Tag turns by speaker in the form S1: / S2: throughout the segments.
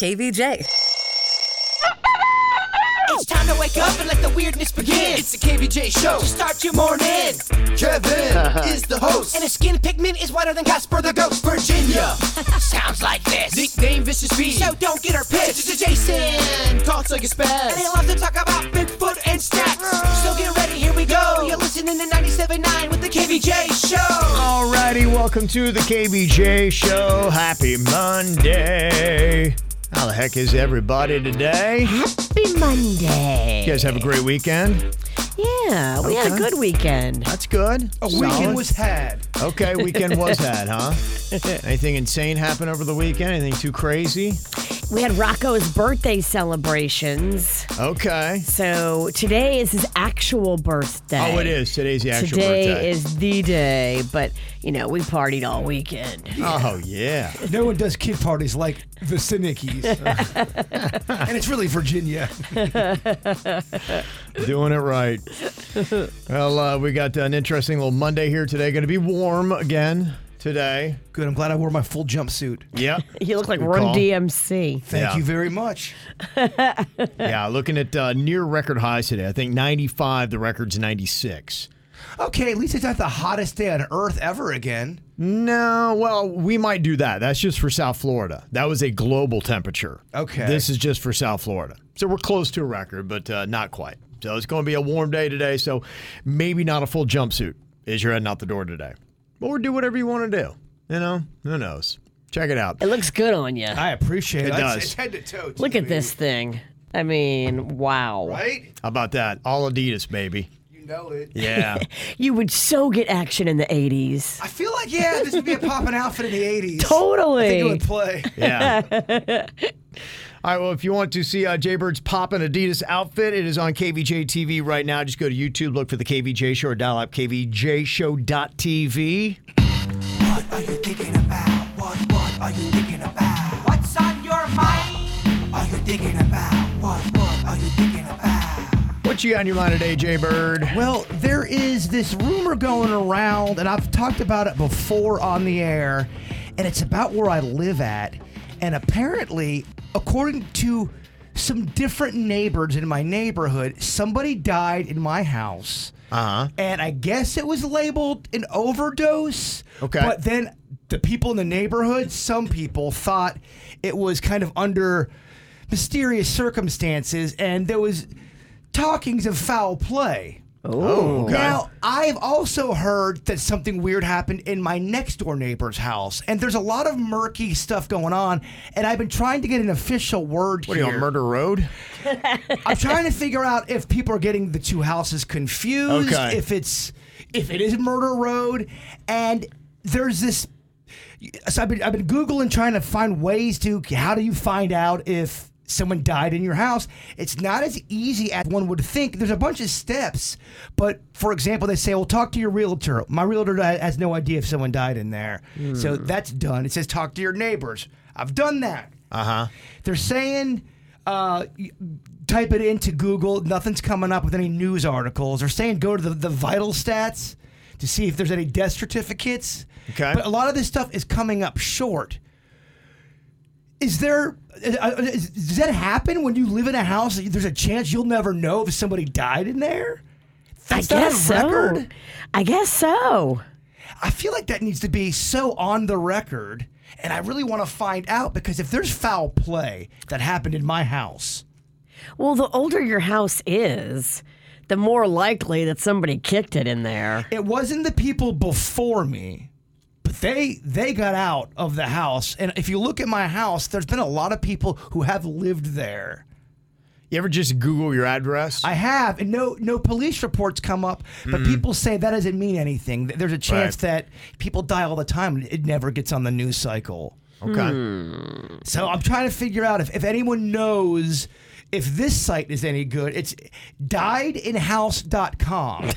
S1: KVJ.
S2: It's time to wake up and let the weirdness begin. It's the KVJ show. To start your morning.
S3: Kevin is the host.
S2: And his skin pigment is whiter than Casper the Ghost. Virginia sounds like this. Nickname Vicious V. So don't get her pissed. It's Jason. Talks like a spaz. And he loves to talk about Bigfoot and snacks. So get ready, here we go. You're listening to 97.9 with the KVJ show.
S3: Alrighty, welcome to the KBJ show. Happy Monday. How the heck is everybody today?
S1: Happy Monday.
S3: You guys have a great weekend.
S1: Yeah, we had a
S3: Okay.
S1: good weekend.
S3: That's good. A
S4: Weekend was had.
S3: okay. Weekend was had, huh? Anything insane happen over the weekend? Anything too crazy?
S1: We had Rocco's birthday celebrations.
S3: Okay.
S1: So today is his actual birthday.
S3: Oh, it is. Today's the actual
S1: Today
S3: birthday.
S1: is the day, but you know, we partied all weekend.
S3: oh yeah.
S4: No one does kid parties like the Sinickies. and it's really Virginia.
S3: Doing it right. Well, uh, we got an interesting little Monday here today. Going to be warm again today.
S4: Good. I'm glad I wore my full jumpsuit.
S3: Yep.
S1: You look like
S3: Good
S1: Run
S3: call.
S1: DMC.
S4: Thank
S3: Yeah.
S4: you very much.
S3: Yeah, looking at uh, near record highs today. I think 95, the record's 96.
S4: Okay, at least it's not the hottest day on earth ever again.
S3: No, well, we might do that. That's just for South Florida. That was a global temperature.
S4: Okay.
S3: This is just for South Florida. So we're close to a record, but uh, not quite. So it's going to be a warm day today. So maybe not a full jumpsuit as you're heading out the door today. Or do whatever you want to do. You know, who knows? Check it out.
S1: It looks good on you.
S4: I appreciate it. It's-
S3: does.
S4: It's head to toe. too,
S1: Look at
S4: baby.
S1: this thing. I mean, wow.
S4: Right?
S3: How about that? All Adidas, baby.
S4: You know it.
S3: Yeah.
S1: You would so get action in the 80s.
S4: I feel like, yeah, this would be a poppin' outfit in the 80s. I think it
S1: Totally.
S4: would play.
S3: Yeah. All right. Well, if you want to see uh, Jaybird's pop an Adidas outfit, it is on KVJ TV right now. Just go to YouTube, look for the KVJ Show, or dial up KVJShow.tv.
S2: What are you thinking about? What, what are you thinking about? What's on your mind? Are you thinking about? What, what are you thinking about?
S3: What you got on your mind today, Jaybird?
S4: Well, there is this rumor going around, and I've talked about it before on the air, and it's about where I live at. And apparently, according to some different neighbors in my neighborhood, somebody died in my house.
S3: Uh-huh.
S4: And I guess it was labeled an overdose.
S3: Okay.
S4: But then the people in the neighborhood, some people thought it was kind of under mysterious circumstances, and there was talkings of foul play.
S3: Oh, okay.
S4: Now, I've also heard that something weird happened in my next door neighbor's house, and there's a lot of murky stuff going on. And I've been trying to get an official word
S3: what are
S4: here.
S3: you on Murder Road?
S4: I'm trying to figure out if people are getting the two houses confused.
S3: Okay.
S4: If it's if it is Murder Road, and there's this. So I've been I've been googling trying to find ways to how do you find out if someone died in your house. It's not as easy as one would think. There's a bunch of steps, but for example, they say, "Well, talk to your realtor." My realtor di- has no idea if someone died in there, so that's done. It says talk to your neighbors. I've done that.
S3: Uh huh.
S4: They're saying uh, y- type it into Google. Nothing's coming up with any news articles. They're saying go to the, the vital stats to see if there's any death certificates.
S3: Okay.
S4: But a lot of this stuff is coming up short. Is there? uh, uh, Is, does that happen when you live in a house? There's a chance you'll never know if somebody died in there.
S1: I
S4: That's not
S1: guess
S4: on
S1: so.
S4: record?
S1: I guess so.
S4: I feel like that needs to be so on the record, and I really want to find out because if there's foul play that happened in my house,
S1: Well, the older your house is, the more likely that somebody kicked it in there.
S4: it wasn't the people before me but they they got out of the house and if you look at my house there's been a lot of people who have lived there
S3: You ever just Google your address?
S4: i have and no no police reports come up but people say that doesn't mean anything Th- there's a chance that people die all the time and it never gets on the news cycle
S3: okay.
S4: Hmm. so i'm trying to figure out if, if anyone knows if this site is any good it's diedinhouse.com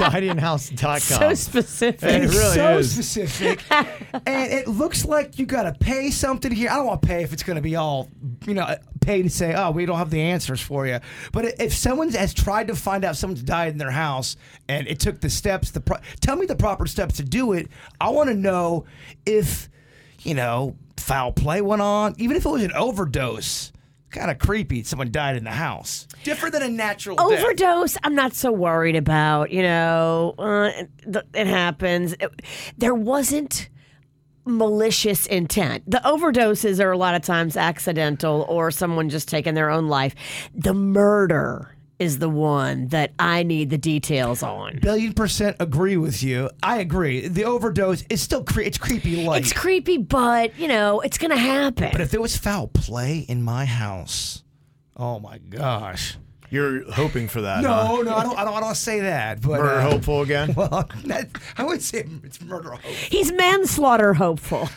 S3: Diedinhouse.com.
S1: So specific.
S3: It
S4: It's
S3: really
S4: so
S3: is.
S4: specific. and it looks like you got to pay something here. I don't want to pay if it's going to be all, you know, pay to say, oh, we don't have the answers for you. But i- if someone has tried to find out someone's died in their house and it took the steps, the pro- tell me the proper steps to do it. I want to know if, you know, foul play went on, even if it was an overdose, kind of creepy. Someone died in the house. Different than a natural death.
S1: Overdose, I'm not so worried about. You know, uh, it, it happens. It- there wasn't malicious intent. The overdoses are a lot of times accidental or someone just taking their own life. The murder is the one that I need the details on.
S4: Billion percent agree with you. I agree. The overdose is still cre- it's creepy. Like,
S1: It's creepy, but you know, it's going to happen.
S4: but if there was foul play in my house, oh my gosh.
S3: You're hoping for that. huh?
S4: No, no, I don't. I don't, I don't say that. But
S3: Murder
S4: uh,
S3: hopeful again.
S4: Well, that, I would say it's murder hope.
S1: He's manslaughter hopeful.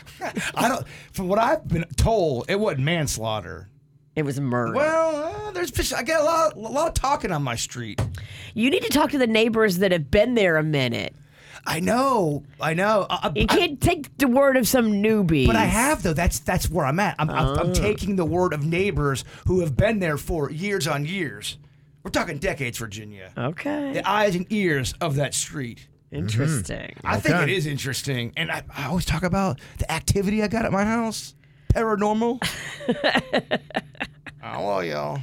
S4: I don't. From what I've been told, it wasn't manslaughter.
S1: It was murder.
S4: Well, uh, there's I get a lot, a lot of talking on my street.
S1: you need to talk to the neighbors that have been there a minute.
S4: I know, I know. I, I-
S1: You can't take the word of some newbie.
S4: but I have though. That's that's where I'm at. I'm, I'm, I'm taking the word of neighbors who have been there for years on years. We're talking decades, Virginia.
S1: Oh. Okay.
S4: The eyes and ears of that street.
S1: Interesting.
S4: Mm-hmm. I think it
S3: Okay.
S4: is interesting, and I, I always talk about the activity I got at my house. Paranormal. I love Oh, y'all.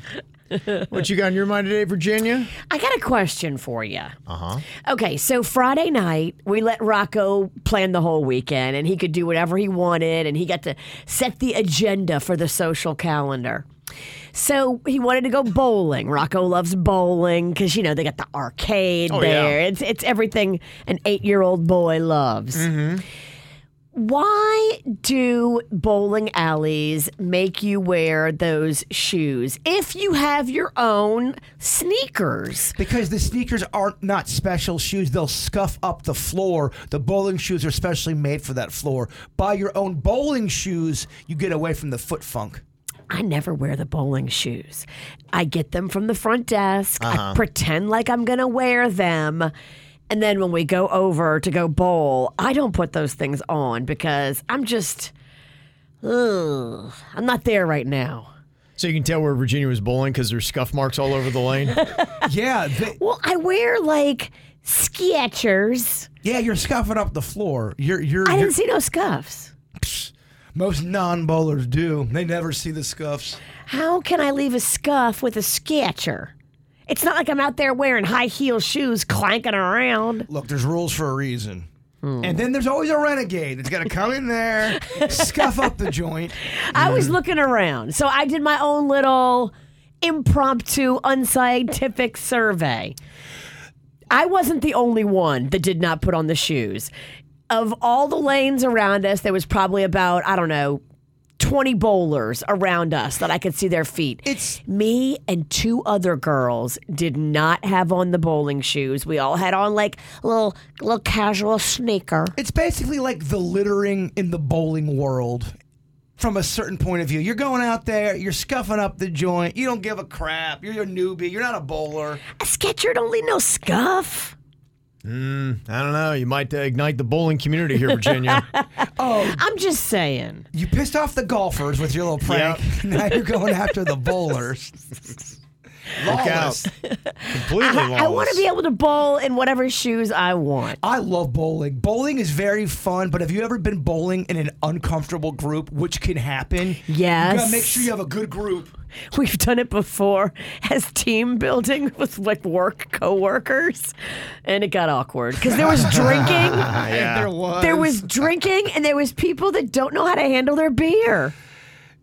S3: What you got in your mind today, Virginia?
S1: I got a question for you. Uh huh. Okay, so Friday night, we let Rocco plan the whole weekend and he could do whatever he wanted and he got to set the agenda for the social calendar. So he wanted to go bowling. Rocco loves bowling because, you know, they got the arcade
S3: Oh, yeah.
S1: there. It's, it's everything an eight year old boy loves.
S3: Mm-hmm.
S1: Why do bowling alleys make you wear those shoes if you have your own sneakers?
S4: Because the sneakers are not special shoes. They'll scuff up the floor. The bowling shoes are specially made for that floor. Buy your own bowling shoes, you get away from the foot funk.
S1: I never wear the bowling shoes. I get them from the front desk. I pretend like I'm going to wear them. And then when we go over to go bowl, I don't put those things on because I'm just, ugh, I'm not there right now.
S3: So you can tell where Virginia was bowling because there's scuff marks all over the lane.
S4: yeah, they,
S1: Well, I wear like Skechers.
S4: yeah, you're scuffing up the floor. You're, you're,
S1: I
S4: you're
S1: didn't see no scuffs.
S4: most non bowlers do. They never see the scuffs.
S1: How can I leave a scuff with a sketcher? It's not like I'm out there wearing high heel shoes clanking around.
S4: Look, there's rules for a reason.
S1: Hmm.
S4: And then there's always a renegade that's got to come in there, scuff up the joint.
S1: I was looking around. So I did my own little impromptu, unscientific survey. I wasn't the only one that did not put on the shoes. Of all the lanes around us, there was probably about, I don't know, 20 bowlers around us that I could see their feet.
S4: It's-
S1: me and two other girls did not have on the bowling shoes. We all had on like little little casual sneaker.
S4: It's basically like the littering in the bowling world from a certain point of view. You're going out there, you're scuffing up the joint, you don't give a crap, you're a newbie, you're not a bowler.
S1: A sketcher don't leave no scuff.
S3: I don't know. You might uh, ignite the bowling community here, Virginia.
S1: I'm just saying.
S4: You pissed off the golfers with your little prank. Now you're going after the bowlers.
S3: Look out.
S4: Lawless.
S3: Completely
S1: I, want to
S3: lawless.
S1: be able to bowl in whatever shoes I want.
S4: I love bowling. Bowling is very fun, but have you ever been bowling in an uncomfortable group, which can happen? You
S1: Yes.
S4: gotta make sure you have a good group.
S1: We've done it before as team building with like work coworkers, and it got awkward because there was drinking.
S4: Yeah. There was.
S1: There was drinking, and there was people that don't know how to handle their beer.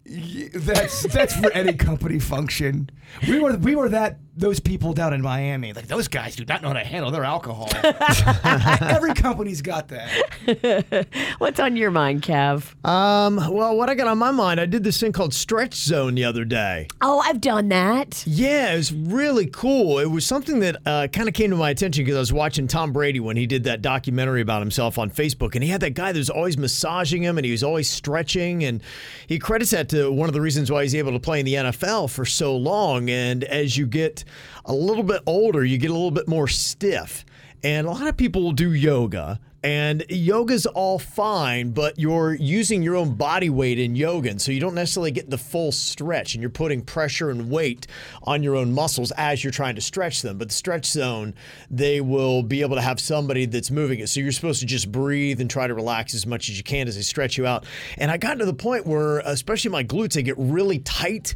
S4: That's that's for any company function. We were we were that those people down in Miami. Like those guys do not know how to handle their alcohol. Every company's got that.
S1: What's on your mind, Cav?
S3: Um, well, what I got on my mind, I did this thing called Stretch Zone the other day.
S1: Oh, I've done that.
S3: Yeah, it was really cool. It was something that uh, kind of came to my attention because I was watching Tom Brady when he did that documentary about himself on Facebook, and he had that guy that was always massaging him and he was always stretching, and he credits that to one of the reasons why he's able to play in the NFL for so long. And as you get a little bit older, you get a little bit more stiff, and a lot of people will do yoga. And yoga's all fine, but you're using your own body weight in yoga. And so you don't necessarily get the full stretch. And you're putting pressure and weight on your own muscles as you're trying to stretch them. But the stretch zone, they will be able to have somebody that's moving it. So you're supposed to just breathe and try to relax as much as you can as they stretch you out. And I got to the point where, especially my glutes, they get really tight.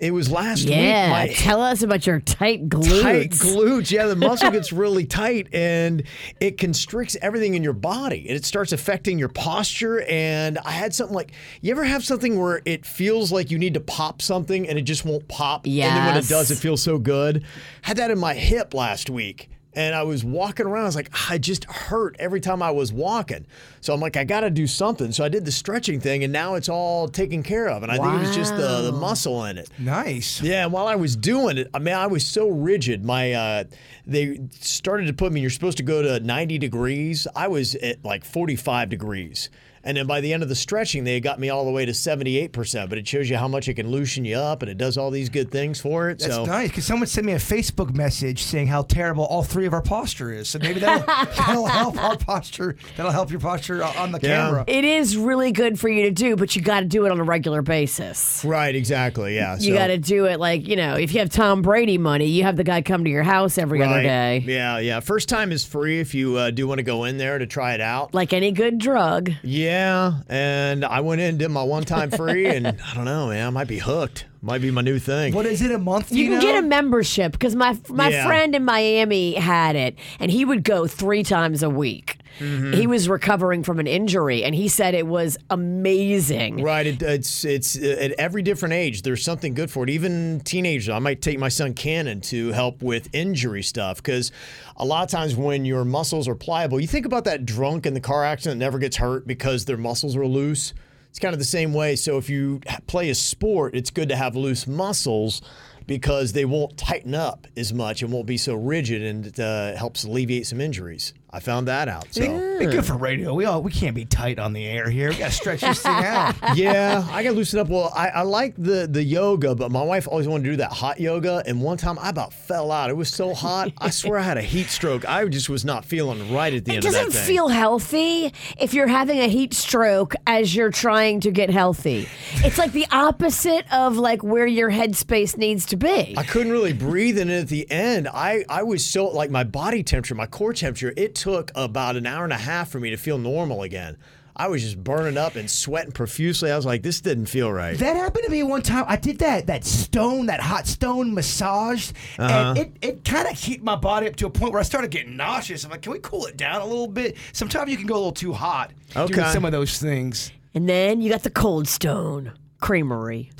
S3: It was last
S1: Yeah,
S3: week. My
S1: tell us about your tight glutes.
S3: tight glutes. Yeah, the muscle gets really tight and it constricts everything in your body and it starts affecting your posture. And I had something like, you ever have something where it feels like you need to pop something and it just won't pop? And then when it
S1: Yes.
S3: does, it feels so good. Had that in my hip last week. And I was walking around. I was like, I just hurt every time I was walking. So I'm like, I got to do something. So I did the stretching thing, and now it's all taken care of. And I think it was just the, the muscle in it.
S4: Nice.
S3: Yeah, and while I was doing it, I mean, I was so rigid. My uh, they started to put me. You're supposed to go to 90 degrees. I was at like 45 degrees, and then by the end of the stretching, they got me all the way to 78 percent. But it shows you how much it can loosen you up, and it does all these good things for it.
S4: That's
S3: so
S4: nice because someone sent me a Facebook message saying how terrible all three of our posture is. So maybe that'll, that'll help our posture. That'll help your posture o- on the
S3: Yeah.
S4: camera.
S1: It is really good for you to do, but you got to do it on a regular basis.
S3: right, exactly, yeah.
S1: You
S3: so-
S1: got to do it like, you know, if you have Tom Brady money, you have the guy come to your house every other
S3: Right.
S1: day.
S3: Yeah, yeah. First time is free if you uh, do want to go in there to try it out.
S1: Like any good drug.
S3: Yeah, and I went in, did my one time free, and I don't know, man, I might be hooked. Might be my new thing.
S4: What is it a month?
S1: You, can
S4: know?
S1: get a membership because my my
S3: Yeah.
S1: friend in Miami had it, and he would go three times a week.
S3: Mm-hmm.
S1: He was recovering from an injury, and he said it was amazing.
S3: Right. It, it's it's uh, at every different age. There's something good for it. Even teenagers. I might take my son Cannon to help with injury stuff because a lot of times when your muscles are pliable, you think about that drunk in the car accident that never gets hurt because their muscles were loose. It's kind of the same way. So if you h- play a sport, it's good to have loose muscles because they won't tighten up as much and won't be so rigid, and it uh, helps alleviate some injuries. I found that out. So.
S4: Be
S3: Mm.
S4: good for radio. We all we can't be tight on the air here. We gotta stretch this thing out.
S3: yeah, I gotta loosen up. Well, I, I like the the yoga, but my wife always wanted to do that hot yoga. And one time I about fell out. It was so hot. I swear I had a heat stroke. I just was not feeling right at the
S1: It
S3: end
S1: doesn't
S3: of that thing.
S1: feel healthy if you're having a heat stroke as you're trying to get healthy. It's like the opposite of like where your headspace needs to be.
S3: I couldn't really breathe, and at the end, I, I was so like my body temperature, my core temperature. It took about an hour and a half for me to feel normal again. I was just burning up and sweating profusely. I was like, this didn't feel right.
S4: That happened to me one time. I did that that stone, that hot stone massage,
S3: Uh-huh.
S4: and it, it kind of heated my body up to a point where I started getting nauseous. I'm like, can we cool it down a little bit? Sometimes you can go a little too hot doing
S3: Okay.
S4: some of those things.
S1: And then you got the Cold Stone Creamery.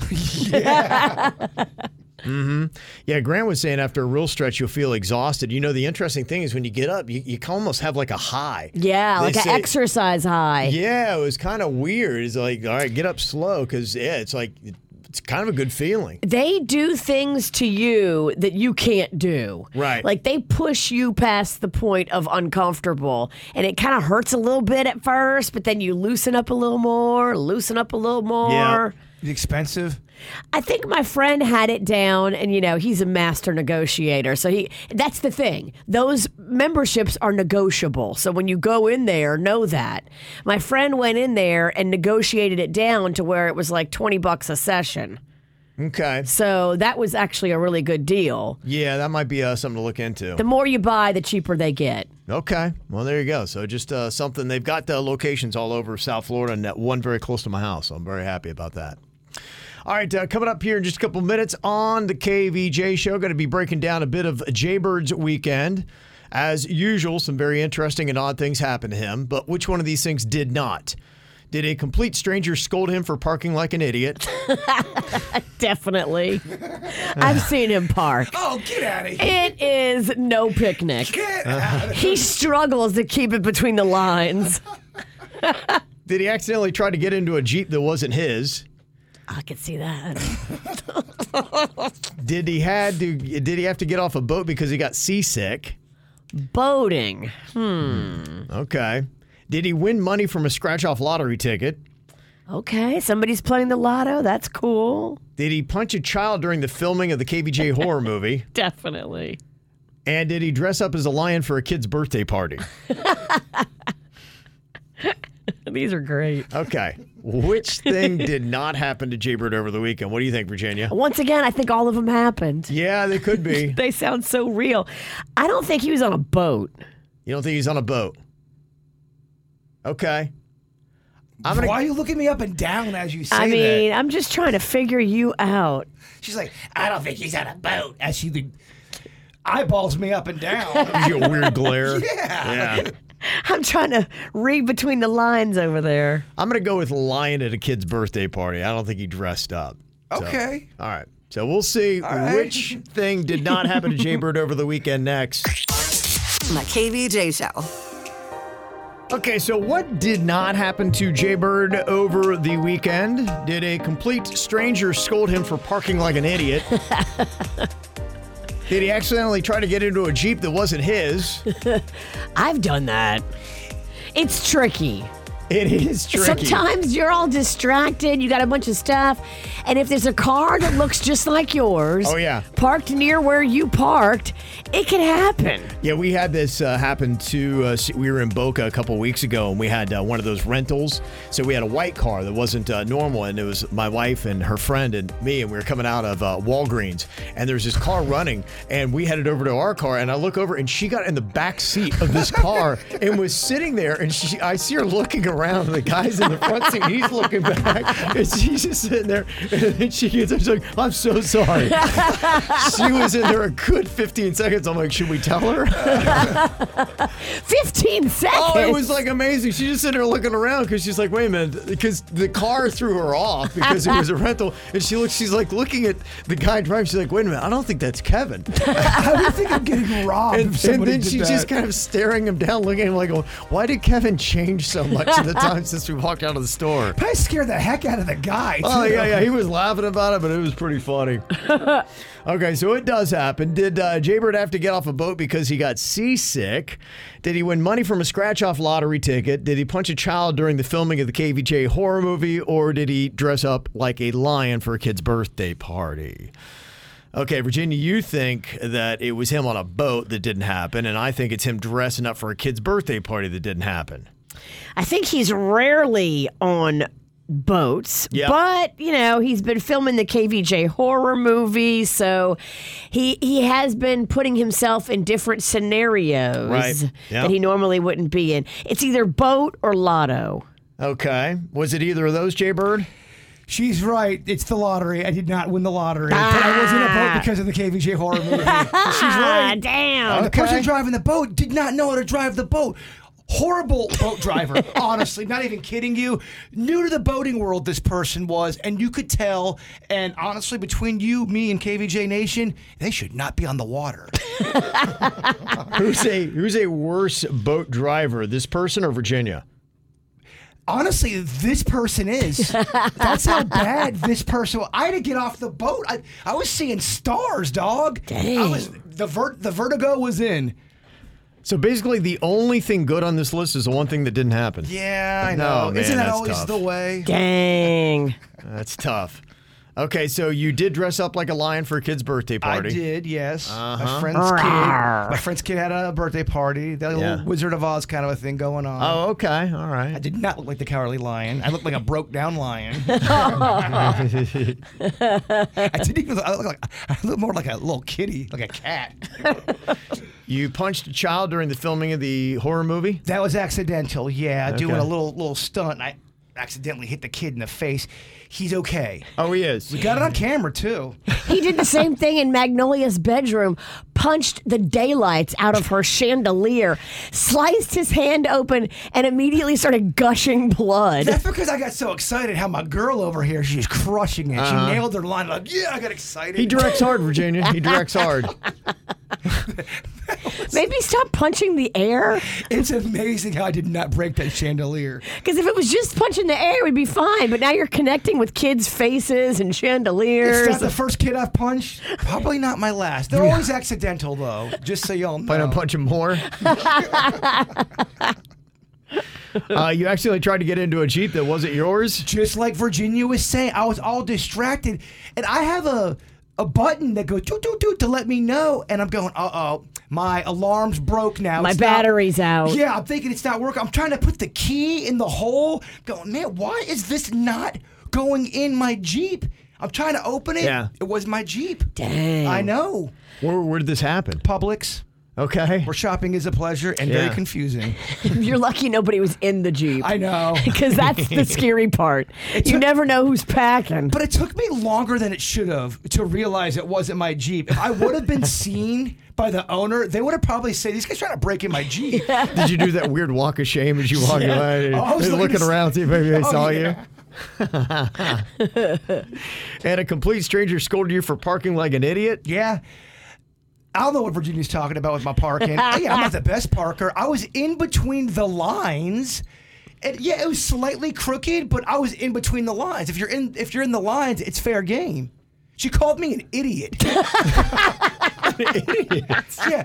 S3: Yeah, Grant was saying after a real stretch, you'll feel exhausted. You know, the interesting thing is when you get up, you, you can almost have like a high.
S1: Yeah,
S3: They
S1: like an
S3: say-
S1: exercise high.
S3: Yeah, it was kind of weird. It's like, all right, get up slow because, yeah, it's like, it's kind of a good feeling.
S1: They do things to you that you can't do.
S3: Right.
S1: Like they push you past the point of uncomfortable and it kind of hurts a little bit at first, but then you loosen up a little more, loosen up a little more.
S4: It's expensive.
S1: I think my friend had it down, and you know he's a master negotiator. So he that's the thing; those memberships are negotiable. So when you go in there, know that my friend went in there and negotiated it down to where it was like twenty bucks a session.
S3: Okay.
S1: So that was actually a really good deal.
S3: Yeah, that might be uh, something to look into.
S1: The more you buy, the cheaper they get.
S3: Okay. Well, there you go. So just uh, something. They've got uh, locations all over South Florida and that one very close to my house. So I'm very happy about that. All right, uh, coming up here in just a couple minutes on the KVJ show, going to be breaking down a bit of Jaybird's weekend. As usual, some very interesting and odd things happened to him, but which one of these things did not? Did a complete stranger scold him for parking like an idiot?
S1: Definitely, I've seen him park.
S4: Oh, get out of here.
S1: It is no picnic.
S4: Get
S3: Uh-huh.
S4: out.
S1: He struggles to keep it between the lines.
S3: Did he accidentally try to get into a Jeep that wasn't his?
S1: I could see that.
S3: Did he had to did he have to get off a boat because he got seasick?
S1: Boating.
S3: Okay. Did he win money from a scratch off lottery ticket?
S1: Okay, somebody's playing the lotto. That's cool.
S3: Did he punch a child during the filming of the KVJ horror movie?
S1: Definitely.
S3: And did he dress up as a lion for a kid's birthday party?
S1: These are great.
S3: Okay. Which thing did not happen to Jaybird over the weekend? What do you think, Virginia?
S1: Once again, I think all of them happened.
S3: Yeah, they could be.
S1: They sound so real. I don't think he was on a boat.
S3: You don't think he's on a boat? Okay. I'm gonna.
S4: Why are you looking me up and down as you say
S1: I mean,
S4: that?
S1: I'm just trying to figure you out.
S4: She's like, I don't think he's on a boat. As she like, eyeballs me up and down.
S3: You get a weird glare.
S4: Yeah.
S3: yeah.
S1: I'm trying to read between the lines over there.
S3: I'm gonna go with lion at a kid's birthday party. I don't think he dressed up. So-
S4: Okay.
S3: all right. So we'll see
S4: right.
S3: which thing did not happen to Jaybird over the weekend next.
S5: My KVJ show.
S3: Okay, so what did not happen to Jaybird over the weekend? Did a complete stranger scold him for parking like an idiot? did he accidentally try to get into a Jeep that wasn't his?
S1: I've done that. It's tricky.
S3: It is tricky.
S1: Sometimes you're all distracted. You got a bunch of stuff. And if there's a car that looks just like yours,
S3: Oh, yeah.
S1: parked near where you parked, it can happen.
S3: Yeah, we had this uh, happen to us. We were in Boca a couple weeks ago, and we had uh, one of those rentals. So we had a white car that wasn't uh, normal, and it was my wife and her friend and me, and we were coming out of uh, Walgreens, and there was this car running, and we headed over to our car, and I look over, and she got in the back seat of this car and was sitting there, and she, I see her looking around, and the guy's in the front seat, he's looking back, and she's just sitting there, and then she gets up, she's like, "I'm so sorry." she was in there a good 15 seconds. I'm like, "Should we tell her?"
S1: 15 seconds.
S3: Oh, it was like amazing. She just sitting there looking around because she's like, wait a minute, because the car threw her off because it was a rental. And she looks, she's like looking at the guy driving. She's like, wait a minute, I don't think that's Kevin.
S4: How do you think I'm getting robbed?
S3: And,
S4: if
S3: and
S4: somebody
S3: then
S4: did
S3: she's
S4: that?
S3: just kind of staring him down, looking at him like, well, why did Kevin change so much in the time since we walked out of the store?
S4: I scared the heck out of the guy.
S3: Oh
S4: too.
S3: yeah, yeah, he was laughing about it, but it was pretty funny. okay, so it does happen. Did uh, Jaybird have to get off a boat because he got seasick? Did he win money from a scratch-off lottery ticket? Did he punch a child during the filming of the KVJ horror movie, or did he dress up like a lion for a kid's birthday party? Okay, Virginia, you think that it was him on a boat that didn't happen, and I think it's him dressing up for a kid's birthday party that didn't happen.
S1: I think he's rarely on boats,
S3: Yeah.
S1: but you know he's been filming the KVJ horror movie, so he he has been putting himself in different scenarios
S3: Right. Yeah.
S1: that he normally wouldn't be in. It's either boat or lotto.
S3: Okay, was it either of those, Jaybird?
S4: She's right. It's the lottery. I did not win the lottery, but I was in a
S3: Ah.
S4: boat because of the KVJ horror movie. She's
S1: Ah,
S4: right.
S1: damn.
S4: The person driving the boat did not know how to drive the boat. Horrible boat driver, honestly, not even kidding you. New to the boating world, this person was, and you could tell. And honestly, between you, me, and KVJ Nation, they should not be on the water.
S3: Who's a who's a worse boat driver, this person or Virginia?
S4: honestly, this person is. That's how bad this person. I had to get off the boat. I, I was seeing stars, dog. I was the ver, the vertigo was in.
S3: So basically, the only thing good on this list is the one thing that didn't happen.
S4: Yeah, I
S3: No, man,
S4: Isn't that
S3: that's
S4: always
S3: tough.
S4: the way?
S1: Dang.
S3: That's tough. Okay, so you did dress up like a lion for a kid's birthday party. Uh-huh.
S4: I did, yes. My friend's kid. My friend's kid had a birthday party. The
S3: Yeah.
S4: little Wizard of Oz kind of a thing going on.
S3: Oh, okay, all
S4: I
S3: right.
S4: did not look like the cowardly lion. I looked like a broke down lion. I didn't even look, I look like I look more like a little kitty, like a cat.
S3: You punched a child during the filming of the horror movie.
S4: That was accidental. Yeah, doing
S3: Okay.
S4: a little little stunt. I accidentally hit the kid in the face. He's okay.
S3: Oh, he is.
S4: We got it on camera too.
S1: He did the same thing in Magnolia's bedroom, punched the daylights out of her chandelier, sliced his hand open, and immediately started gushing blood.
S4: That's because I got so excited. How my girl over here, she's crushing it. She nailed her line. Like, yeah, I got excited.
S3: Uh-huh. He directs hard, Virginia. He directs hard.
S1: Maybe stop punching the air.
S4: it's amazing how I did not break that chandelier.
S1: Because if it was just punching the air, we'd be fine. But now you're connecting with kids' faces and
S4: It's
S1: chandeliers.
S4: not the first kid I've punched. Probably not my last. They're always accidental though. Just so y'all know.
S3: Plan on punching more. uh, you accidentally tried to get into a jeep that wasn't yours.
S4: just like Virginia was saying, I was all distracted, and I have a a button that goes doo doo doo to let me know, and I'm going, uh oh, My alarm's broke now.
S1: My
S4: It's not-
S1: battery's out.
S4: Yeah, I'm thinking it's not working. I'm trying to put the key in the hole. Going, man, why is this not going in my Jeep? I'm trying to open it.
S3: Yeah.
S4: It was my Jeep.
S1: Dang.
S4: I know.
S3: Where, where did this happen?
S4: Publix,
S3: Okay.
S4: where shopping is a pleasure and
S3: Yeah.
S4: very confusing.
S1: You're lucky nobody was in the Jeep.
S4: I know.
S1: Because that's the scary part. You
S4: took-
S1: never know who's packing.
S4: But it took me longer than it should have to realize it wasn't my Jeep. If I would have been seen by the owner, they would have probably said, These guys trying to break in my Jeep.
S3: Did you do that weird walk of shame as you walked away?
S4: I was
S3: Just
S4: looking
S3: looking
S4: to s-
S3: around, see if anybody
S4: Oh,
S3: saw
S4: yeah.
S3: you. And a complete stranger scolded you for parking like an idiot.
S4: Yeah. I don't know what Virginia's talking about with my parking. Oh, yeah, I'm not the best parker. I was in between the lines. And yeah, it was slightly crooked, but I was in between the lines. If you're in if you're in the lines, it's fair game. She called me an idiot. yeah,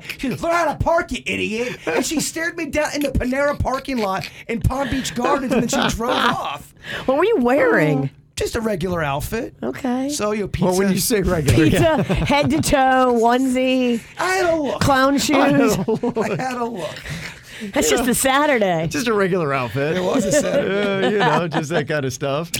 S4: she said, learn how to park, you idiot. And she stared me down in the Panera parking lot in Palm Beach Gardens, and then she drove off.
S1: what were you wearing?
S4: Just a regular outfit.
S1: Okay.
S4: So you know, pizza.
S3: Well, when you say regular, yeah.
S1: Pizza, head to toe, onesie,
S4: I had a look.
S1: clown shoes.
S4: I had a look.
S1: That's just a Saturday.
S3: just a regular outfit. It was a set. you know, just that kind of stuff.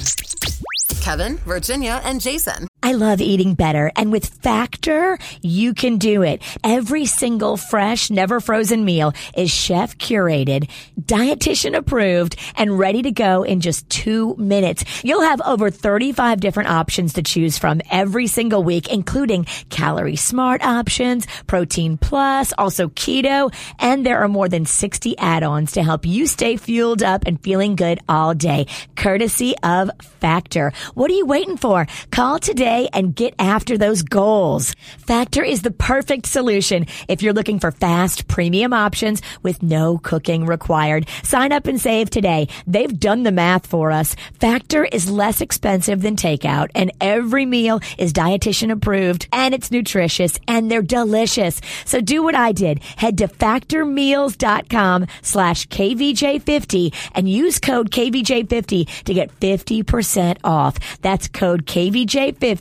S5: Kevin, Virginia, and Jason.
S6: I love eating better. And with Factor, you can do it. Every single fresh, never frozen meal is chef curated, dietitian approved, and ready to go in just two minutes. You'll have over 35 different options to choose from every single week, including calorie smart options, protein plus, also keto. And there are more than 60 add-ons to help you stay fueled up and feeling good all day, courtesy of Factor. What are you waiting for? Call today and get after those goals. Factor is the perfect solution if you're looking for fast premium options with no cooking required. Sign up and save today. They've done the math for us. Factor is less expensive than takeout and every meal is dietitian approved and it's nutritious and they're delicious. So do what I did. Head to factormeals.com slash KVJ50 and use code KVJ50 to get 50% off. That's code KVJ50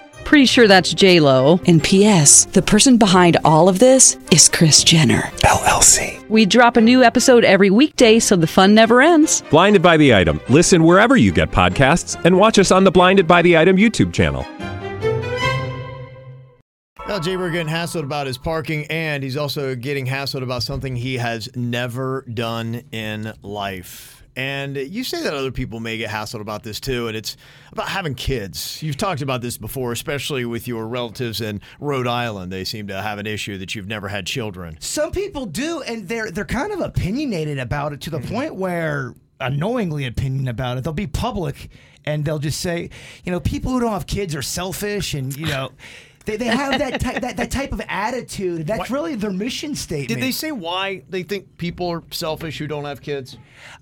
S7: Pretty sure that's J Lo.
S8: And P.S. The person behind all of this is Chris Jenner.
S9: LLC.
S7: We drop a new episode every weekday, so the fun never ends.
S9: Blinded by the item. Listen wherever you get podcasts, and watch us on the Blinded by the Item YouTube channel.
S3: Well, Jay, we're getting hassled about his parking, and he's also getting hassled about something he has never done in life. And you say that other people may get hassled about this too, and it's about having kids. You've talked about this before, especially with your relatives in Rhode Island. They seem to have an issue that you've never had children.
S4: Some people do, and they're they're kind of opinionated about it to the
S3: Hmm.
S4: point where annoyingly opinion about it. They'll be public and they'll just say, you know, people who don't have kids are selfish, and you know, they, they have that, ty- that that type of attitude. That's really their mission statement.
S3: Did they say why they think people are selfish who don't have kids?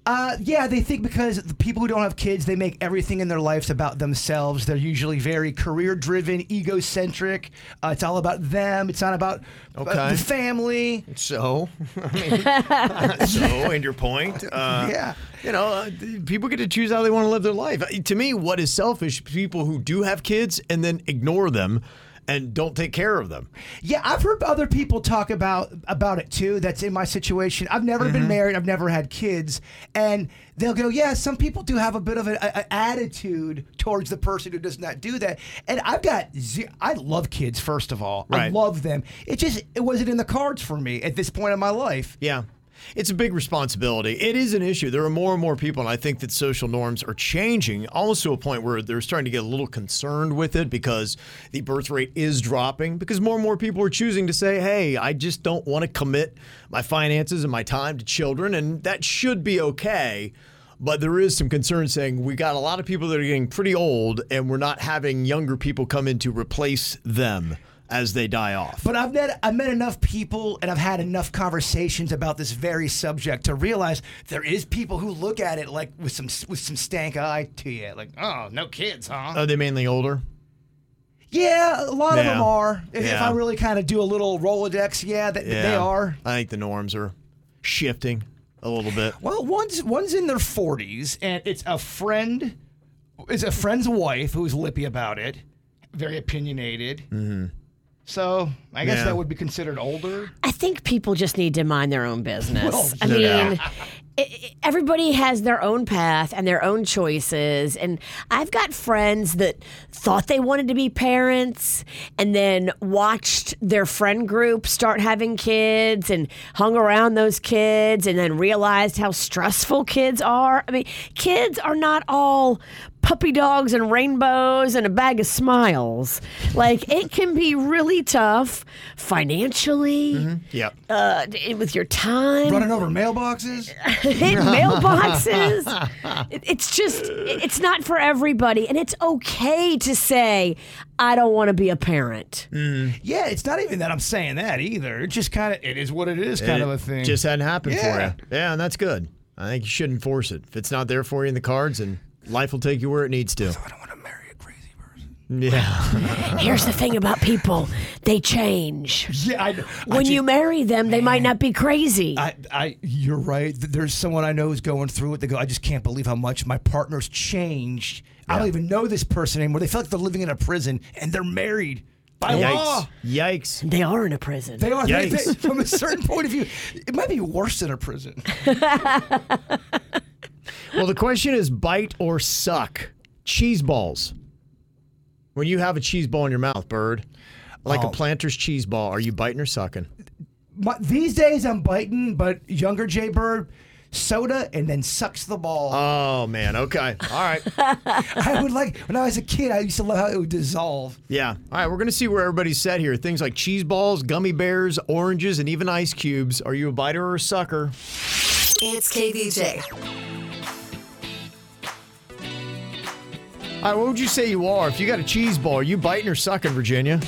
S4: Uh, yeah, they think because the people who don't have kids, they make everything in their lives about themselves. They're usually very career driven, egocentric. Uh, it's all about them. It's not about uh,
S3: Okay.
S4: the family.
S3: So, I mean, so, and your point. Uh,
S4: Yeah.
S3: You know, uh, th- people get to choose how they want to live their life. Uh, To me, what is selfish? People who do have kids and then ignore them and don't take care of them.
S4: Yeah, I've heard other people talk about about it too. That's in my situation. I've never been married. I've never had kids, and they'll go, "Yeah, some people do have a bit of an a, a attitude towards the person who does not do that." And I've got, ze- I love kids. First of all, I
S3: Right.
S4: love them. It just it wasn't in the cards for me at this point in my life.
S3: Yeah. It's a big responsibility. It is an issue. There are more and more people, and I think that social norms are changing almost to a point where they're starting to get a little concerned with it because the birth rate is dropping. Because more and more people are choosing to say, hey, I just don't want to commit my finances and my time to children, and that should be okay. But there is some concern saying we got a lot of people that are getting pretty old, and we're not having younger people come in to replace them as they die off.
S4: But I've met I've met enough people and I've had enough conversations about this very subject to realize there is people who look at it like with some with some stank eye to you, like oh no kids, huh?
S3: Are they mainly older?
S4: Yeah, a lot of
S3: Yeah.
S4: them are. If, if
S3: Yeah.
S4: I really kind of do a little Rolodex, yeah, th-
S3: Yeah.
S4: they are.
S3: I think the norms are shifting a little bit.
S4: Well, one's one's in their forties, and it's a friend, it's a friend's wife who's lippy about it, very opinionated. Mm-hmm. So I guess
S3: Yeah.
S4: that would be considered older.
S1: I think people just need to mind their own business.
S4: Well,
S1: I
S3: no
S1: mean, i- i- e, everybody has their own path and their own choices. And I've got friends that thought they wanted to be parents and then watched their friend group start having kids and hung around those kids and then realized how stressful kids are. I mean, kids are not all puppy dogs and rainbows and a bag of smiles. Like, it can be really tough financially
S3: Yep.
S1: uh, d- with your time,
S4: Running over mailboxes.
S1: hit mailboxes. It- it's just, it- it's not for everybody. And it's okay to say, I don't want to be a parent.
S4: Yeah, it's not even that I'm saying that either. It's just kind of it is what it is kind
S3: It
S4: of a thing.
S3: Just hadn't happened
S4: Yeah.
S3: for you. Yeah, and that's good. I think you shouldn't force it. If it's not there for you in the cards, and life will take you where it needs to.
S4: I don't want to marry a crazy person.
S3: Yeah.
S1: Here's the thing about people they change.
S4: Yeah, I,
S1: When you marry them, they might not be crazy.
S4: I, I, you're right. Th- There's someone I know who's going through it. They go, I just can't believe how much my partner's changed. I don't even know this person anymore. They feel like they're living in a prison and they're married by
S3: Yikes.
S4: law.
S3: Yikes.
S1: they are in a prison.
S4: They are they-
S3: Yikes.
S4: they- from a certain point of view. It might be worse than a prison.
S3: Well, the question is bite or suck? Cheese balls. When you have a cheese ball in your mouth, bird, like a
S4: Oh.
S3: planter's cheese ball, are you biting or sucking?
S4: My, these days I'm biting, but younger Jay Bird, soda and then sucks the ball.
S3: Oh, man. Okay. All right.
S4: I would like when I was a kid. I used to love how it would dissolve.
S3: Yeah. All right. We're going to see where everybody's set here. Things like cheese balls, gummy bears, oranges, and even ice cubes. Are you a biter or a sucker?
S5: It's KVJ.
S3: All right. What would you say you are? If you got a cheese ball, are you biting or sucking, Virginia?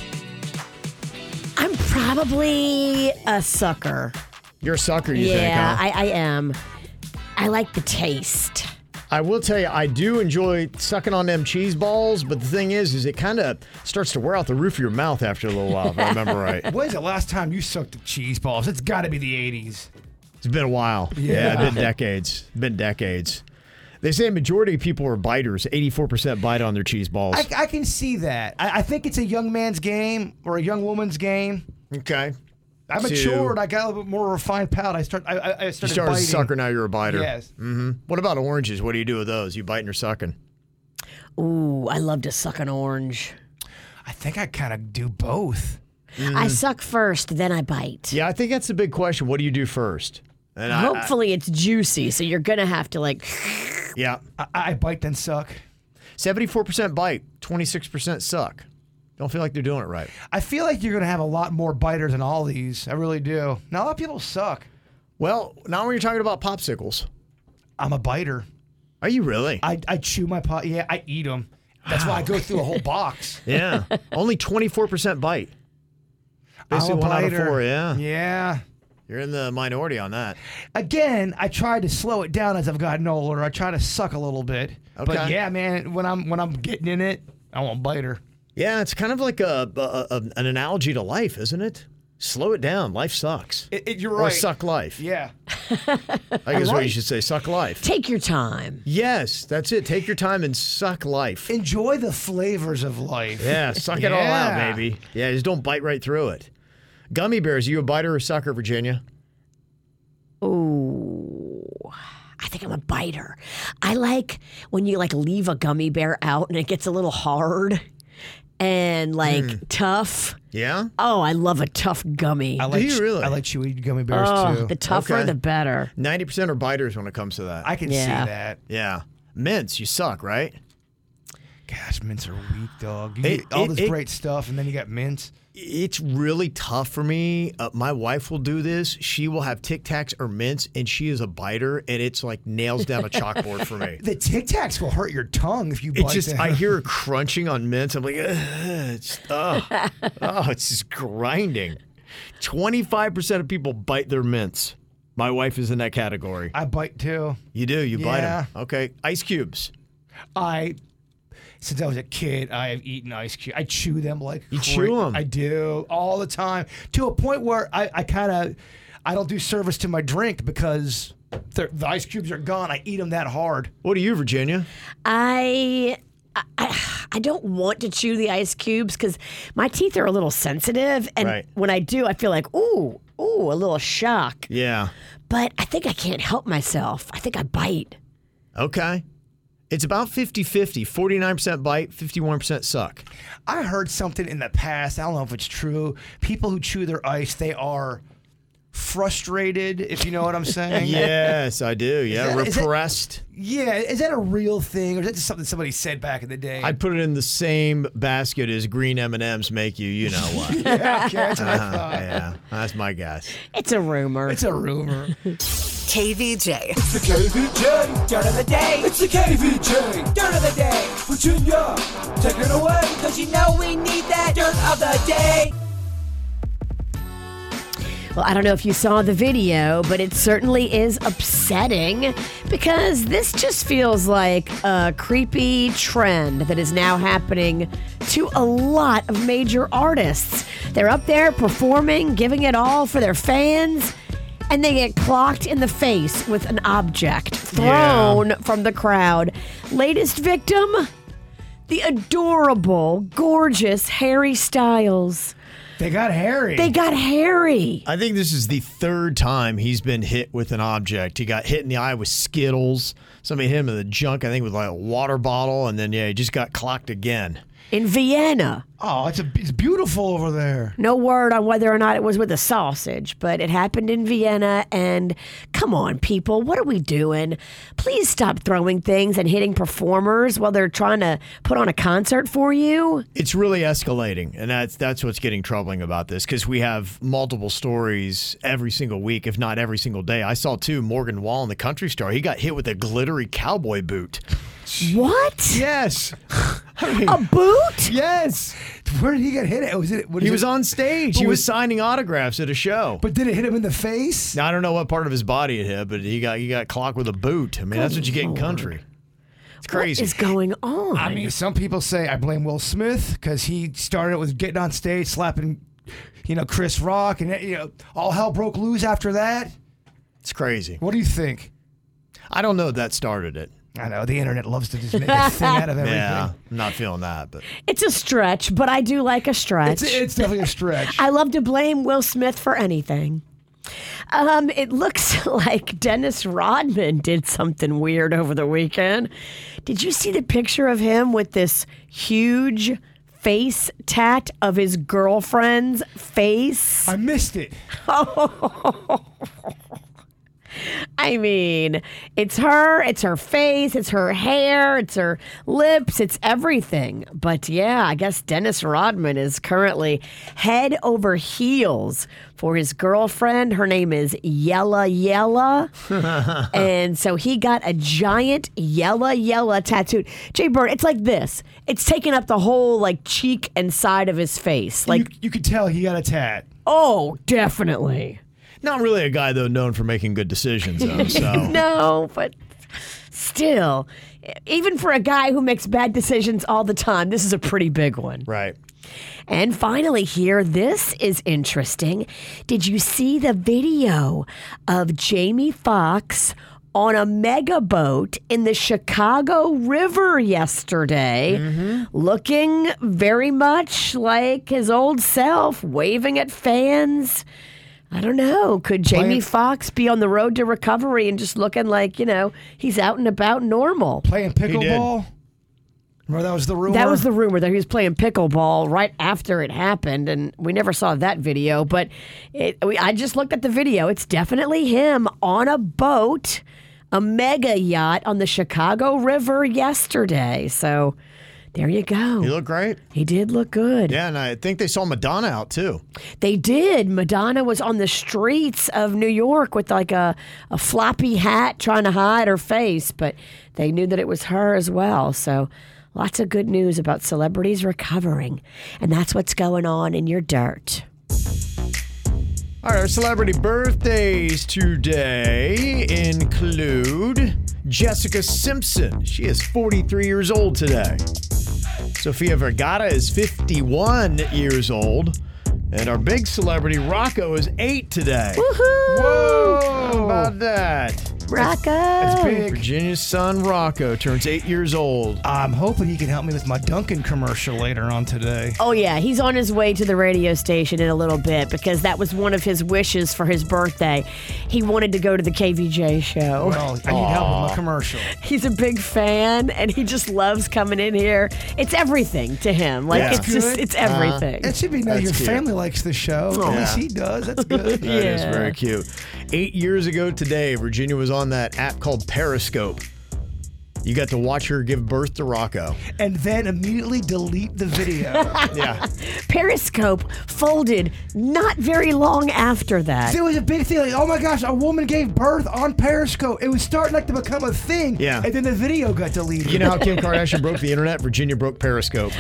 S1: I'm probably a sucker.
S3: You're a sucker, you think,
S1: yeah,
S3: huh?
S1: I, I am. I like the taste.
S3: I will tell you, I do enjoy sucking on them cheese balls, but the thing is, is it kind of starts to wear out the roof of your mouth after a little while, if I remember right.
S4: When's the last time you sucked at cheese balls? It's got to be the '80s.
S3: It's been a while. Yeah, it's been decades. Been decades. They say a majority of people are biters. 84% bite on their cheese balls.
S4: I, I can see that. I, I think it's a young man's game or a young woman's game.
S3: okay.
S4: I
S3: To-
S4: matured. I got a little bit more refined palate. I start. I, I I started.
S3: You started Mm.
S4: biting.
S3: a sucker, now you're a biter.
S4: Yes.
S3: What about oranges? What do you do with those? You biting or sucking?
S1: Ooh, I love to suck an orange.
S4: I think I kind of do both.
S1: I suck first, then I bite.
S3: Yeah, I think that's the big question. What do you do first? And I- I,
S1: Hopefully it's juicy, so you're gonna have to like.
S3: yeah.
S4: I, I bite then suck.
S3: 74% bite, 26% suck. Don't feel like they're doing it right.
S4: I feel like you're gonna have a lot more biters than all these. I really do. Now a lot of people suck.
S3: Well, now when you're talking about popsicles,
S4: I'm a biter.
S3: are you really?
S4: I, I chew my pot. Yeah, I eat them. That's why I go through a whole box.
S3: yeah, only 24% bite. Basically,
S4: I'm a
S3: one out of
S4: biter.
S3: four. Yeah,
S4: Yeah.
S3: you're in the minority on that.
S4: Again, I try to slow it down as I've gotten older. I try to suck a little bit.
S3: Okay.
S4: But yeah, man, when I'm when I'm getting in it, I want biter.
S3: Yeah, it's kind of like a, a- a- an analogy to life, isn't it? Slow it down. Life sucks.
S4: It, it, you're
S3: or suck life.
S4: Yeah.
S3: I guess what you should say. Suck life.
S1: Take your time.
S3: Yes, that's it. Take your time and suck life.
S4: Enjoy the flavors of life.
S3: Yeah, suck it all out,
S4: Yeah.
S3: baby. Yeah, just don't bite right through it. Gummy bears, are you a biter or sucker, Virginia?
S1: Ooh, I think I'm a biter. I like when you like leave a gummy bear out and it gets a little hard and like
S4: Hmm.
S1: tough.
S3: Yeah.
S1: Oh, I love a tough gummy.
S4: I like
S3: you
S4: chew-
S3: really?
S4: I like chewy gummy bears
S1: oh,
S4: too.
S1: the tougher
S3: Okay.
S1: the better.
S3: 90% are biters when it comes to that.
S4: I can
S1: Yeah.
S4: see that.
S3: yeah. Mints, you suck, right?
S4: Gosh, mints are weak, dog. You
S3: It-
S4: get all
S3: it-
S4: this
S3: it-
S4: great stuff, and then you got mints.
S3: It's really tough for me. Uh, my wife will do this. She will have Tic Tacs or mints, and she is a biter, and it's like nails down a chalkboard for me.
S4: The Tic Tacs will hurt your tongue if you
S3: It
S4: bite
S3: just,
S4: them.
S3: I hear her crunching on mints. I'm like, "Ugh, it's, oh, oh, it's just grinding. 25% of people bite their mints. My wife is in that category.
S4: I bite too.
S3: You do, you bite 'em. bite
S4: Yeah.
S3: them. Okay. Ice cubes.
S4: I Since I was a kid, I have eaten ice cubes. I chew them like
S3: You chew 'em?
S4: I do all the time to a point where I, I kind of I don't do service to my drink because they're- the ice cubes are gone. I eat them that hard.
S3: What are you, Virginia?
S1: I, I I don't want to chew the ice cubes because my teeth are a little sensitive, and
S3: Right.
S1: when I do, I feel like ooh ooh a little shock.
S3: Yeah.
S1: But I think I can't help myself. I think I bite.
S3: Okay. It's about 50 50, 49% bite, 51% suck.
S4: I heard something in the past. I don't know if it's true. People who chew their ice, they are frustrated. If you know what I'm saying.
S3: yes, I do. Yeah.
S4: that- is that-
S3: Repressed.
S4: Yeah, is that a real thing, or is that just something somebody said back in the day?
S3: I'd put it in the same basket as green M&Ms make you, you know what.
S4: yeah, okay, that's what I
S3: Uh,
S4: thought.
S3: yeah, that's my guess.
S1: It's a rumor.
S4: It's a rumor.
S5: KVJ.
S2: The KVJ, dirt of the day. It's the KVJ, dirt of the day. Virginia, take it away. Cause you know we need that dirt of the day.
S1: Well, I don't know if you saw the video, but it certainly is upsetting because this just feels like a creepy trend that is now happening to a lot of major artists. They're up there performing, giving it all for their fans, and they get clocked in the face with an object thrown from the crowd. Latest victim? The adorable, gorgeous Harry Styles.
S4: They got Harry.
S1: They got Harry.
S3: I think this is the third time he's been hit with an object. He got hit in the eye with Skittles. Somebody hit him in the junk, I think, with like a water bottle. And then, yeah, he just got clocked again.
S1: in Vienna.
S4: oh, it's a, it's beautiful over there.
S1: No word on whether or not it was with a sausage, but it happened in Vienna. And come on, people, what are we doing? Please stop throwing things and hitting performers while they're trying to put on a concert for you.
S3: It's really escalating, and that's that's what's getting troubling about this because we have multiple stories every single week, if not every single day. I saw too Morgan Wall in the Country Star. He got hit with a glittery cowboy boot.
S1: What?
S3: Yes,
S1: A boot?
S3: yes.
S4: Where did he get hit? At? Was it? What is
S3: He
S4: it-
S3: was on stage. He was signing autographs at a show.
S4: But did it hit him in the face?
S3: Now, I don't know what part of his body it hit, but he got he got clocked with a boot. I mean, that's what you get in country. It's crazy.
S1: What is going on?
S4: I mean, some people say I blame Will Smith because he started with getting on stage slapping, you know, Chris Rock, and you know, all hell broke loose after that.
S3: it's crazy.
S4: What do you think?
S3: I don't know if that started it.
S4: I know the internet loves to just make a thing out of everything.
S3: Yeah, I'm not feeling that, but
S1: it's a stretch, but I do like a stretch.
S4: It's, it's definitely a stretch.
S1: I love to blame Will Smith for anything. Um, it looks like Dennis Rodman did something weird over the weekend. Did you see the picture of him with this huge face tat of his girlfriend's face?
S4: I missed it.
S1: I mean, it's her, it's her face, it's her hair, it's her lips, it's everything. But yeah, I guess Dennis Rodman is currently head over heels for his girlfriend. Her name is Yella Yella. and so he got a giant Yella Yella tattooed. Jay Bird, it's like this. It's taking up the whole like cheek and side of his face. Like,
S4: you, you could tell he got a tat.
S1: oh, definitely.
S3: not really a guy though known for making good decisions though. So
S1: No, but still, even for a guy who makes bad decisions all the time, this is a pretty big one.
S3: right.
S1: And finally, here, this is interesting. Did you see the video of Jamie Foxx? On a mega boat in the Chicago River yesterday, looking very much like his old self, waving at fans. I don't know. Could Jamie Foxx be on the road to recovery and just looking like, you know, he's out and about normal?
S4: Playing pickleball. Remember that was the rumor.
S1: That was the rumor that he was playing pickleball right after it happened, and we never saw that video. But it, we, I just looked at the video. It's definitely him on a boat, a mega yacht on the Chicago River yesterday. So there you go.
S3: You look great.
S1: he did look good.
S3: Yeah, and I think they saw Madonna out too.
S1: They did. Madonna was on the streets of New York with like a, a floppy hat trying to hide her face, but they knew that it was her as well. So lots of good news about celebrities recovering. And that's what's going on in your dirt.
S3: All right, our celebrity birthdays today include Jessica Simpson. She is 43 years old today. Sofia Vergara is 51 years old. And our big celebrity, Rocco, is eight today.
S6: Woohoo!
S3: How about that?
S6: Rocco.
S3: Virginia's son, Rocco, turns eight years old.
S4: I'm hoping he can help me with my Duncan commercial later on today.
S1: Oh, yeah. He's on his way to the radio station in a little bit because that was one of his wishes for his birthday. He wanted to go to the KVJ show.
S4: Well, I need help with my commercial.
S1: He's a big fan and he just loves coming in here. It's everything to him. Like,
S3: Yeah.
S1: it's just,
S4: Good.
S1: it's everything.
S4: That should be nice. Your
S3: cute. Oh,
S4: family likes the show. At least he does. That's good.
S3: That is
S1: Yeah.
S3: very cute. Eight years ago today, Virginia was on that app called Periscope. You got to watch her give birth to Rocco.
S4: and then immediately delete the video.
S3: Yeah.
S1: Periscope folded not very long after that.
S4: It was a big thing. Like, oh my gosh, a woman gave birth on Periscope. It was starting like to become a thing.
S3: Yeah.
S4: And then the video got deleted.
S3: You know how Kim Kardashian broke the internet? Virginia broke Periscope.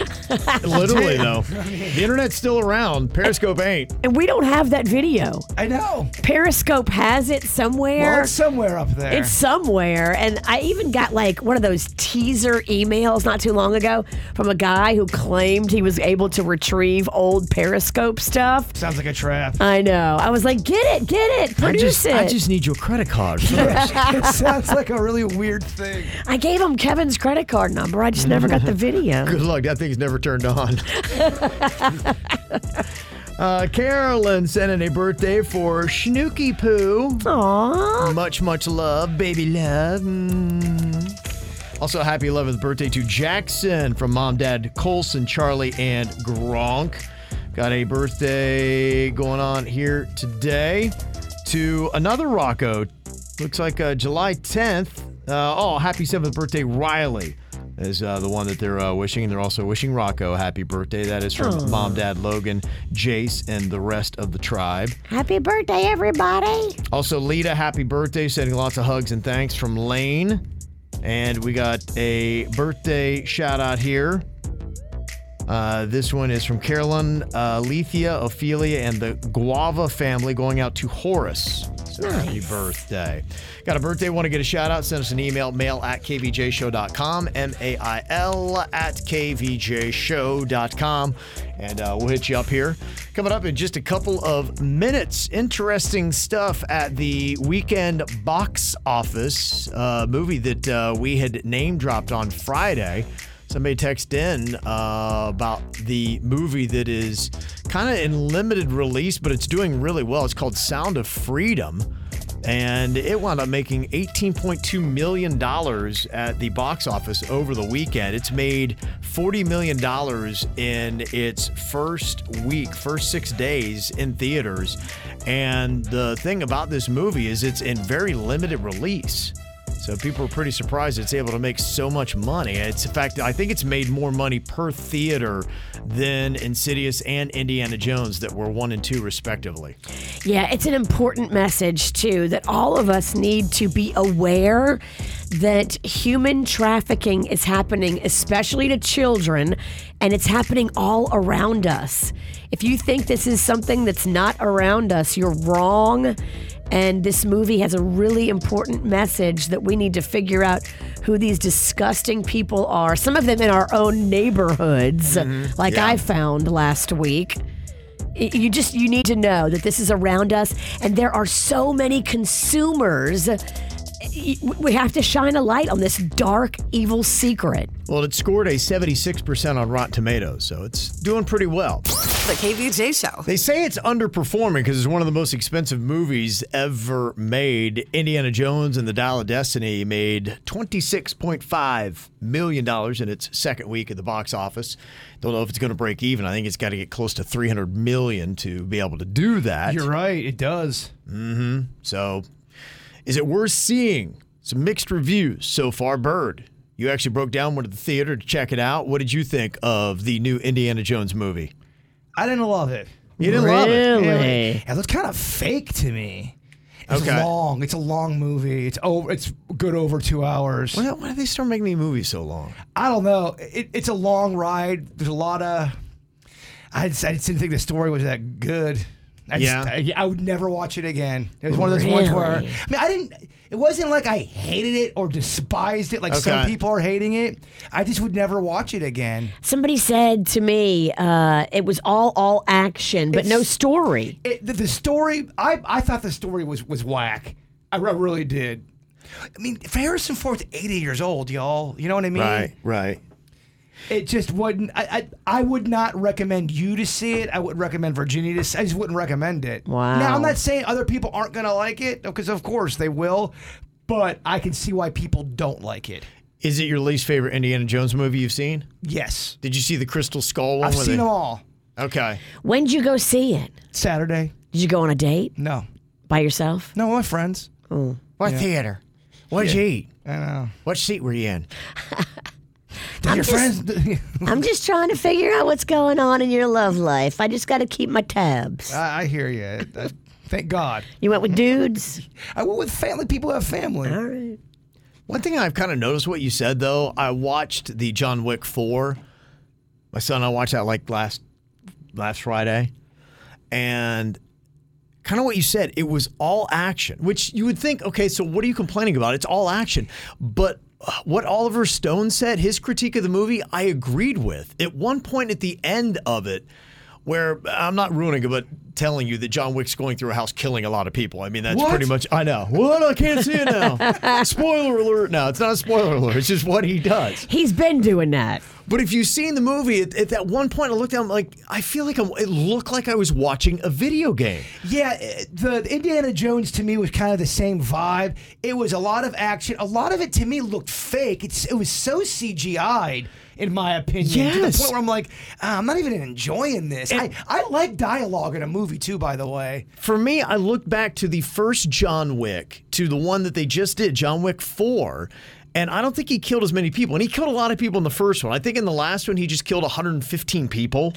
S3: Literally, though. The internet's still around. Periscope ain't.
S1: And we don't have that video.
S4: I know.
S1: Periscope has it somewhere.
S4: Well, it's somewhere up there.
S1: It's somewhere. And I even got like one of those teaser emails not too long ago from a guy who claimed he was able to retrieve old Periscope stuff.
S4: sounds like a trap.
S1: I know. I was like, get it, get it, produce it. I,
S3: need your credit card first.
S4: it sounds like a really weird thing.
S1: gave him Kevin's credit card number. I just never got the video.
S3: Good luck. That thing's never turned on. uh, Carolyn sent in a birthday for Snooky Poo.
S1: Aww.
S3: Much, much love, baby love. Mm. Also, happy 11th birthday to Jackson from mom, dad, Colson, Charlie, and Gronk. Got a birthday going on here today to another Rocco. Looks like uh, July 10th. Uh, oh, happy 7th birthday, Riley. Is uh, the one that they're uh, wishing, and they're also wishing Rocco a happy birthday. That is from mom, dad, Logan, Jace, and the rest of the tribe.
S1: Happy birthday, everybody.
S3: Also, Lita, happy birthday. Sending lots of hugs and thanks from Lane. And we got a birthday shout out here. Uh, this one is from Carolyn, uh, Lethea, Ophelia, and the Guava family going out to Horace. So happy birthday. Got a birthday, want to get a shout out? Send us an email, mail at kvjshow.com, M A I L at kvjshow.com. And uh, we'll hit you up here. Coming up in just a couple of minutes, interesting stuff at the weekend box office uh, movie that uh, we had name dropped on Friday. Somebody texted in uh, about the movie that is kind of in limited release, but it's doing really well. It's called Sound of Freedom. And it wound up making $18.2 million at the box office over the weekend. It's made $40 million in its first week, first six days in theaters. And the thing about this movie is it's in very limited release. So people are pretty surprised it's able to make so much money. It's in fact, I think it's made more money per theater than Insidious and Indiana Jones that were one and two respectively.
S1: Yeah, it's an important message, too, that all of us need to be aware that human trafficking is happening, especially to children, and it's happening all around us. If you think this is something that's not around us, you're wrong. And this movie has a really important message that we need to figure out who these disgusting people are. Some of them in our own neighborhoods, like I found last week you just you need to know that this is around us and there are so many consumers we have to shine a light on this dark evil secret
S3: Well, it scored a 76% on Rotten Tomatoes, so it's doing pretty well.
S5: The KVJ Show.
S3: They say it's underperforming because it's one of the most expensive movies ever made. Indiana Jones and the Dial of Destiny made $26.5 million in its second week at the box office. Don't know if it's going to break even. I think it's got to get close to $300 million to be able to do that. Mm-hmm.
S4: You're right. It does.
S3: So, is it worth seeing? Some mixed reviews so far. Bird, you actually broke down one at the theater to check it out. What did you think of the new Indiana Jones movie?
S4: I didn't love it.
S3: You didn't love it. Eh.
S1: really
S4: It looked kind of fake to me. It's
S3: Okay.
S4: long. It's a long movie. It's over. It's good over two hours.
S3: Why, why do they start making these movies so long?
S4: I don't know. It, it's a long ride. There's a lot of. I, just, I just didn't think the story was that good. I just-
S3: Yeah.
S4: I, I would never watch it again. It was one of those ones where I
S1: Really?
S4: mean I didn't. It wasn't like I hated it or despised it like some
S3: Okay.
S4: people are hating it. I just would never watch it again.
S1: Somebody said to me, uh, it was all all action, but no
S4: It's-
S1: story.
S4: It, the, the story, I, I thought the story was, was whack. I, re- really did. I mean, Harrison Ford's 80 years old, y'all. You know what I mean?
S3: Right, right.
S4: It just wouldn't. I, I I would not recommend you to see it. I would recommend Virginia to. See, I just wouldn't recommend it.
S1: Wow.
S4: Now I'm not saying other people aren't gonna like it because of course they will, but I can see why people don't like it.
S3: Is it your least favorite Indiana Jones movie you've seen?
S4: Yes,
S3: Did you see the Crystal Skull one?
S4: I've
S3: with
S4: seen
S3: the-
S4: them all.
S3: Okay.
S1: When'd you go see it?
S4: Saturday?
S1: Did you go on a date
S4: No,
S1: by yourself?
S4: no, my friends.
S3: What theater? What'd you eat?
S4: I know.
S3: What seat were you in?
S4: Did your
S1: just-
S4: friends?
S1: I'm just trying to figure out what's going on in your love life. I just got to keep my tabs.
S4: I, I hear you. Thank God.
S1: You went with dudes?
S4: I went with family. People who have family.
S1: All right.
S3: One thing I've kind of noticed what you said though, I watched the John Wick four. My son and I watched that like last last Friday, and kind of what you said, it was all action, which you would think, okay, so what are you complaining about? It's all action, but. uh, What Oliver Stone said, his critique of the movie, I agreed with. At one point at the end of it, where I'm not ruining it, but telling you that John Wick's going through a house killing a lot of people. I mean, that's
S4: What?
S3: pretty much. I know. What? I can't see it now. spoiler alert. No, it's not a spoiler alert. It's just what he does.
S1: He's been doing that.
S3: But if you've seen the movie, at, at that one point, I looked down, I'm like, I feel like I'm, it looked like I was watching a video game.
S4: Yeah, eh, the the Indiana Jones to me was kind of the same vibe. It was a lot of action. A lot of it to me looked fake. It's it was so CGI'd in my opinion. To the
S3: Yes.
S4: point where I'm like, ah, I'm not even enjoying this. I, I like dialogue in a movie too, by the way.
S3: For me, I look back to the first John Wick, to the one that they just did, John Wick 4. And I don't think he killed as many people. And he killed a lot of people in the first one. I think in the last one, he just killed 115 people,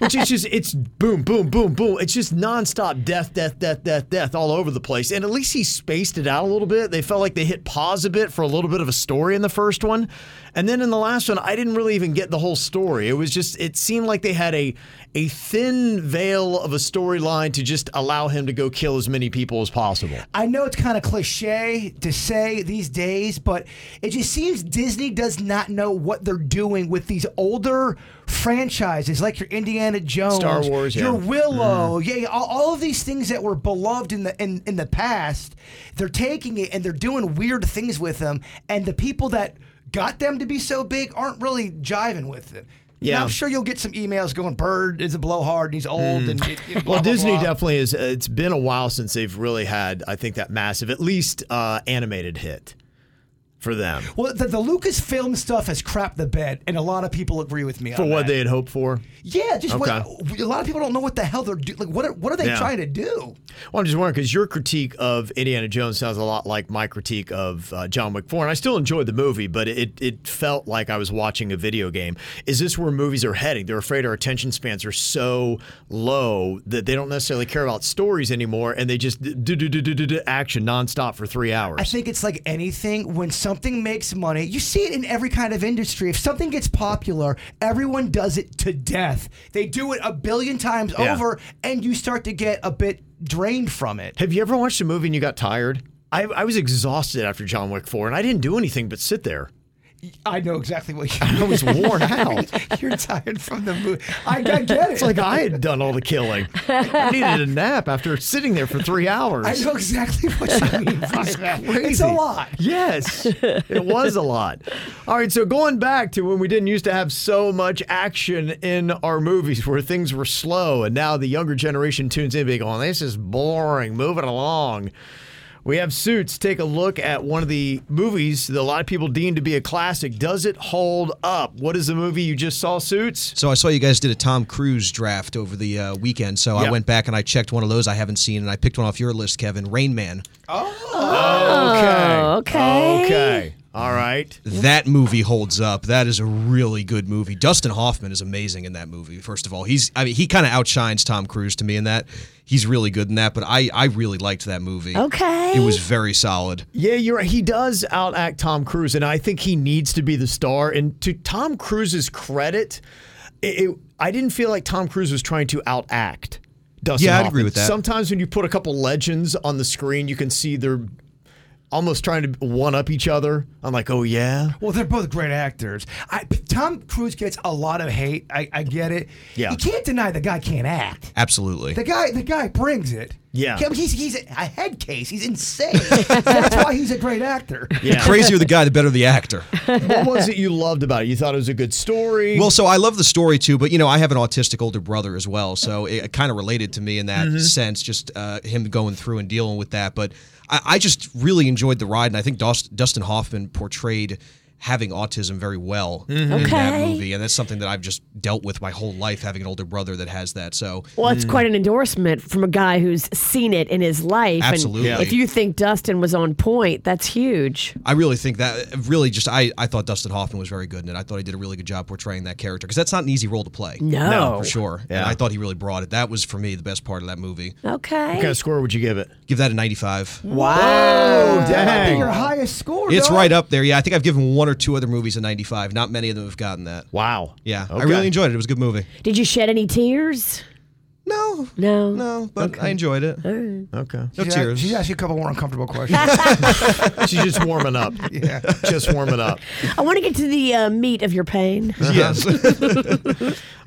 S3: which is just, it's boom, boom, boom, boom. It's just nonstop death, death, death, death, death all over the place. And at least he spaced it out a little bit. They felt like they hit pause a bit for a little bit of a story in the first one. And then in the last one, I didn't really even get the whole story. It was just, it seemed like they had a, a thin veil of a storyline to just allow him to go kill as many people as possible.
S4: I know it's kind of cliche to say these days, but it just seems Disney does not know what they're doing with these older franchises like your Indiana Jones,
S3: Star Wars,
S4: your
S3: yeah. Mm-hmm.
S4: Willow, yeah, yeah, all, all of these things that were beloved in the in, in the past. They're taking it and they're doing weird things with them, and the people that got them to be so big aren't really jiving with it. Now,
S3: Yeah.
S4: I'm sure you'll get some emails going. Bird is a blowhard and he's old and it, it- blah,
S3: Mm. Well,
S4: blah,
S3: Disney
S4: blah.
S3: definitely is. uh, It's been a while since they've really had, I think, that massive, at least uh, animated hit for them
S4: Well, the, the Lucasfilm stuff has crapped the bed, and a lot of people agree with me.
S3: for
S4: on
S3: what
S4: that.
S3: they had hoped for.
S4: yeah, just what,
S3: Okay.
S4: a lot of people don't know what the hell they're doing. Like, what are, what are they
S3: Yeah.
S4: trying to do?
S3: Well, I'm just wondering because your critique of Indiana Jones sounds a lot like my critique of uh, John Wick 4, and I still enjoyed the movie, but it it felt like I was watching a video game. Is this where movies are heading? They're afraid our attention spans are so low that they don't necessarily care about stories anymore, and they just do do do do do do action nonstop for three hours.
S4: I think it's like anything. When something makes money, you see it in every kind of industry. If something gets popular, everyone does it to death. They do it a billion times
S3: Yeah.
S4: over, and you start to get a bit drained from it.
S3: Have you ever watched a movie and you got tired? I, I was exhausted after John Wick 4, and I didn't do anything but sit there.
S4: I know exactly what
S3: I
S4: you.
S3: was worn out.
S4: You're tired from the movie. I, I get it.
S3: It's like I had done all the killing. I needed a nap after sitting there for three hours.
S4: I know exactly what you mean by that. It's a
S3: Crazy.
S4: lot.
S3: Yes, it was a lot. All right, so going back to when we didn't used to have so much action in our movies where things were slow, and now the younger generation tunes in, being going, this is boring, move it along. We have Suits take a look at one of the movies that a lot of people deem to be a classic. Does it hold up? What is the movie you just saw, Suits?
S10: So I saw you guys did a Tom Cruise draft over the uh, weekend. So I
S3: Yep.
S10: went back and I checked one of those I haven't seen, and I picked one off your list, Kevin. Rain Man.
S3: Oh, Okay.
S1: okay.
S3: Okay. All right.
S10: That movie holds up. That is a really good movie. Dustin Hoffman is amazing in that movie. First of all, he's I mean he kind of outshines Tom Cruise to me in that. He's really good in that. But I I really liked that movie.
S1: Okay.
S10: It was very solid.
S3: Yeah, you're right. He does outact Tom Cruise, and I think he needs to be the star. And to Tom Cruise's credit, it, it, I didn't feel like Tom Cruise was trying to outact Dustin.
S10: Yeah, I'd
S3: Hoffman.
S10: agree with that.
S3: Sometimes when you put a couple legends on the screen, you can see their almost trying to one up each other. I'm like, oh yeah,
S4: Well, they're both great actors. I, Tom Cruise gets a lot of hate. I, I get it.
S3: Yeah.
S4: You can't deny the guy can't act.
S10: Absolutely.
S4: The guy, the guy brings it.
S10: Yeah.
S4: I mean, he's he's a head case. He's insane. That's why he's a great actor.
S10: The crazier the guy, the better the actor.
S3: what was it you loved about it? You thought it was a good story.
S10: Well, so I love the story too, but you know, I have an autistic older brother as well, so it kind of related to me in that
S3: Mhm.
S10: sense, just uh, him going through and dealing with that. But I, I just really enjoyed the ride, and I think Dust, Dustin Hoffman portrayed having autism very well in that
S1: Okay.
S10: movie, and that's something that I've just dealt with my whole life, having an older brother that has that. So,
S1: Well, it's quite an endorsement from a guy who's seen it in his life. and
S10: Absolutely.
S1: if you think Dustin was on point, that's huge.
S10: I really think that really just I, I thought Dustin Hoffman was very good in it. I thought he did a really good job portraying that character because that's not an easy role to play.
S1: No. No.
S10: for sure. And I thought he really brought it. That was for me the best part of that movie.
S1: Okay.
S10: What kind
S3: of score would you give it?
S10: Give that a 95.
S1: Wow.
S4: That might be your highest score.
S10: It's
S4: dog.
S10: right up there. Yeah, I think I've given one or two other movies a 95. Not many of them have gotten that.
S3: Wow.
S10: Yeah, I
S3: Okay.
S10: really enjoyed it. It was a good movie.
S1: Did you shed any tears?
S10: No.
S1: No.
S10: No, but I enjoyed it.
S3: Okay.
S10: No
S4: she's
S10: tears.
S4: She's asked you a couple more uncomfortable questions.
S3: She's just warming up.
S4: Yeah.
S3: Just warming up.
S1: I want to get to the uh, meat of your pain.
S3: Yes.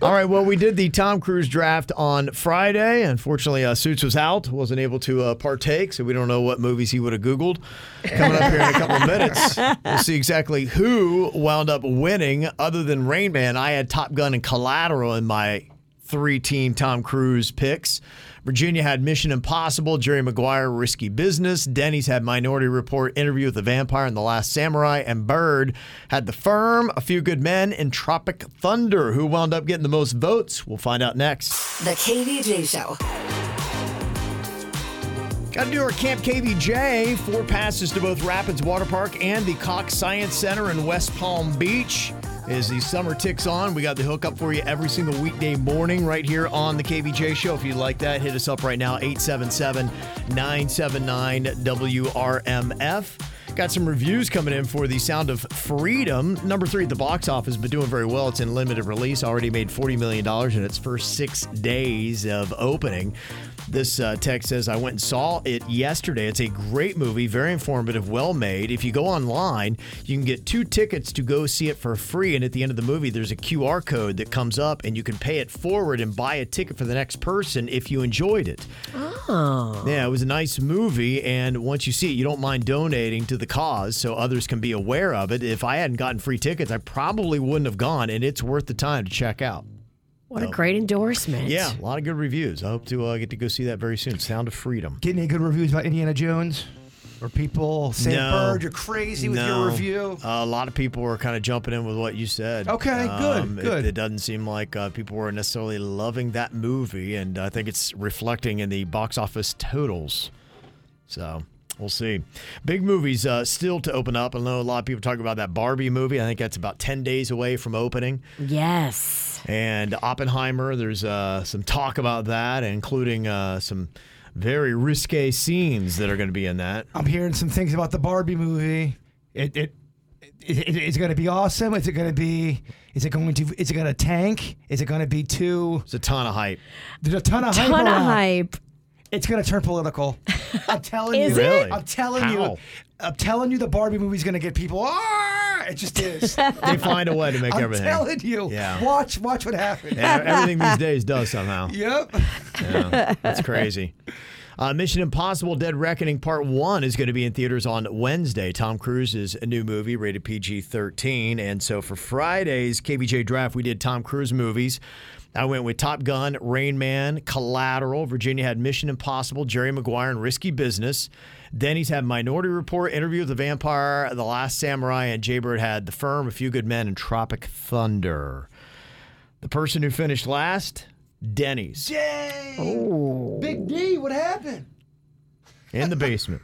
S3: All right. Well, we did the Tom Cruise draft on Friday. Unfortunately, uh, Suits was out, wasn't able to uh, partake, so we don't know what movies he would have Googled. Coming up here in a couple of minutes, we'll see exactly who wound up winning. Other than Rain Man, I had Top Gun and Collateral in my three team Tom Cruise picks. Virginia had Mission Impossible, Jerry Maguire, Risky Business. Denny's had Minority Report, Interview with the Vampire, and The Last Samurai. And Bird had The Firm, A Few Good Men, and Tropic Thunder. Who wound up getting the most votes? We'll find out next.
S5: The KVJ Show.
S3: Got to do our Camp KVJ. Four passes to both Rapids Water Park and the Cox Science Center in West Palm Beach. As the summer ticks on, we got the hookup for you every single weekday morning right here on the KVJ show. If you like that, hit us up right now, 877 979 WRMF. Got some reviews coming in for The Sound of Freedom. Number three at the box office, but doing very well. It's in limited release, already made $40 million in its first six days of opening. This uh, text says, I went and saw it yesterday. It's a great movie, very informative, well made. If you go online, you can get two tickets to go see it for free. And at the end of the movie, there's a QR code that comes up, and you can pay it forward and buy a ticket for the next person if you enjoyed it.
S1: Oh.
S3: Yeah, it was a nice movie, and once you see it, you don't mind donating to the cause so others can be aware of it. If I hadn't gotten free tickets, I probably wouldn't have gone, and it's worth the time to check out.
S1: What a great endorsement.
S3: Yeah, a lot of good reviews. I hope to uh, get to go see that very soon. Sound of Freedom.
S4: Getting any good reviews about Indiana Jones? Or people saying,
S3: No.
S4: Bird, you're crazy with
S3: No.
S4: your review?
S3: a lot of people were kind of jumping in with what you said. Um,
S4: Okay, good,
S3: it-
S4: good.
S3: It, doesn't seem like uh, people were necessarily loving that movie, and I think it's reflecting in the box office totals. So we'll see. Big movies uh, still to open up. I know a lot of people talk about that Barbie movie. I think that's about 10 days away from opening.
S1: Yes.
S3: And Oppenheimer, there's uh, some talk about that, including uh, some very risque scenes that are going to be in that.
S4: I'm hearing some things about the Barbie movie. It it, it, it is it going to be awesome. Is it going to be? Is it going to? Is it going to tank? Is it going to be too? It's
S3: a ton of hype.
S4: There's a ton of hype.
S1: Ton of
S4: around.
S1: hype.
S4: It's going to turn political. I'm telling
S1: Is
S4: you.
S1: it? Really?
S4: I'm telling
S3: How?
S4: you. I'm telling you. The Barbie movie's going to get people. "Ah!" It just is.
S3: They find a way to make
S4: I'm
S3: everything.
S4: I'm telling you.
S3: Yeah.
S4: Watch. Watch what happens.
S3: Yeah, everything these days does somehow.
S4: Yep.
S3: Yeah, that's crazy. Uh, Mission Impossible Dead Reckoning Part 1 is going to be in theaters on Wednesday. Tom Cruise's new movie, rated PG 13. And so for Friday's KBJ Draft, we did Tom Cruise movies. I went with Top Gun, Rain Man, Collateral. Virginia had Mission Impossible, Jerry Maguire, and Risky Business. Then he's had Minority Report, Interview with the Vampire, The Last Samurai, and Jaybird had The Firm, A Few Good Men, and Tropic Thunder. The person who finished last, Denny's
S4: Dang.
S1: Oh.
S4: Big D. What happened?
S3: in the basement.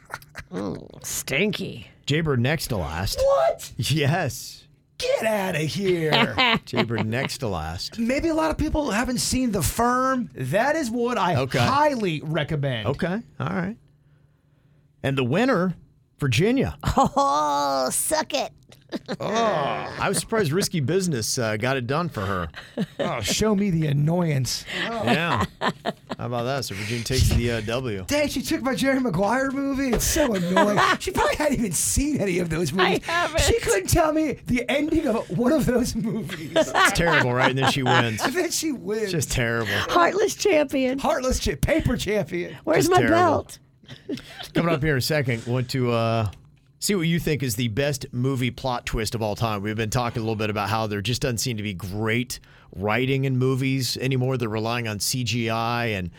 S1: stinky.
S3: Jaybird next to last.
S4: What?
S3: Yes.
S4: Get out of here.
S3: Jaybird next to last.
S4: Maybe a lot of people haven't seen The Firm. That is what I
S3: Okay.
S4: highly recommend.
S3: Okay. All right. And the winner, Virginia.
S1: Oh, suck it.
S3: I was surprised Risky Business uh, got it done for her.
S4: Oh, show me the annoyance.
S3: Yeah. How about that? So Virginia takes the uh, W.
S4: Dang, she took my Jerry Maguire movie. It's so annoying. she probably hadn't even seen any of those movies. I haven't. She couldn't tell me the ending of one of those movies.
S3: It's terrible, right? And then she wins.
S4: And then she wins.
S3: Just terrible.
S1: Heartless champion.
S4: Heartless cha- paper champion.
S1: Where's
S3: Just
S1: my
S3: terrible.
S1: belt?
S3: Coming up here in a second, want to uh, see what you think is the best movie plot twist of all time. We've been talking a little bit about how there just doesn't seem to be great writing in movies anymore. They're relying on CGI and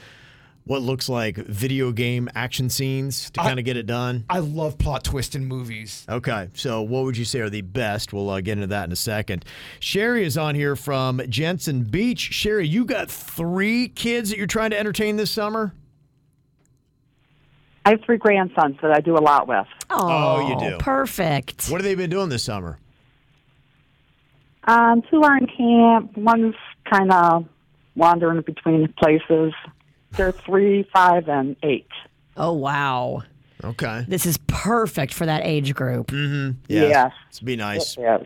S3: what looks like video game action scenes to kind of get it done.
S4: I love plot twist in movies.
S3: Okay, so what would you say are the best? We'll uh, get into that in a second. Sherry is on here from Jensen Beach. Sherry, you got three kids that you're trying to entertain this summer?
S11: I have three grandsons that I do a lot with.
S3: Oh, you do.
S1: Perfect.
S3: What have they been doing this summer?
S11: Um, two are in camp. One's kind of wandering between places. They're three, five, and eight.
S1: Oh, wow.
S3: Okay.
S1: This is perfect for that age group.
S3: Mm-hmm.
S11: Yes.
S3: It's be nice.
S11: Yes.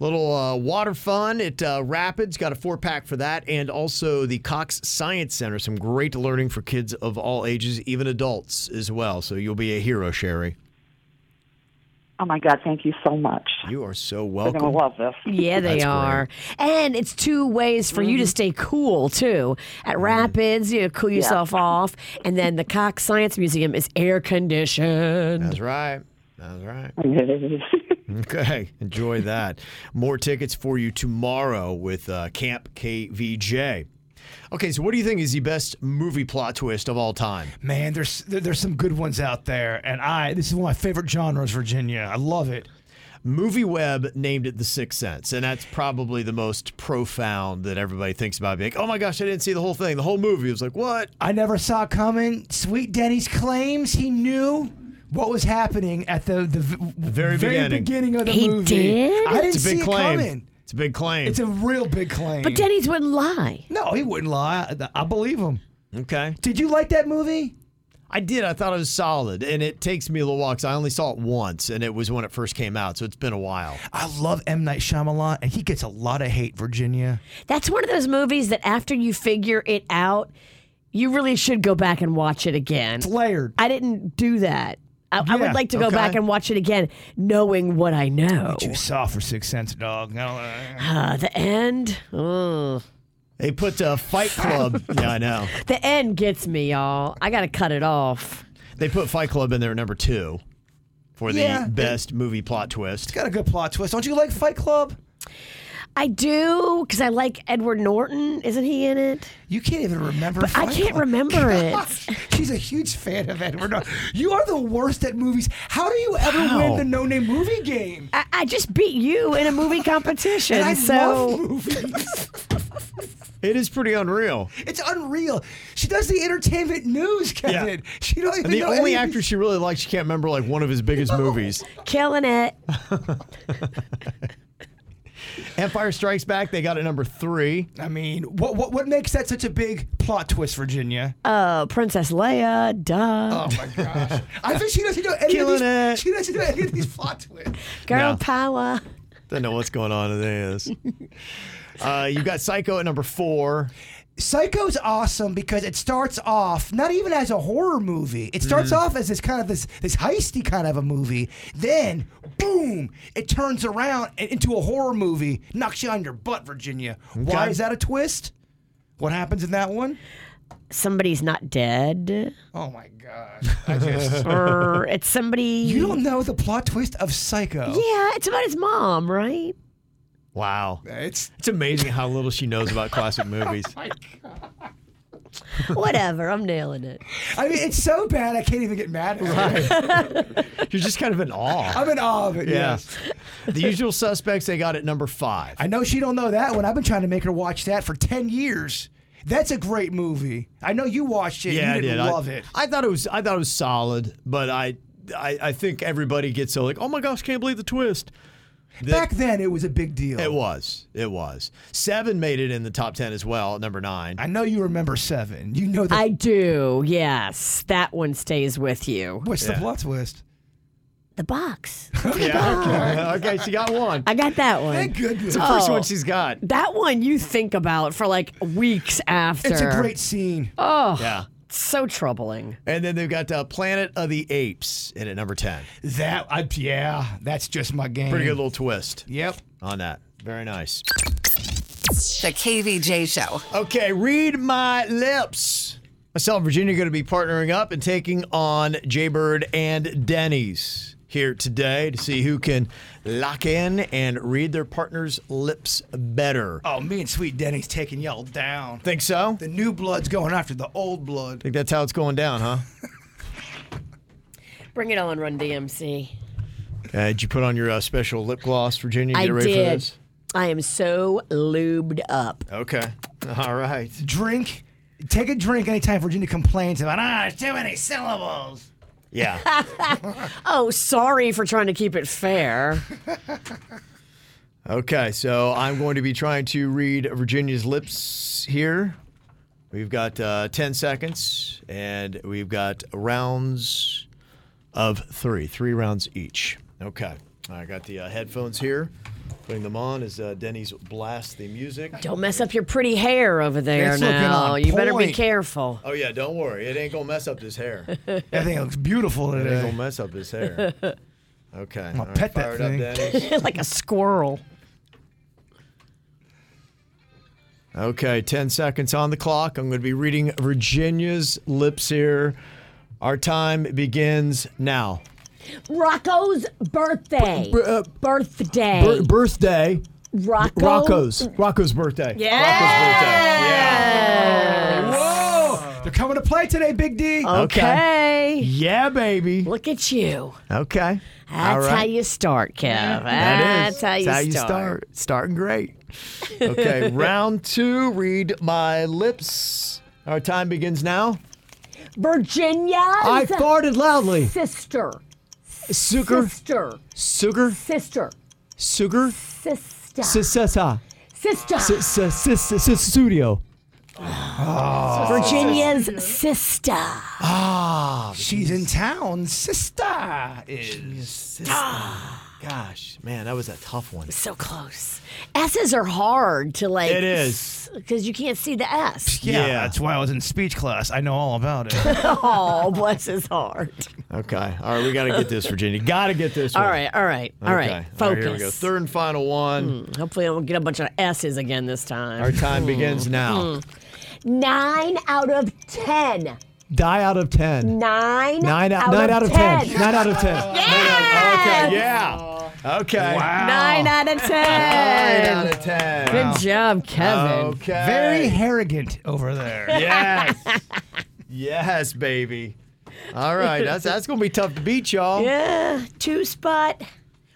S3: Little uh, water fun at uh, Rapids. Got a four pack for that. And also the Cox Science Center. Some great learning for kids of all ages, even adults as well. So you'll be a hero, Sherry.
S11: Oh my God! Thank you so much.
S3: You are so
S11: They're
S3: welcome.
S11: gonna love this.
S1: Yeah, they
S3: That's
S1: are. And it's two ways for you to stay cool, too.
S3: Mm-hmm.
S1: At Rapids, you know, cool yourself off. And then the Cox Science Museum is air conditioned.
S3: That's right. That's right. Okay. Enjoy that. More tickets for you tomorrow with uh, Camp KVJ. Okay, so what do you think is the best movie plot twist of all time?
S4: Man, there's there- there's some good ones out there, and I this is one of my favorite genres, Virginia. I love it.
S3: Movie Web named it The Sixth Sense, and that's probably the most profound that everybody thinks about. Being like, oh my gosh, I didn't see the whole thing, the whole movie. It was like, what?
S4: I never saw coming. Sweet Denny's claims he knew what was happening at the the v-
S3: Very, beginning.
S4: beginning of the
S1: He
S4: movie.
S1: did?
S4: I didn't
S3: It's a big
S4: see
S3: claim.
S4: it coming.
S3: It's a big claim.
S4: It's a real big claim.
S1: But Denny's wouldn't lie.
S4: no, he wouldn't lie. I, I believe him.
S3: okay.
S4: Did you like that movie?
S3: I did. I thought it was solid, and it takes me a little while because I only saw it once, and it was when it first came out, so it's been a while.
S4: I love M Night Shyamalan, and he gets a lot of hate, Virginia.
S1: That's one of those movies that after you figure it out, you really should go back and watch it again.
S4: It's layered.
S1: I didn't do that. I, I
S4: Yeah,
S1: would like to go
S3: okay.
S1: back and watch it again, knowing what I know.
S4: Too soft for Six Sense, dog. I don't-
S1: Uh, the end, ugh.
S3: They put uh, Fight Club. yeah, I know.
S1: the end gets me, y'all. I gotta cut it off.
S3: They put Fight Club in there at number two for the
S4: Yeah.
S3: best movie plot twist.
S4: It's got a good plot twist. Don't you like Fight Club?
S1: I do because I like Edward Norton. Isn't he in it?
S4: You can't even remember.
S1: But I
S4: Fight
S1: can't
S4: Club.
S1: remember it.
S4: She's a huge fan of Edward. Norton. You are the worst at movies. How do you ever
S3: Wow.
S4: win the no name movie game?
S1: I, I just beat you in a movie competition.
S4: And I
S1: so
S4: love movies.
S3: It is pretty unreal.
S4: it's unreal. She does the entertainment news, Kevin. She don't even
S3: And the
S4: know
S3: only
S4: any-
S3: actor she really likes, she can't remember like one of his biggest movies.
S1: killing it.
S3: Empire Strikes Back, they got it number three.
S4: I mean, what, what what makes that such a big plot twist, Virginia?
S1: Uh, Princess Leia, duh.
S4: oh my gosh! I think she doesn't know any
S3: Killing
S4: of these.
S3: it.
S4: She doesn't know any of these plot twists.
S1: Girl
S3: no.
S1: power.
S3: Don't know what's going on in this. Uh, you got Psycho at number four.
S4: Psycho's awesome because it starts off not even as a horror movie. It starts
S3: Mm.
S4: off as this kind of this this heisty kind of a movie. Then boom, it turns around and into a horror movie. Knocks you on your butt, Virginia. Why
S3: Okay.
S4: is that a twist? What happens in that one?
S1: Somebody's not dead.
S4: Oh my gosh. I just
S1: or it's somebody.
S4: You don't know the plot twist of Psycho.
S1: yeah, it's about his mom, right?
S3: Wow.
S4: It's
S3: It's amazing how little she knows about classic movies.
S1: Whatever, I'm nailing it.
S4: I mean it's so bad I can't even get mad at it.
S3: You're just kind of in awe.
S4: I'm in awe of it.
S3: Yeah.
S4: Yes.
S3: the usual suspects, they got it number five.
S4: I know she don't know that one. I've been trying to make her watch that for ten years. That's a great movie. I know you watched it.
S3: Yeah,
S4: you didn't
S3: I did.
S4: love
S3: I,
S4: it.
S3: I thought it was I thought it was solid, but I I, I think everybody gets so like, oh my gosh, can't believe the twist. That-
S4: Back then, it was a big deal.
S3: It was. It was. Seven made it in the top ten as well, at number nine.
S4: I know you remember Seven. You know the,
S1: I do, yes. That one stays with you.
S4: what's the plot twist?
S1: the box.
S3: yeah. Okay. okay, she got one.
S1: I got that one.
S3: Thank goodness. It's the first
S4: Oh.
S3: one she's got.
S1: That one you think about for like weeks after.
S3: It's a great
S4: scene.
S1: Oh.
S3: Yeah.
S1: So troubling.
S3: And then they've got uh, Planet of the Apes in at number 10.
S4: That, I, yeah, that's just my game.
S3: Pretty good little twist.
S4: Yep.
S3: On that. Very nice.
S5: The KVJ Show.
S3: Okay, read my lips. Myself and Virginia are going to be partnering up and taking on Jaybird and Denny's here today to see who can lock in and read their partner's lips better.
S4: Oh, me and Sweet Denny's taking y'all down.
S3: Think so?
S4: The new blood's going after the old blood.
S3: Think that's how it's going down, huh?
S1: Bring it on, Run DMC.
S3: Uh, did you put on your uh, special lip gloss, Virginia?
S1: I
S3: Get ready for
S1: did.
S3: this?
S1: I am so lubed up.
S3: Okay. All right.
S4: Drink. Take a drink anytime Virginia complains about, ah, it's too many syllables.
S3: Yeah.
S1: oh, sorry for trying to keep it fair.
S3: Okay, so I'm going to be trying to read Virginia's lips here. We've got uh, 10 seconds, and we've got rounds of three, three rounds each. Okay, I got the uh, headphones here. Putting them on as uh, Denny's blast the music.
S1: Don't mess up your pretty hair over there
S3: It's looking
S1: now.
S3: on
S1: You better be
S3: point.
S1: careful.
S3: Oh, yeah, don't worry. It ain't going to mess up this hair. it ain't
S4: That thing looks beautiful today.
S3: going to mess up his hair. Okay. I'm
S4: gonna pet that thing.
S1: like a squirrel.
S3: Okay, 10 seconds on the clock. I'm going to be reading Virginia's lips here. Our time begins now.
S1: Rocco's birthday. birthday.
S3: Bir- uh, birthday.
S1: Rocco.
S3: Rocco's. Rocco's birthday.
S1: Yeah.
S4: Whoa! They're coming to play today, Big D.
S1: Okay.
S3: Yeah, baby.
S1: Look at you.
S3: Okay. All
S1: That's
S3: right.
S1: how you start, Kev.
S3: That
S1: That's
S3: is.
S1: how you
S3: That's
S1: start.
S3: Starting great. Okay, round two. Read my lips. Our time begins now.
S1: Virginia's
S3: I farted loudly.
S1: sister.
S3: Sugar.
S1: Sister.
S3: Sugar.
S1: Sister.
S3: Sugar.
S1: Sister.
S3: Sissa.
S1: Sister.
S3: Studio.
S1: Virginia's sister.
S3: Ah,
S4: she's in town. Sister
S3: is. Gosh, man, that was a tough one.
S1: So close. S's are hard to like.
S3: It is.
S1: Because you can't see the S.
S4: Yeah, that's why I was in speech class. I know all about it.
S1: oh, bless his heart.
S3: Okay. All right, we got to get this, Virginia. Got to get this.
S1: All
S3: one.
S1: right, all right, all right.
S3: Okay. All right,
S1: Focus.
S3: here we go. Third and final one.
S1: Mm, hopefully, I won't get a bunch of S's again this time.
S3: Our time begins
S1: Mm,
S3: now.
S1: mm. Nine out of ten.
S3: Die out of ten.
S1: Nine.
S3: Nine out, nine out of ten. Nine out of ten.
S1: Yes!
S3: Okay. Yeah. Okay. Wow.
S1: Nine out of ten.
S3: Nine out of ten.
S1: Good job, Kevin.
S3: Okay.
S4: Very arrogant over there.
S3: Yes. yes, baby. All right. That's that's gonna be tough to beat, y'all.
S1: Yeah, two spot.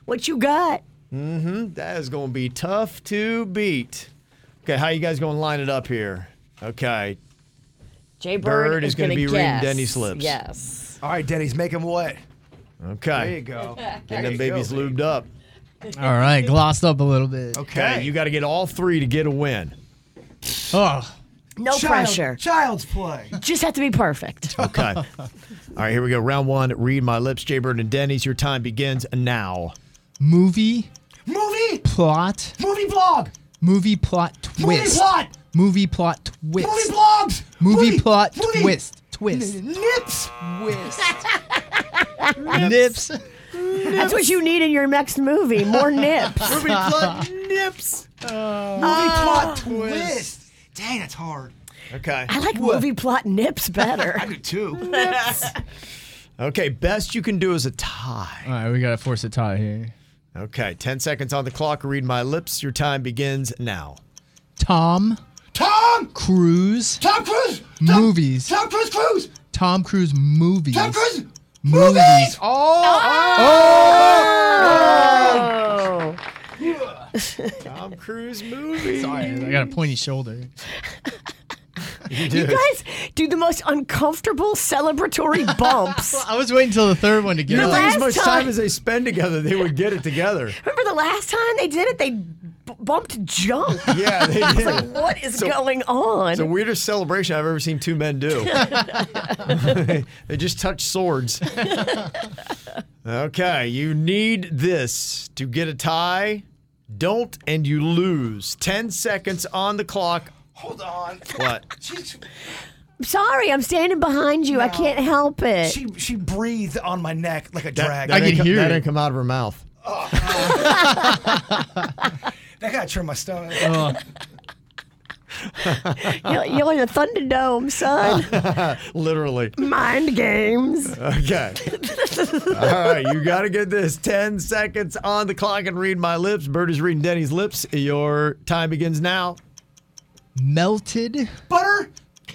S1: What you got?
S3: Mm-hmm. That is going to be tough to beat. Okay, how you guys going to line it up here? Okay,
S1: Jay Bird,
S3: Bird is gonna
S1: going to
S3: be reading
S1: guess.
S3: Denny's lips.
S1: Yes.
S4: All right, Denny's, make him wet.
S3: okay.
S4: There you go.
S3: Getting them babies lubed up.
S12: All right, glossed up a little bit.
S3: Okay, you got to get all three to get a win.
S12: Oh,
S1: No
S4: Child-
S1: pressure.
S4: Child's play.
S1: Just have to be perfect.
S3: Okay. all right, here we go. Round one. Read my lips, Jay Bird and Denny's. Your time begins now.
S12: movie
S4: Movie.
S12: plot,
S4: Movie blog.
S12: movie plot twist,
S4: Movie plot.
S12: movie plot twist,
S4: Movie blogs.
S12: Movie plot
S4: movie.
S12: twist, twist,
S4: N- Nips.
S12: twist, nips.
S1: That's what you need in your next movie. More nips.
S3: Ruby Blood Nips.
S4: Movie plot
S3: twist.
S4: twist. Dang, that's hard.
S3: Okay.
S1: I like movie plot nips better.
S4: I do too.
S3: Okay, best you can do is a tie.
S12: All right, we gotta force a tie here.
S3: Okay, 10 seconds on the clock. Read my lips. Your time begins now.
S12: Tom
S4: Tom.
S12: Cruise
S4: Tom Cruise. Tom,
S12: movies.
S4: Tom Cruise. Cruise.
S12: Tom Cruise movies.
S4: Tom Cruise.
S12: Movies.
S1: Oh.
S3: Tom Cruise movie.
S12: Sorry, I got a pointy shoulder.
S1: You guys do the most uncomfortable celebratory bumps.
S12: I was waiting till the third one to get
S1: The
S12: up.
S1: last
S3: as much
S1: time-
S3: time as they spend together, they would get it together.
S1: Remember the last time they did it? They b- bumped junk.
S3: Yeah, they
S1: I was
S3: did.
S1: like, what is going on?
S3: It's the weirdest celebration I've ever seen two men do. they just touch swords. Okay, you need this to get a tie. Don't and you lose. 10 seconds on the clock.
S4: Hold on.
S3: What?
S1: Sorry, I'm standing behind you. I can't help it.
S4: She she breathed on my neck like a
S3: That-
S4: dragon.
S3: that didn't come- That didn't come out of her mouth.
S4: That got turned my stomach.
S1: You're, you're in a Thunderdome, son.
S3: Literally.
S1: Mind games.
S3: Okay. All right, you got to get this. 10 seconds on the clock and read my lips. Bert is reading Denny's lips. Your time begins now.
S12: Melted
S4: butter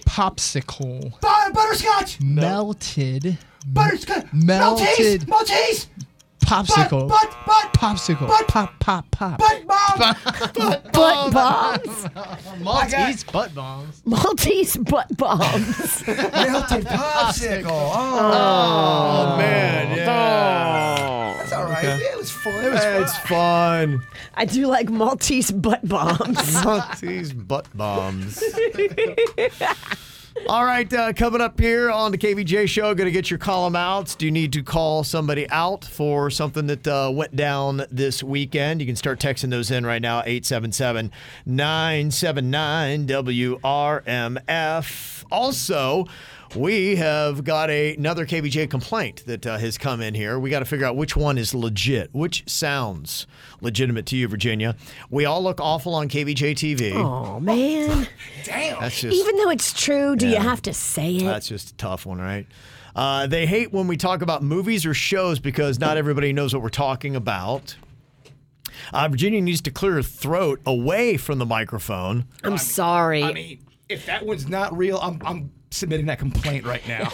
S12: popsicle.
S4: Bu- butterscotch.
S12: Melted.
S4: Butterscotch.
S12: Melted.
S4: Maltese. Maltese.
S12: Popsicle.
S4: But but
S12: popsicle.
S4: but-
S12: pop pop pop.
S4: Butt bomb.
S1: butt bombs.
S12: Maltese butt bombs.
S1: Maltese butt bombs.
S4: Melted popsicle. Oh,
S3: Oh, man. Yeah.
S4: That's all right. It was fun.
S3: It's fun.
S1: I do like Maltese butt bombs.
S3: Maltese butt bombs. All right, uh, coming up here on the KVJ show, going to get your column outs. Do you need to call somebody out for something that uh, went down this weekend? You can start texting those in right now, 877 979 WRMF. Also, we have got a- another KVJ complaint that uh, has come in here. We got to figure out which one is legit, which sounds legitimate to you, Virginia. We all look awful on KVJ TV.
S1: oh man.
S4: Damn.
S3: That's just-
S1: Even though Oh, it's true, do you
S3: Yeah.
S1: have to say it?
S3: That's just a tough one, right? Uh, they hate when we talk about movies or shows because not everybody knows what we're talking about. Uh, Virginia needs to clear her throat away from the microphone.
S1: I'm sorry.
S4: I mean, if that one's not real, I'm I'm submitting that complaint right now.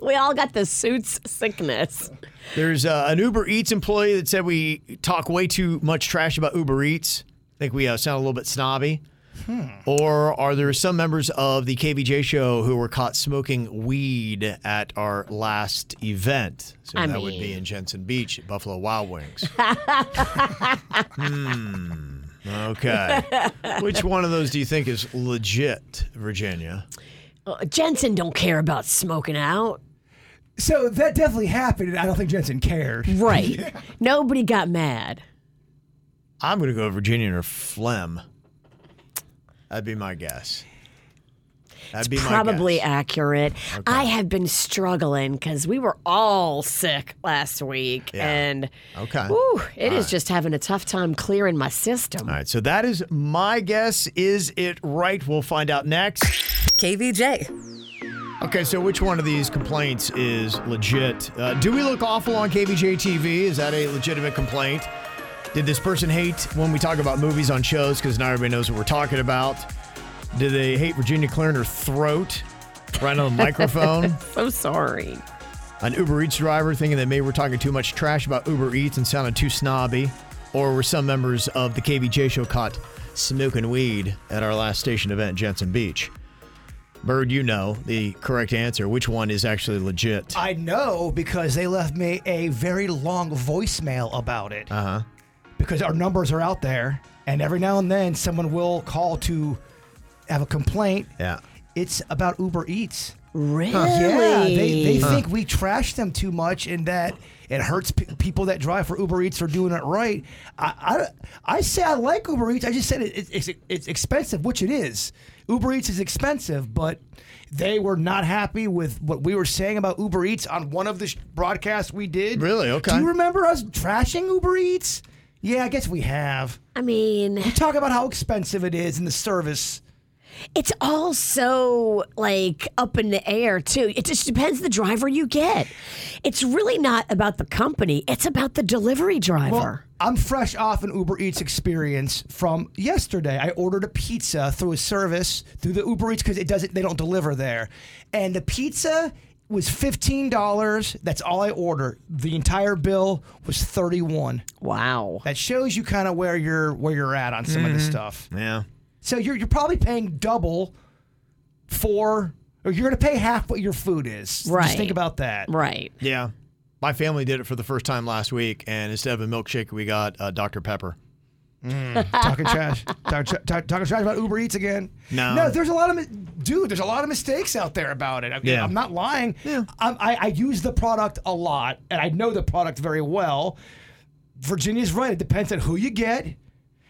S1: we all got the suits sickness.
S3: There's uh, an Uber Eats employee that said we talk way too much trash about Uber Eats. I think we uh, sound a little bit snobby.
S1: Hmm.
S3: Or are there some members of the KVJ show who were caught smoking weed at our last event? So
S1: I
S3: that would be
S1: mean-
S3: in Jensen Beach at Buffalo Wild Wings. hmm. Okay. Which one of those do you think is legit, Virginia?
S1: Uh, Jensen don't care about smoking out.
S4: So that definitely happened, and I don't think Jensen cared.
S1: Right. Nobody got mad.
S3: I'm going to go Virginia or phlegm. That'd be my guess. That'd be
S1: Probably
S3: my guess.
S1: accurate. I have been struggling because we were all sick last week, and
S3: Okay.
S1: whew, it is just having a tough time clearing my system.
S3: All right, so that is my guess. Is it right? We'll find out next.
S5: KVJ.
S3: Okay, so which one of these complaints is legit? Uh, do we look awful on KVJ TV? Is that a legitimate complaint? Did this person hate when we talk about movies on shows because now everybody knows what we're talking about? Did they hate Virginia clearing her throat right on the microphone?
S1: so sorry.
S3: an Uber Eats driver thinking that maybe we're talking too much trash about Uber Eats and sounded too snobby, or were some members of the KVJ show caught smoking weed at our last station event, in Jensen Beach? Bird, you know the correct answer. Which one is actually legit?
S4: I know because they left me a very long voicemail about it.
S3: Uh huh.
S4: Because our numbers are out there, and every now and then someone will call to have a complaint.
S3: Yeah.
S4: It's about Uber Eats.
S1: Really?
S4: Yeah, they, they
S1: Huh.
S4: think we trash them too much and that it hurts pe people that drive for Uber Eats for doing it right. I, I, I say I like Uber Eats. I just said it, it's it's expensive, which it is. Uber Eats is expensive, but they were not happy with what we were saying about Uber Eats on one of the sh- broadcasts we did.
S3: Really? Okay.
S4: Do you remember us trashing Uber Eats? Yeah, I guess we have.
S1: I mean,
S4: We talk about how expensive it is and the service.
S1: it's all so like up in the air too. It just depends the driver you get. It's really not about the company. It's about the delivery driver.
S4: Well, I'm fresh off an Uber Eats experience from yesterday. I ordered a pizza through a service through the Uber Eats because it doesn't they don't deliver there, and the pizza was fifteen dollars. That's all I ordered. The entire bill was thirty one.
S1: Wow,
S4: that shows you kind of where you're where you're at on some of this
S3: Mhm.
S4: stuff.
S3: Yeah.
S4: So you're you're probably paying double for, or you're going to pay half what your food is. Just
S1: Right.
S4: think about that.
S1: Right.
S3: Yeah. My family did it for the first time last week, and instead of a milkshake, we got uh, Dr. Pepper.
S4: Mm, talking trash. Talk- tra- talk- talking trash about Uber Eats again.
S3: No.
S4: No, there's a lot of, mi- dude, there's a lot of mistakes out there about it. I
S3: Yeah.
S4: I'm not lying. I'm, I, I use the product a lot and I know the product very well. Virginia's right. It depends on who you get.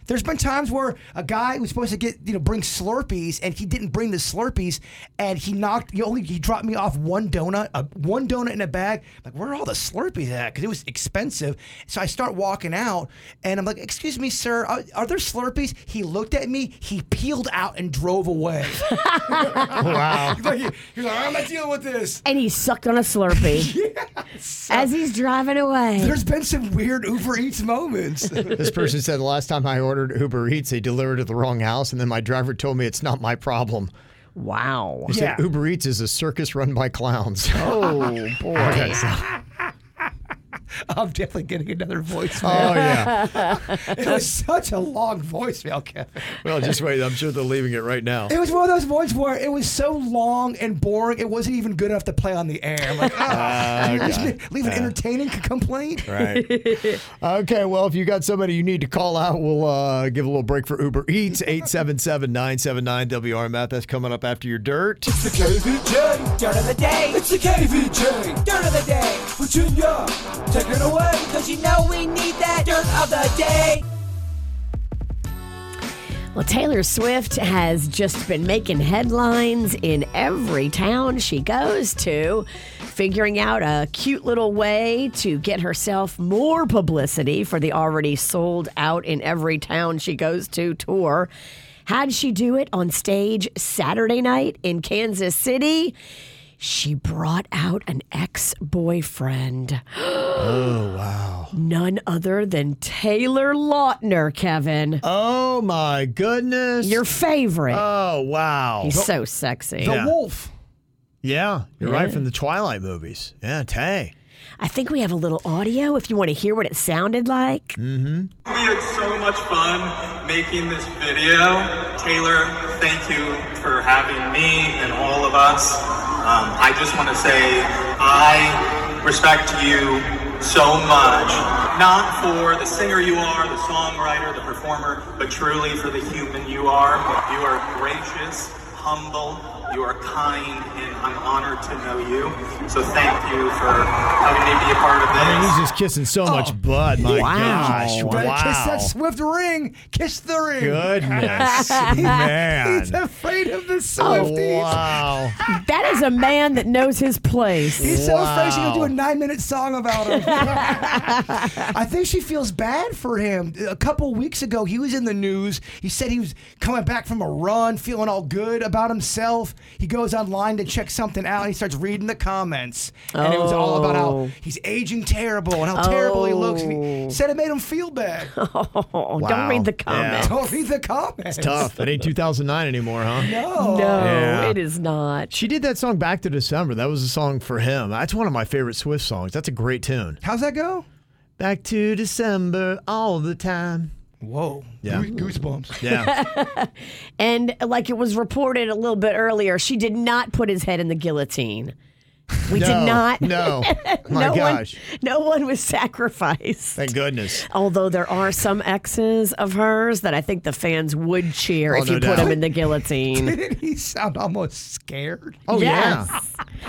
S4: There's been times where a guy was supposed to get, you know, bring Slurpees, and he didn't bring the Slurpees, and he knocked, he only he dropped me off one donut, uh, one donut in a bag. Like, where are all the Slurpees at? Because it was expensive. So I start walking out, and I'm like, "Excuse me, sir, are, are there Slurpees?" He looked at me, he peeled out and drove away.
S1: Wow.
S4: He's like, he- he's like, "I'm not dealing with this."
S1: And he sucked on a Slurpee as he's driving away.
S4: There's been some weird Uber Eats moments.
S3: This person said the last time I ordered Uber Eats, they delivered to the wrong house, and then my driver told me it's not my problem.
S1: Wow.
S3: He said
S1: Yeah.
S3: Uber Eats is a circus run by clowns.
S1: Oh, boy.
S3: Okay, so-
S4: I'm definitely getting another voicemail.
S3: Oh,
S4: yeah. it was such a long voicemail, Kevin.
S3: well, just wait. I'm sure they're leaving it right now.
S4: It was one of those ones where it was so long and boring, it wasn't even good enough to play on the air. I'm like, ah,
S3: Ah,
S4: just
S3: okay.
S4: leave an
S3: Yeah.
S4: entertaining c- complaint.
S3: Right. okay, well, if you got somebody you need to call out, we'll uh, give a little break for Uber Eats. 877-979-WRMF. That's coming up after your dirt.
S2: It's the KVJ dirt of the day. It's the KVJ dirt of the day. Virginia, take it away. Cause you know we need that dirt of the day.
S1: Well, Taylor Swift has just been making headlines in every town she goes to, figuring out a cute little way to get herself more publicity for the already sold out in every town she goes to tour. How'd she do it on stage Saturday night in Kansas City? She brought out an ex boyfriend.
S3: oh, wow.
S1: None other than Taylor Lautner, Kevin.
S3: Oh my goodness.
S1: Your favorite.
S3: Oh, wow.
S1: He's
S3: The-
S1: so sexy.
S3: the Yeah.
S4: wolf.
S3: Yeah, you're
S1: Yeah.
S3: right from the Twilight movies. Yeah, Tay.
S1: I think we have a little audio if you want to hear what it sounded like.
S3: Mm-hmm.
S13: We had so much fun making this video. Taylor, thank you for having me and all of us. Um, I just want to say I respect you so much, not for the singer you are, the songwriter, the performer, but truly for the human you are. You are gracious, humble, you are kind, and I'm honored to know you. So thank you for having me be a part of this.
S3: I mean, he's just kissing so much butt. My
S13: Wow.
S3: gosh.
S13: Better
S3: Wow.
S4: Kiss that Swift ring. Kiss the ring.
S3: Goodness, man.
S4: He's afraid of the Swifties.
S1: Oh,
S3: wow.
S1: that is a man that knows his place.
S4: He's so afraid she'll do a nine-minute song about him. I think she feels bad for him. A couple weeks ago, he was in the news. He said he was coming back from a run, feeling all good about himself. He goes online to check something out, and he starts reading the comments, and it was all about how
S1: Oh.
S4: he's aging terrible and how terrible he looks. And
S1: Oh.
S4: he said it made him feel bad.
S1: Oh,
S3: Wow.
S1: don't read the
S3: Yeah.
S1: comments.
S4: Don't read the comments.
S3: It's tough. It ain't 2009 anymore, huh?
S4: No.
S1: No,
S3: Yeah.
S1: it is not.
S3: She did that song Back to December. That was a song for him. That's one of my favorite Swift songs. That's a great tune.
S4: How's that go?
S3: Back to December all the time.
S4: Whoa.
S3: Yeah.
S4: Goosebumps.
S3: Yeah.
S1: And like it was reported a little bit earlier, she did not put his head in the guillotine. We
S3: No,
S1: did not.
S3: no. My
S1: no
S3: gosh.
S1: One, no one was sacrificed.
S3: Thank goodness.
S1: Although there are some exes of hers that I think the fans would cheer
S3: Oh,
S1: if
S3: no
S1: you put
S3: doubt.
S1: them in the guillotine.
S4: Didn't he sound almost scared?
S3: Oh,
S1: Yes.
S3: yeah.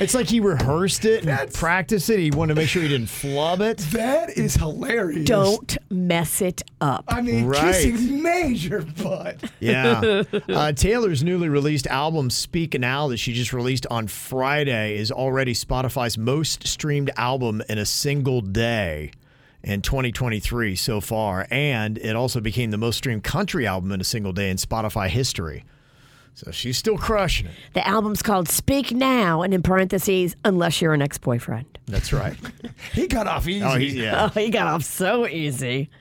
S3: It's like he rehearsed it and practiced it. He wanted to make sure he didn't flub it.
S4: That is hilarious.
S1: Don't mess it up.
S4: I mean,
S3: Right.
S4: kissing major butt.
S3: Yeah. Uh, Taylor's newly released album, Speak Now, that she just released on Friday, is already Spotify's most streamed album in a single day in 2023 so far. And it also became the most streamed country album in a single day in Spotify history. So she's still crushing it.
S1: The album's called Speak Now, and in parentheses, unless you're an ex boyfriend.
S3: That's right.
S4: He got off easy.
S3: Oh, he- yeah.
S1: Oh, he got off so easy.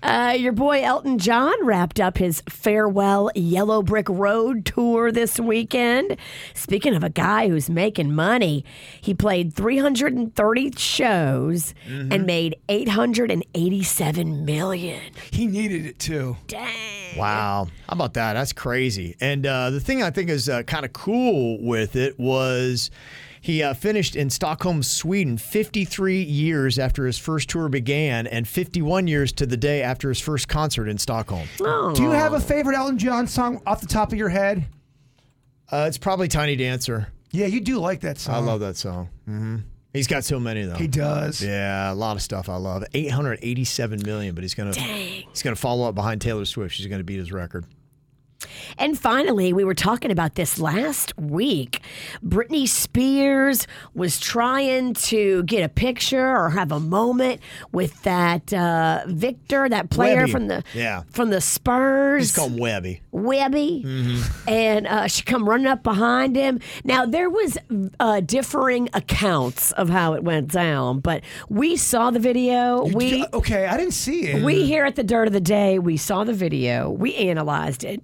S1: Uh, your boy Elton John wrapped up his farewell Yellow Brick Road tour this weekend. Speaking of a guy who's making money, he played 330 shows and made 887 million.
S4: He needed it too.
S3: Wow. How about that? That's crazy. And uh, the thing I think is uh, kind of cool with it was He uh, finished in Stockholm, Sweden, 53 years after his first tour began, and 51 years to the day after his first concert in Stockholm.
S4: Do you have a favorite Elton John song off the top of your head?
S3: Uh, it's probably Tiny Dancer.
S4: Yeah, you do like that song.
S3: I love that song. hmm He's got so many though.
S4: He does.
S3: Yeah, a lot of stuff I love. 887 million, but he's gonna he's gonna follow up behind Taylor Swift. She's gonna beat his record.
S1: And finally, we were talking about this last week. Britney Spears was trying to get a picture or have a moment with that uh, Victor, that player
S3: Webby.
S1: from the
S3: yeah,
S1: from the Spurs.
S3: he's called Webby.
S1: Webby,
S3: Mhm.
S1: and uh, she come running up behind him. Now there was uh, differing accounts of how it went down, but we saw the video. we
S4: okay, I didn't see it.
S1: We here at the Dirt of the Day, we saw the video, we analyzed it,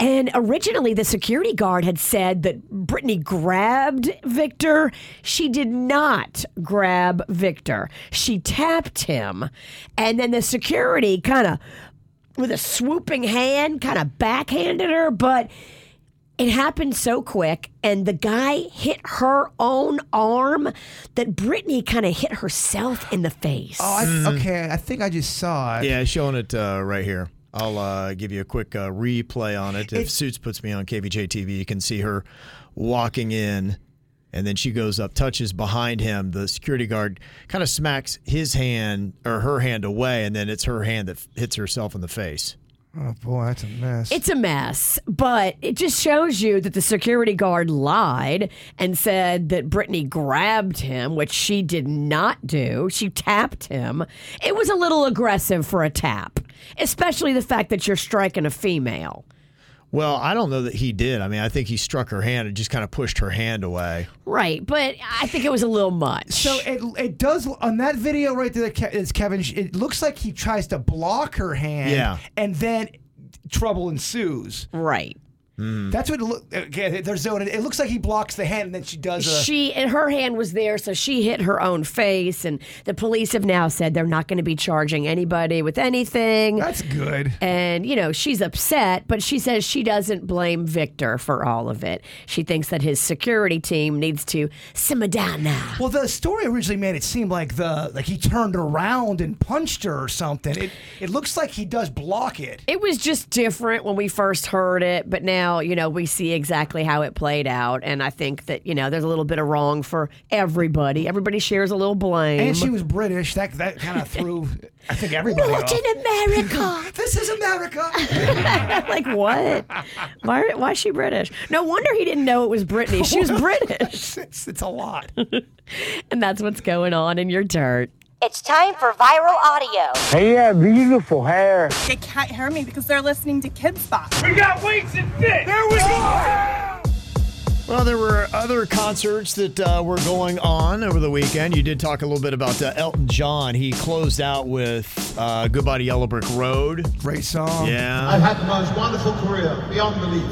S1: and originally the security guard had said that Brittany grabbed Victor. She did not grab Victor. She tapped him, and then the security kind of with a swooping hand, kind of backhanded her, but it happened so quick, and the guy hit her own arm that Brittany kind of hit herself in the face.
S4: Oh, I, okay. I think I just saw it.
S3: Mm. Yeah, showing it uh, right here. I'll uh, give you a quick uh, replay on it. If
S4: It's-
S3: Suits puts me on KVJ TV, you can see her walking in, and then she goes up, touches behind him. The security guard kind of smacks his hand or her hand away, and then it's her hand that f- hits herself in the face.
S4: Oh boy, that's a mess.
S1: It's a mess, but it just shows you that the security guard lied and said that Brittany grabbed him, which she did not do. She tapped him. It was a little aggressive for a tap, especially the fact that you're striking a female.
S3: Well, I don't know that he did. I mean, I think he struck her hand and just kind of pushed her hand away.
S1: Right, but I think it was a little much.
S4: So it it does on that video right there. that Ke- It's Kevin. It looks like he tries to block her hand.
S3: Yeah.
S4: And then trouble ensues.
S1: Right.
S3: Mm.
S4: That's what it look. Okay, they're zoning. It looks like he blocks the hand, and then she does a.
S1: She and her hand was there, so she hit her own face. And the police have now said they're not going to be charging anybody with anything.
S4: That's good.
S1: And, you know, she's upset, but she says she doesn't blame Victor for all of it. She thinks that his security team needs to simmer down now.
S4: Well, the story originally made it seem like the like he turned around and punched her or something. It it looks like he does block it.
S1: It was just different when we first heard it, but now, you know, we see exactly how it played out. And I think that, you know, there's a little bit of wrong for everybody. Everybody shares a little blame.
S4: And she was British. That that kind of threw. I think everybody.
S1: Not
S4: off.
S1: in America.
S4: this is America.
S1: like what? Why? Why is she British? No wonder he didn't know it was Britney. She was British.
S4: it's, it's a lot.
S1: and that's what's going on in your dirt.
S14: It's time for viral audio.
S15: Hey, yeah, beautiful hair.
S14: They can't hear me because they're listening to Kids Box.
S15: We got wings and fish. There we go.
S3: Well, there were other concerts that uh, were going on over the weekend. You did talk a little bit about uh, Elton John. He closed out with uh, Goodbye to Yellow Brick Road.
S4: Great song.
S16: I've
S3: Yeah.
S16: had the most wonderful career, beyond belief.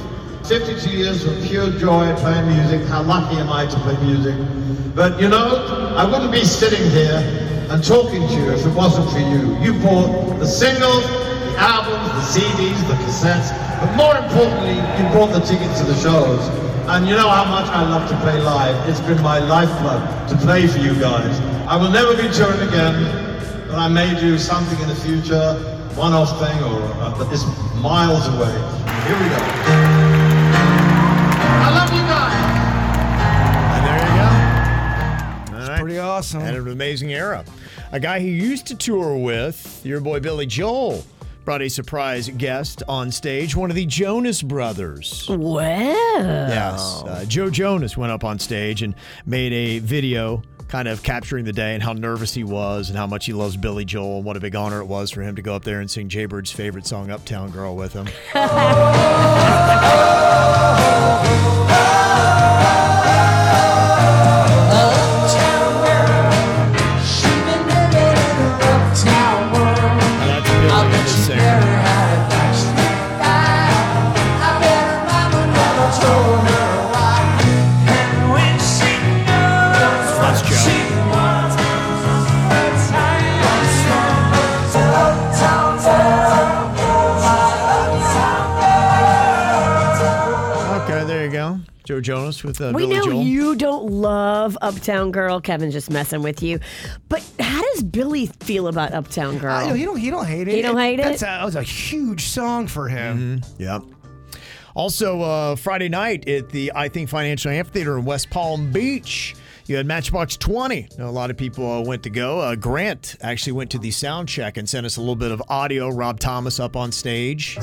S16: 52 years of pure joy playing music. How lucky am I to play music? But you know, I wouldn't be sitting here and talking to you if it wasn't for you. You bought the singles, the albums, the CDs, the cassettes, but more importantly, you bought the tickets to the shows. And you know how much I love to play live. It's been my lifeblood to play for you guys. I will never be touring again. But I may do something in the future, one-off thing, or uh, but it's miles away. Here we go. I love you guys.
S3: All right.
S4: pretty awesome.
S3: And an amazing era. A guy he used to tour with, your boy Billy Joel, brought a surprise guest on stage, one of the Jonas Brothers.
S1: Well.
S3: Yes. Uh, Joe Jonas went up on stage and made a video kind of capturing the day and how nervous he was and how much he loves Billy Joel and what a big honor it was for him to go up there and sing Jay Bird's favorite song, Uptown Girl, with him.
S15: Uptown girl, my uptown girl.
S3: know, Joe Jonas with uh,
S1: we
S3: Billy
S1: know
S3: Joel.
S1: you don't love Uptown Girl. Kevin's just messing with you. But how does Billy feel about Uptown Girl?
S4: I know, he don't. He don't hate it.
S1: He don't hate
S4: That's
S1: it?
S4: A, that was a huge song for him.
S3: Yep. Also, uh, Friday night at the I Think Financial Amphitheater in West Palm Beach, you had Matchbox 20. Now, a lot of people uh, went to go. Uh, Grant actually went to the sound check and sent us a little bit of audio. Rob Thomas up on stage.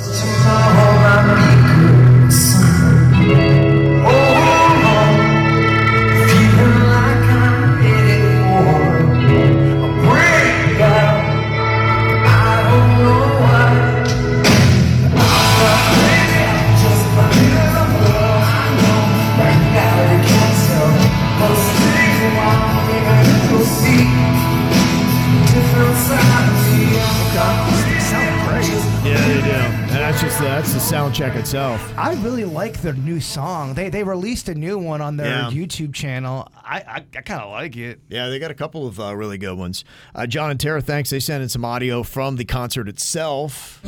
S3: Yeah, they do. And that's just that's the sound check itself.
S4: I really like their new song. They they released a new one on their
S3: Yeah.
S4: YouTube channel. I I, I kind of like it.
S3: Yeah, they got a couple of uh, really good ones. Uh, John and Tara, thanks. They sent in some audio from the concert itself.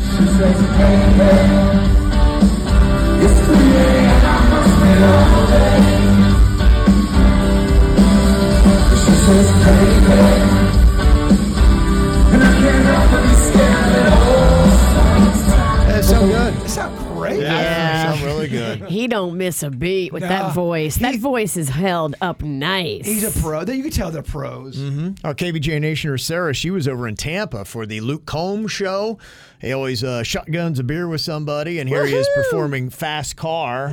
S3: That sound good. It
S4: sound great.
S3: Yeah, sound really good.
S1: He don't miss a beat with
S4: Nah.
S1: that voice. That voice is held up nice.
S4: He's a pro. You can tell they're pros.
S3: Mm-hmm. Our KVJ Nationer Sarah, she was over in Tampa for the Luke Combs show. He always uh, shotguns a beer with somebody, and here he is performing Fast Car.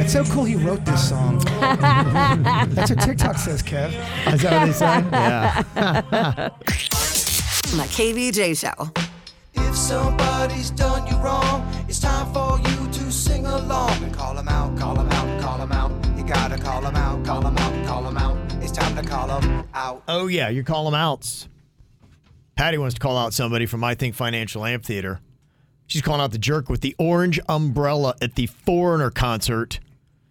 S4: It's so cool he wrote this song. That's what TikTok says, Kev.
S3: Is that what they say?
S5: Yeah. My KVJ show.
S2: If somebody's done you wrong, it's time for you to sing along and call 'em out, call 'em out, call 'em out. You gotta call 'em out, call 'em out, call 'em out. It's time to call 'em out.
S3: Oh, yeah, you call them outs. Patty wants to call out somebody from I Think Financial Amphitheater. She's calling out the jerk with the orange umbrella at the Foreigner concert.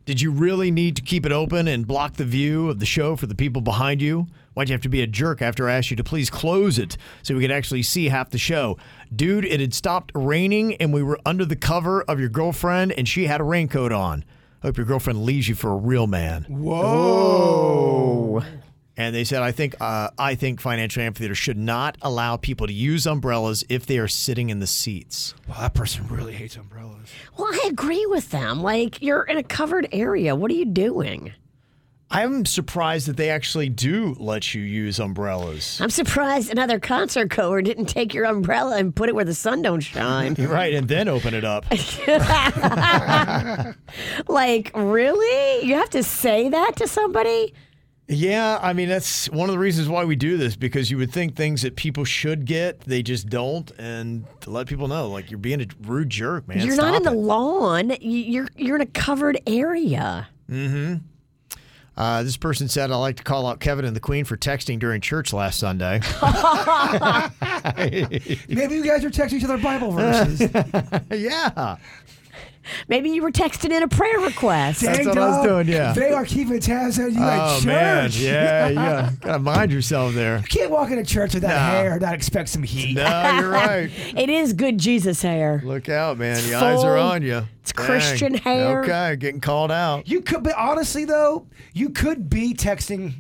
S3: Did you really need to keep it open and block the view of the show for the people behind you? Why'd you have to be a jerk after I asked you to please close it so we could actually see half the show? Dude, it had stopped raining and we were under the cover of your girlfriend and she had a raincoat on. Hope your girlfriend leaves you for a real man. Whoa. And they said, I think uh, I think financial amphitheater should not allow people to use umbrellas if they are sitting in the seats.
S4: Wow, that person really hates umbrellas.
S1: Well, I agree with them. Like you're in a covered area. What are you doing?
S3: I'm surprised that they actually do let you use umbrellas.
S1: I'm surprised another concert goer didn't take your umbrella and put it where the sun don't shine.
S3: You're right, and then open it up.
S1: like, really? You have to say that to somebody?
S3: yeah, I mean that's one of the reasons why we do this because you would think things that people should get, they just don't, and to let people know like you're being a rude jerk, man.
S1: you're not in the lawn. You- You're you're in a covered area.
S3: Mm-hmm. Uh, this person said, "I like to call out Kevin and the Queen for texting during church last Sunday."
S4: Maybe you guys are texting each other Bible verses.
S3: yeah.
S1: Maybe you were texting in a prayer request.
S4: Dang dog, They are keeping tabs on you at
S3: oh
S4: church.
S3: man, yeah, yeah. Gotta mind yourself there.
S4: You can't walk into church with that
S3: Nah.
S4: hair and not expect some heat.
S3: No, you're right.
S1: it is good Jesus hair.
S3: Look out, man. The eyes are on you.
S1: It's Christian hair.
S3: Okay, getting called out.
S4: You could, but honestly though, you could be texting.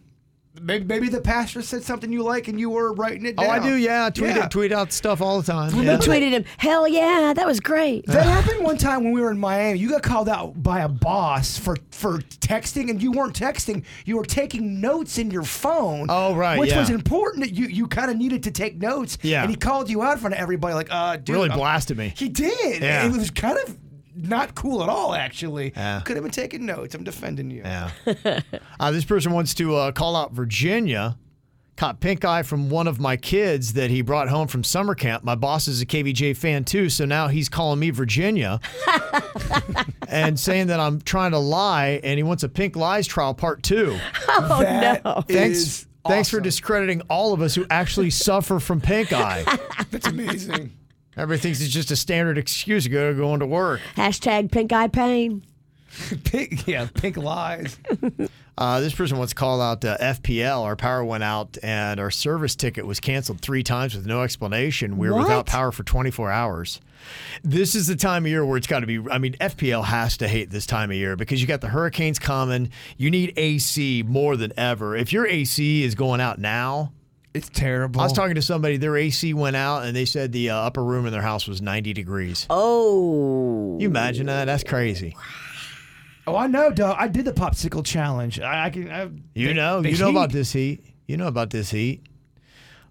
S4: Maybe, maybe the pastor said something you like and you were writing it
S3: Oh,
S4: down.
S3: I do. Yeah, I tweet
S4: Yeah.
S3: It, tweet out stuff all the time.
S4: We
S3: Yeah.
S1: tweeted him, hell yeah, that was great.
S4: That happened one time when we were in Miami. You got called out by a boss for for texting, and you weren't texting. You were taking notes in your phone. Oh
S3: right,
S4: which
S3: yeah.
S4: was important. That you you kind of needed to take notes.
S3: Yeah.
S4: and he called you out in front of everybody. Like, uh, dude,
S3: Really
S4: I'm-
S3: blasted me.
S4: He did.
S3: Yeah.
S4: and it was kind of not cool at all. Actually,
S3: Yeah.
S4: could have been taking notes. I'm defending you.
S3: Yeah. Uh, this person wants to uh, call out Virginia Caught pink eye from one of my kids that he brought home from summer camp. My boss is a KVJ fan too, so now he's calling me Virginia and saying that I'm trying to lie, and he wants a pink lies trial part two.
S1: Oh, no.
S3: Thanks. Thanks for discrediting all of us who actually suffer from pink eye.
S4: That's amazing.
S3: Everything's just a standard excuse to go going to work.
S1: Hashtag pink eye pain.
S4: pink, yeah, pink lies.
S3: Uh, this person wants to call out uh, FPL. Our power went out and our service ticket was canceled three times with no explanation. We were without
S4: What?
S3: power for 24 hours. This is the time of year where it's got to be. I mean, FPL has to hate this time of year because you got the hurricanes coming. You need AC more than ever. If your AC is going out now,
S4: it's terrible.
S3: I was talking to somebody, their AC went out and they said the uh, upper room in their house was 90 degrees.
S1: Oh.
S3: You imagine that? That's crazy.
S4: Oh, I know, Doug. I did the popsicle challenge. I, I can. I,
S3: You
S4: the-
S3: know,
S4: the
S3: you know about
S4: heat.
S3: this heat. You know about this heat.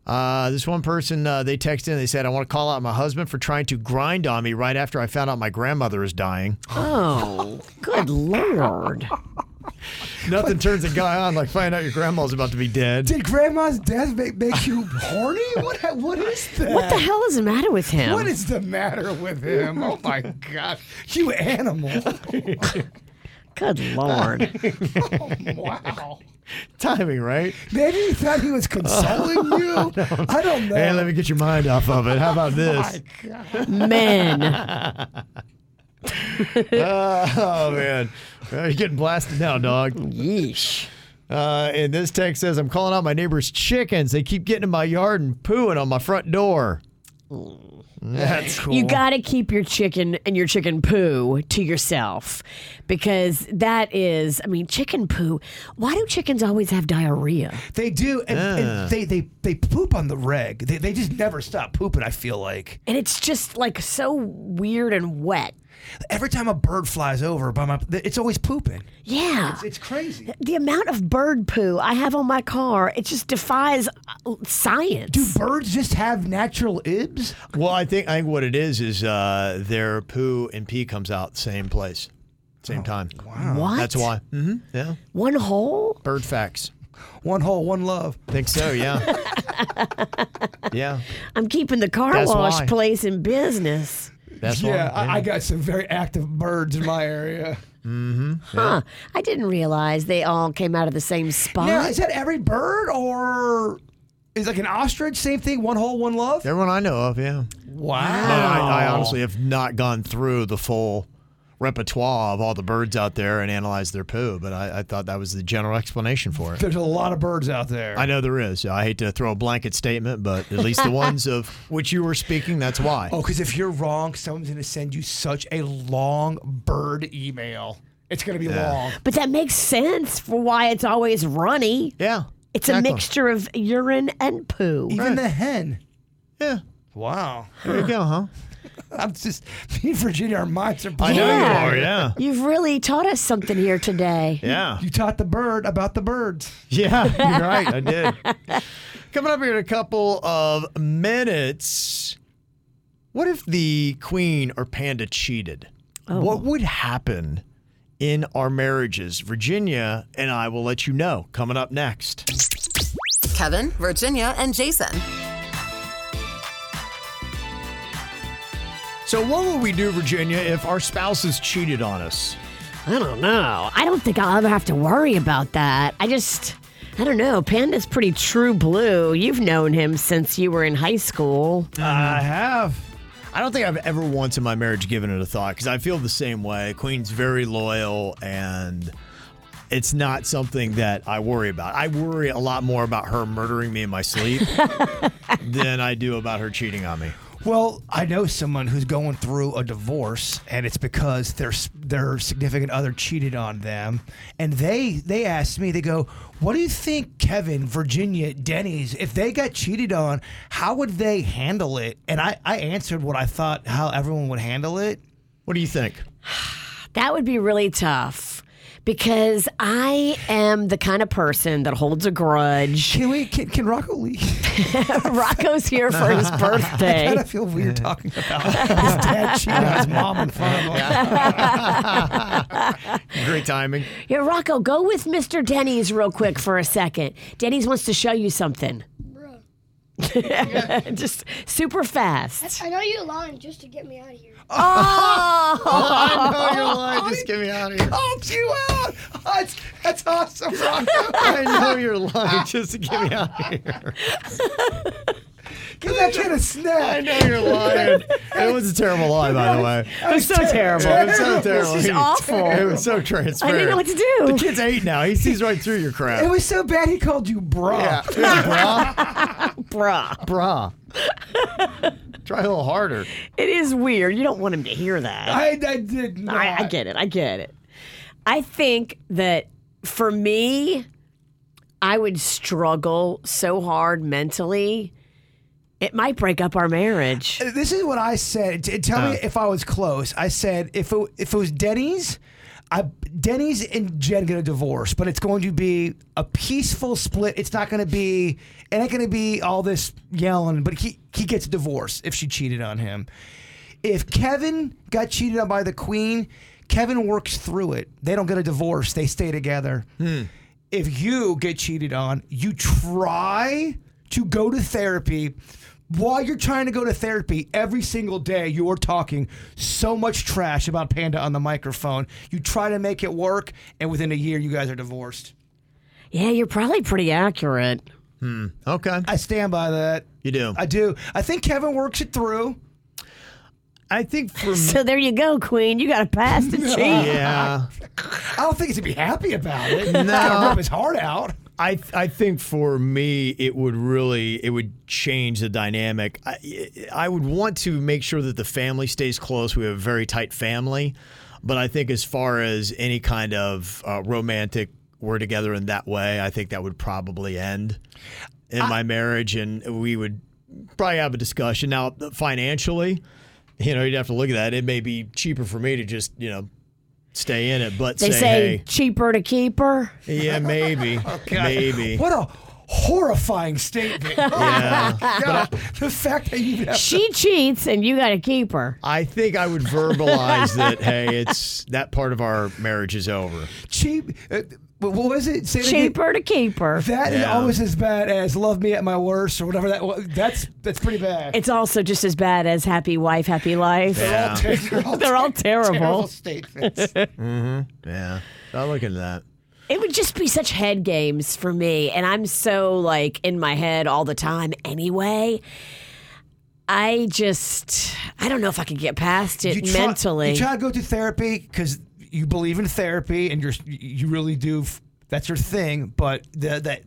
S3: Uh, this one person, uh, they texted in. They said, "I want to call out my husband for trying to grind on me right after I found out my grandmother is dying."
S1: Oh, good lord!
S3: Nothing turns a guy on like finding out your grandma's about to be dead.
S4: Did grandma's death make, make you horny? What ha- What is that?
S1: What the hell is the matter with him?
S4: What is the matter with him? Oh my gosh. You animal.
S1: Good lord!
S4: wow.
S3: Timing, right?
S4: Maybe you thought he was consoling you. I don't, know.
S3: Hey, let me get your mind off of it. How about this?
S1: Men.
S3: oh man, Uh, you're getting blasted now, dog.
S1: Yeesh.
S3: Uh, and this text says, "I'm calling out my neighbor's chickens. They keep getting in my yard and pooing on my front door." That's cool.
S1: You got to keep your chicken and your chicken poo to yourself because that is, I mean, chicken poo. Why do chickens always have diarrhea?
S4: They do, and, and
S1: Ah.
S4: they, they they poop on the reg. They, they just never stop pooping. I feel like
S1: And it's just like so weird and wet.
S4: every time a bird flies over by my, it's always pooping.
S1: Yeah.
S4: it's, it's crazy.
S1: The amount of bird poo I have on my car, it just defies uh, science. Do
S4: birds just have natural ibs?
S3: Well, I think I think what it is is uh, their poo and pee comes out same place, same time. Oh, Wow,
S1: What?
S3: that's why. hmm Yeah,
S1: one hole.
S3: Bird facts.
S4: One hole, one love.
S3: Think so? Yeah. yeah.
S1: I'm keeping the car
S3: That's
S1: wash
S3: why.
S1: place in business.
S3: That's
S4: yeah,
S3: why,
S4: I,
S3: yeah.
S4: I got some very active birds in my area.
S3: Mm-hmm.
S1: Huh. I didn't realize they all came out of the same spot.
S4: Now, is that every bird or is like an ostrich? Same thing. One hole, one love.
S3: Everyone I know of, yeah.
S4: Wow.
S3: I, I honestly have not gone through the full repertoire of all the birds out there and analyzed their poo, but I, I thought that was the general explanation for it.
S4: There's a lot of birds out there.
S3: I know there is. I hate to throw a blanket statement, but at least the ones of which you were speaking, that's why.
S4: Oh, because if you're wrong, someone's going to send you such a long bird email. It's going to be
S3: Yeah.
S4: long.
S1: But that makes sense for why it's always runny.
S3: Yeah.
S1: It's
S4: exactly.
S1: a mixture of urine and poo.
S4: Even the hen.
S3: Yeah.
S4: Wow.
S3: There you go, huh?
S4: I'm just, me and Virginia, our minds are
S3: I know you are, yeah.
S1: You've really taught us something here today.
S3: Yeah.
S4: You taught the bird about the birds.
S3: Yeah, you're right. I did. Coming up here in a couple of minutes. What if the queen or panda cheated? What would happen in our marriages? Virginia and I will let you know coming up next.
S5: Kevin, Virginia, and Jason.
S3: So, what would we do, Virginia, if our spouses cheated on us?
S1: I don't know. I don't think I'll ever have to worry about that. I just, I don't know. Panda's pretty true blue. You've known him since you were in high school.
S3: I have. Um, I don't think I've ever once in my marriage given it a thought because I feel the same way. Queen's very loyal and it's not something that I worry about. I worry a lot more about her murdering me in my sleep than I do about her cheating on me.
S4: Well, I know someone who's going through a divorce, and it's because their s- their significant other cheated on them, and they they asked me, they go, "What do you think, Kevin, Virginia, Denny's, if they got cheated on, how would they handle it?" And I I answered what I thought how everyone would handle it.
S3: What do you think?
S1: That would be really tough because I am the kind of person that holds a grudge.
S4: Can we? Can, can Rocco leave?
S1: Rocco's here for his birthday.
S4: I kind of feel weird talking about his dad cheating on his mom in front of him.
S3: Great timing.
S1: Yeah, Rocco, go with Mr. Denny's real quick for a second. Denny's wants to show you something. Just super fast.
S17: I know you're lying just to get me out of here.
S1: Oh,
S3: I know you're lying. Just get me out of here.
S4: Called you out. That's, that's awesome, Rocco.
S3: I know you're lying. Just to get me out of here.
S4: Give that kid a snack.
S3: I know you're lying. It was a terrible lie, by the way.
S1: It was so terrible.
S3: It was so terrible.
S1: This is awful.
S3: It was so
S1: I
S3: transparent.
S1: didn't know what to do.
S3: The kid's eight now. He sees right through your crap.
S4: It was so bad he called you bro.
S3: Yeah. It was bra.
S1: Bruh.
S3: Bruh. Try a little harder.
S1: It is weird. You don't want him to hear that.
S4: I, I did not.
S1: I, I get it. I get it. I think that for me, I would struggle so hard mentally. It might break up our marriage.
S4: Uh, This is what I said. T- Tell me if I was close. I said if it, if it was Denny's, I, Denny's and Jen get a divorce, but it's going to be a peaceful split. It's not going to be, it ain't going to be all this yelling. But he he gets a divorce if she cheated on him. If Kevin got cheated on by the Queen, Kevin works through it. They don't get a divorce. They stay together. If you get cheated on, you try to go to therapy. While you're trying to go to therapy every single day, you are talking so much trash about Panda on the microphone. You try to make it work, and within a year, you guys are divorced.
S1: Yeah, you're probably pretty accurate.
S3: Hmm. Okay.
S4: I stand by that.
S3: You do.
S4: I do. I think Kevin works it through.
S3: I think for
S1: So there you go, Queen. You got a pass to cheat.
S3: Yeah.
S4: I don't think he's gonna be happy about it.
S3: No.
S4: He's gonna rip his heart out.
S3: I I think for me it would really it would change the dynamic. I I would want to make sure that the family stays close. We have a very tight family, but I think as far as any kind of uh, romantic we're together in that way, I think that would probably end in my marriage, and we would probably have a discussion. Now financially, you know, you'd have to look at that. It may be cheaper for me to just you know. Stay in it, but
S1: They
S3: say,
S1: say cheaper to keep her.
S3: hey, yeah, maybe, maybe.
S4: What a horrifying statement.
S3: Yeah.
S4: God, the fact that you have
S1: She cheats and you got to keep her.
S3: I think I would verbalize that, hey, it's that part of our marriage is over.
S4: cheap. Uh, what was it? Say it again.
S1: Cheaper to keep her.
S4: That is
S3: Yeah.
S4: always as bad as "Love Me at My Worst" or whatever that. wa- That's that's pretty bad.
S1: It's also just as bad as happy wife, happy life.
S3: Yeah.
S1: They're all terrible.
S4: statements.
S3: Yeah. I look at that.
S1: It would just be such head games for me. And I'm so like in my head all the time anyway. I just, I don't know if I could get past it
S4: You try-
S1: mentally.
S4: You try to go to therapy because you believe in therapy and you're you really do. f- That's your thing, but the, that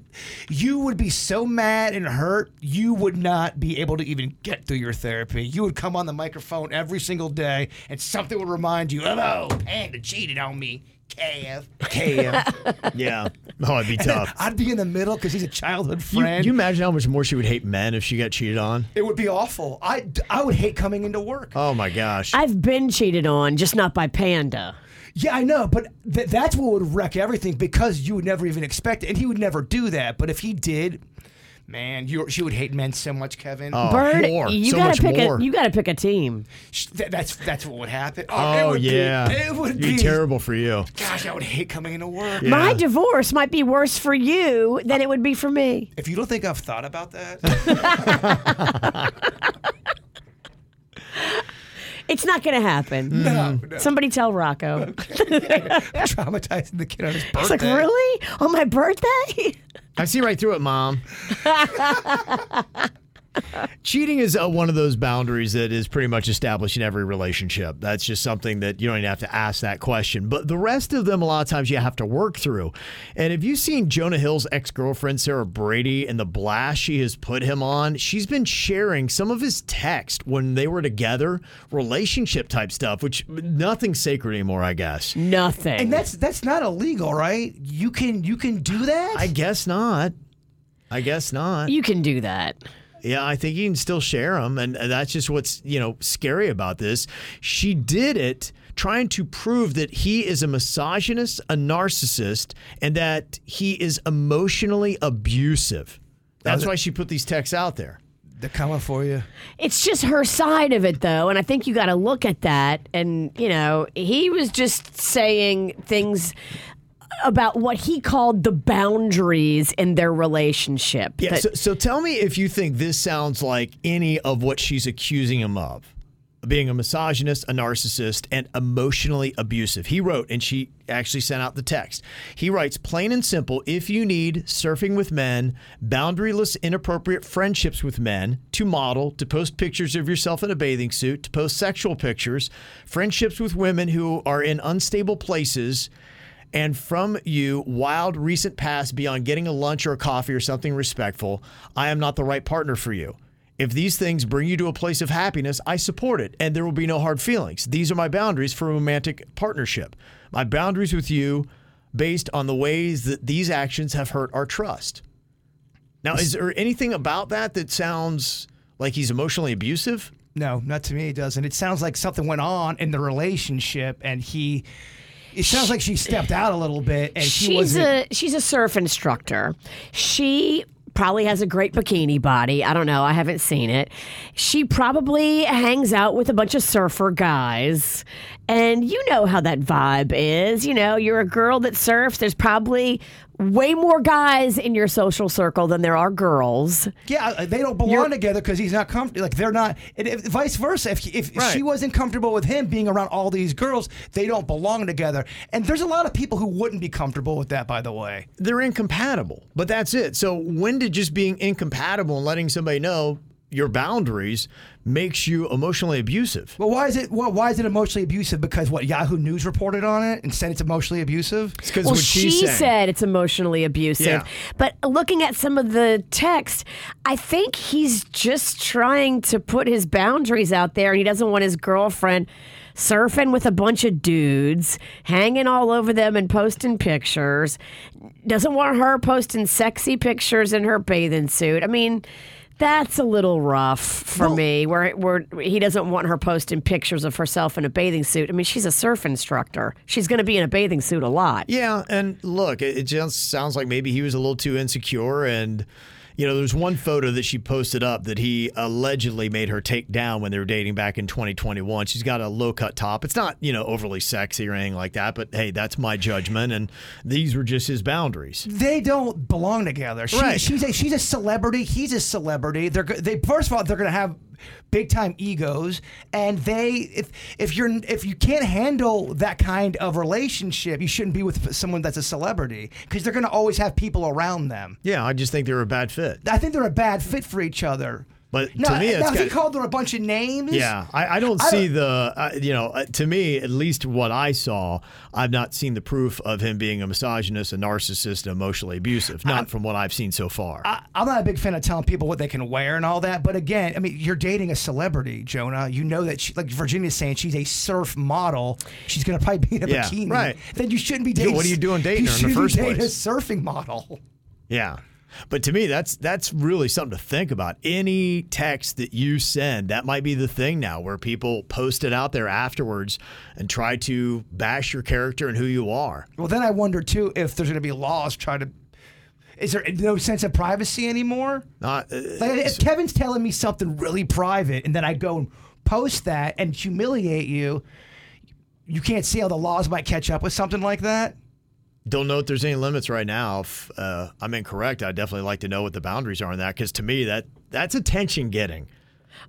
S4: you would be so mad and hurt, you would not be able to even get through your therapy. You would come on the microphone every single day, and something would remind you, "Hello, Panda cheated on me, Kev." Kev,
S3: Yeah. Oh, it'd be tough.
S4: I'd be in the middle because he's a childhood
S3: You,
S4: friend.
S3: you imagine how much more she would hate men if she got cheated on?
S4: it would be awful. I I would hate coming into work.
S3: Oh my gosh.
S1: I've been cheated on, just not by Panda.
S4: Yeah, I know, but th- that's what would wreck everything because you would never even expect it, and he would never do that. But if he did, man, you she would hate men so much, Kevin.
S3: Oh,
S1: Bird,
S3: more.
S1: you
S3: so
S1: gotta
S3: much
S1: pick
S3: more.
S1: a you gotta pick a team.
S4: Sh- th- that's that's what would happen. it
S3: oh
S4: would be-
S3: yeah.
S4: it would
S3: It'd be,
S4: be
S3: terrible for you.
S4: Gosh, I would hate coming into work.
S3: Yeah.
S1: My divorce might be worse for you than it would be for me.
S4: If you don't think I've thought about that,
S1: It's not gonna happen.
S4: no, no.
S1: Somebody tell Rocco.
S4: traumatizing the kid on his birthday.
S1: It's like, really? On my birthday?
S3: I see right through it, Mom. Cheating is uh, one of those boundaries that is pretty much established in every relationship. That's just something that you don't even have to ask that question. But the rest of them, a lot of times, you have to work through. And have you seen Jonah Hill's ex girlfriend, Sarah Brady, and the blast she has put him on? She's been sharing some of his text when they were together, relationship type stuff, which nothing's sacred anymore, I guess.
S1: Nothing.
S4: And that's that's not illegal, right? You can you can do that.
S3: I guess not. I guess not.
S1: you can do that.
S3: Yeah, I think you can still share them, and that's just what's you know scary about this. She did it trying to prove that he is a misogynist, a narcissist, and that he is emotionally abusive. That's why she put these texts out there.
S4: They're coming for you.
S1: It's just her side of it, though, and I think you got to look at that. And you know, he was just saying things about what he called the boundaries in their relationship.
S3: Yeah.
S1: That-
S3: so, so tell me if you think this sounds like any of what she's accusing him of being a misogynist, a narcissist, and emotionally abusive. He wrote, and she actually sent out the text. He writes, plain and simple if you need surfing with men, boundaryless, inappropriate friendships with men, to model, to post pictures of yourself in a bathing suit, to post sexual pictures, friendships with women who are in unstable places and from you wild recent past beyond getting a lunch or a coffee or something respectful, I am not the right partner for you. If these things bring you to a place of happiness, I support it and there will be no hard feelings. These are my boundaries for a romantic partnership. My boundaries with you based on the ways that these actions have hurt our trust. Now, is there anything about that that sounds like he's emotionally abusive?
S4: No, not to me. It doesn't. It sounds like something went on in the relationship, and he. It sounds like she stepped out a little bit, and she
S1: she's
S4: wasn't.
S1: a she's a surf instructor. She probably has a great bikini body. I don't know. I haven't seen it. She probably hangs out with a bunch of surfer guys. And you know how that vibe is. You know, you're a girl that surfs. There's probably way more guys in your social circle than there are girls.
S4: Yeah, uh, they don't belong together because he's not comfortable. Like they're not, and if, vice versa. If, if she wasn't comfortable with him being around all these girls, they don't belong together. And there's a lot of people who wouldn't be comfortable with that. By the way,
S3: they're incompatible. But that's it. So when did just being incompatible and letting somebody know your boundaries makes you emotionally abusive?
S4: Well, why is it? Well, why is it emotionally abusive? Because what Yahoo News reported on it and said it's emotionally abusive. It's
S1: well, she, said it's emotionally abusive.
S4: Yeah.
S1: But looking at some of the text, I think he's just trying to put his boundaries out there, and he doesn't want his girlfriend surfing with a bunch of dudes, hanging all over them and posting pictures. Doesn't want her posting sexy pictures in her bathing suit. I mean. That's a little rough for me. Where, where he doesn't want her posting pictures of herself in a bathing suit. I mean, she's a surf instructor. She's going to be in a bathing suit a lot.
S3: Yeah, and look, it it just sounds like maybe he was a little too insecure and you know, there's one photo that she posted up that he allegedly made her take down when they were dating back in 2021. She's got a low cut top. It's not, you know, overly sexy or anything like that, but hey, that's my judgment. And these were just his boundaries.
S1: Mm.
S4: They don't belong together. She,
S3: Right.
S4: She's a she's a celebrity. He's a celebrity. They're go- they first of all they're gonna have big time egos, and they if if you're if you can't handle that kind of relationship, you shouldn't be with someone that's a celebrity because they're gonna always have people around them.
S3: Yeah, I just think they were a bad fit.
S4: I think they're a bad fit for each other.
S3: But
S4: No,
S3: to me, it's
S4: now, if he
S3: got-
S4: called her a bunch of names.
S3: Yeah, I, I don't
S4: I
S3: see the, uh, you know, uh, to me, at least what I saw, I've not seen the proof of him being a misogynist, a narcissist, and emotionally abusive, not from what I've seen so far.
S4: I, I'm not a big fan of telling people what they can wear and all that, but again, I mean, you're dating a celebrity, Jonah. You know that, she, like Virginia's saying, she's a surf model. She's gonna probably be in a
S3: Yeah,
S4: bikini.
S3: right.
S4: Then you shouldn't be
S3: Yeah,
S4: dating.
S3: what are you doing dating
S4: you
S3: her in the
S4: shouldn't be
S3: first
S4: dating
S3: place?
S4: A surfing model.
S3: Yeah. But to me, that's that's really something to think about. Any text that you send, that might be the thing now, where people post it out there afterwards and try to bash your character and who you are.
S4: Well, then I wonder too if there's gonna be laws trying to. Is there no sense of privacy anymore?
S3: Not, uh,
S4: Like if Kevin's telling me something really private, and then I go and post that and humiliate you, you can't see how the laws might catch up with something like that.
S3: Don't know if there's any limits right now. If uh, I'm incorrect, I'd definitely like to know what the boundaries are on that, because to me, that that's attention getting.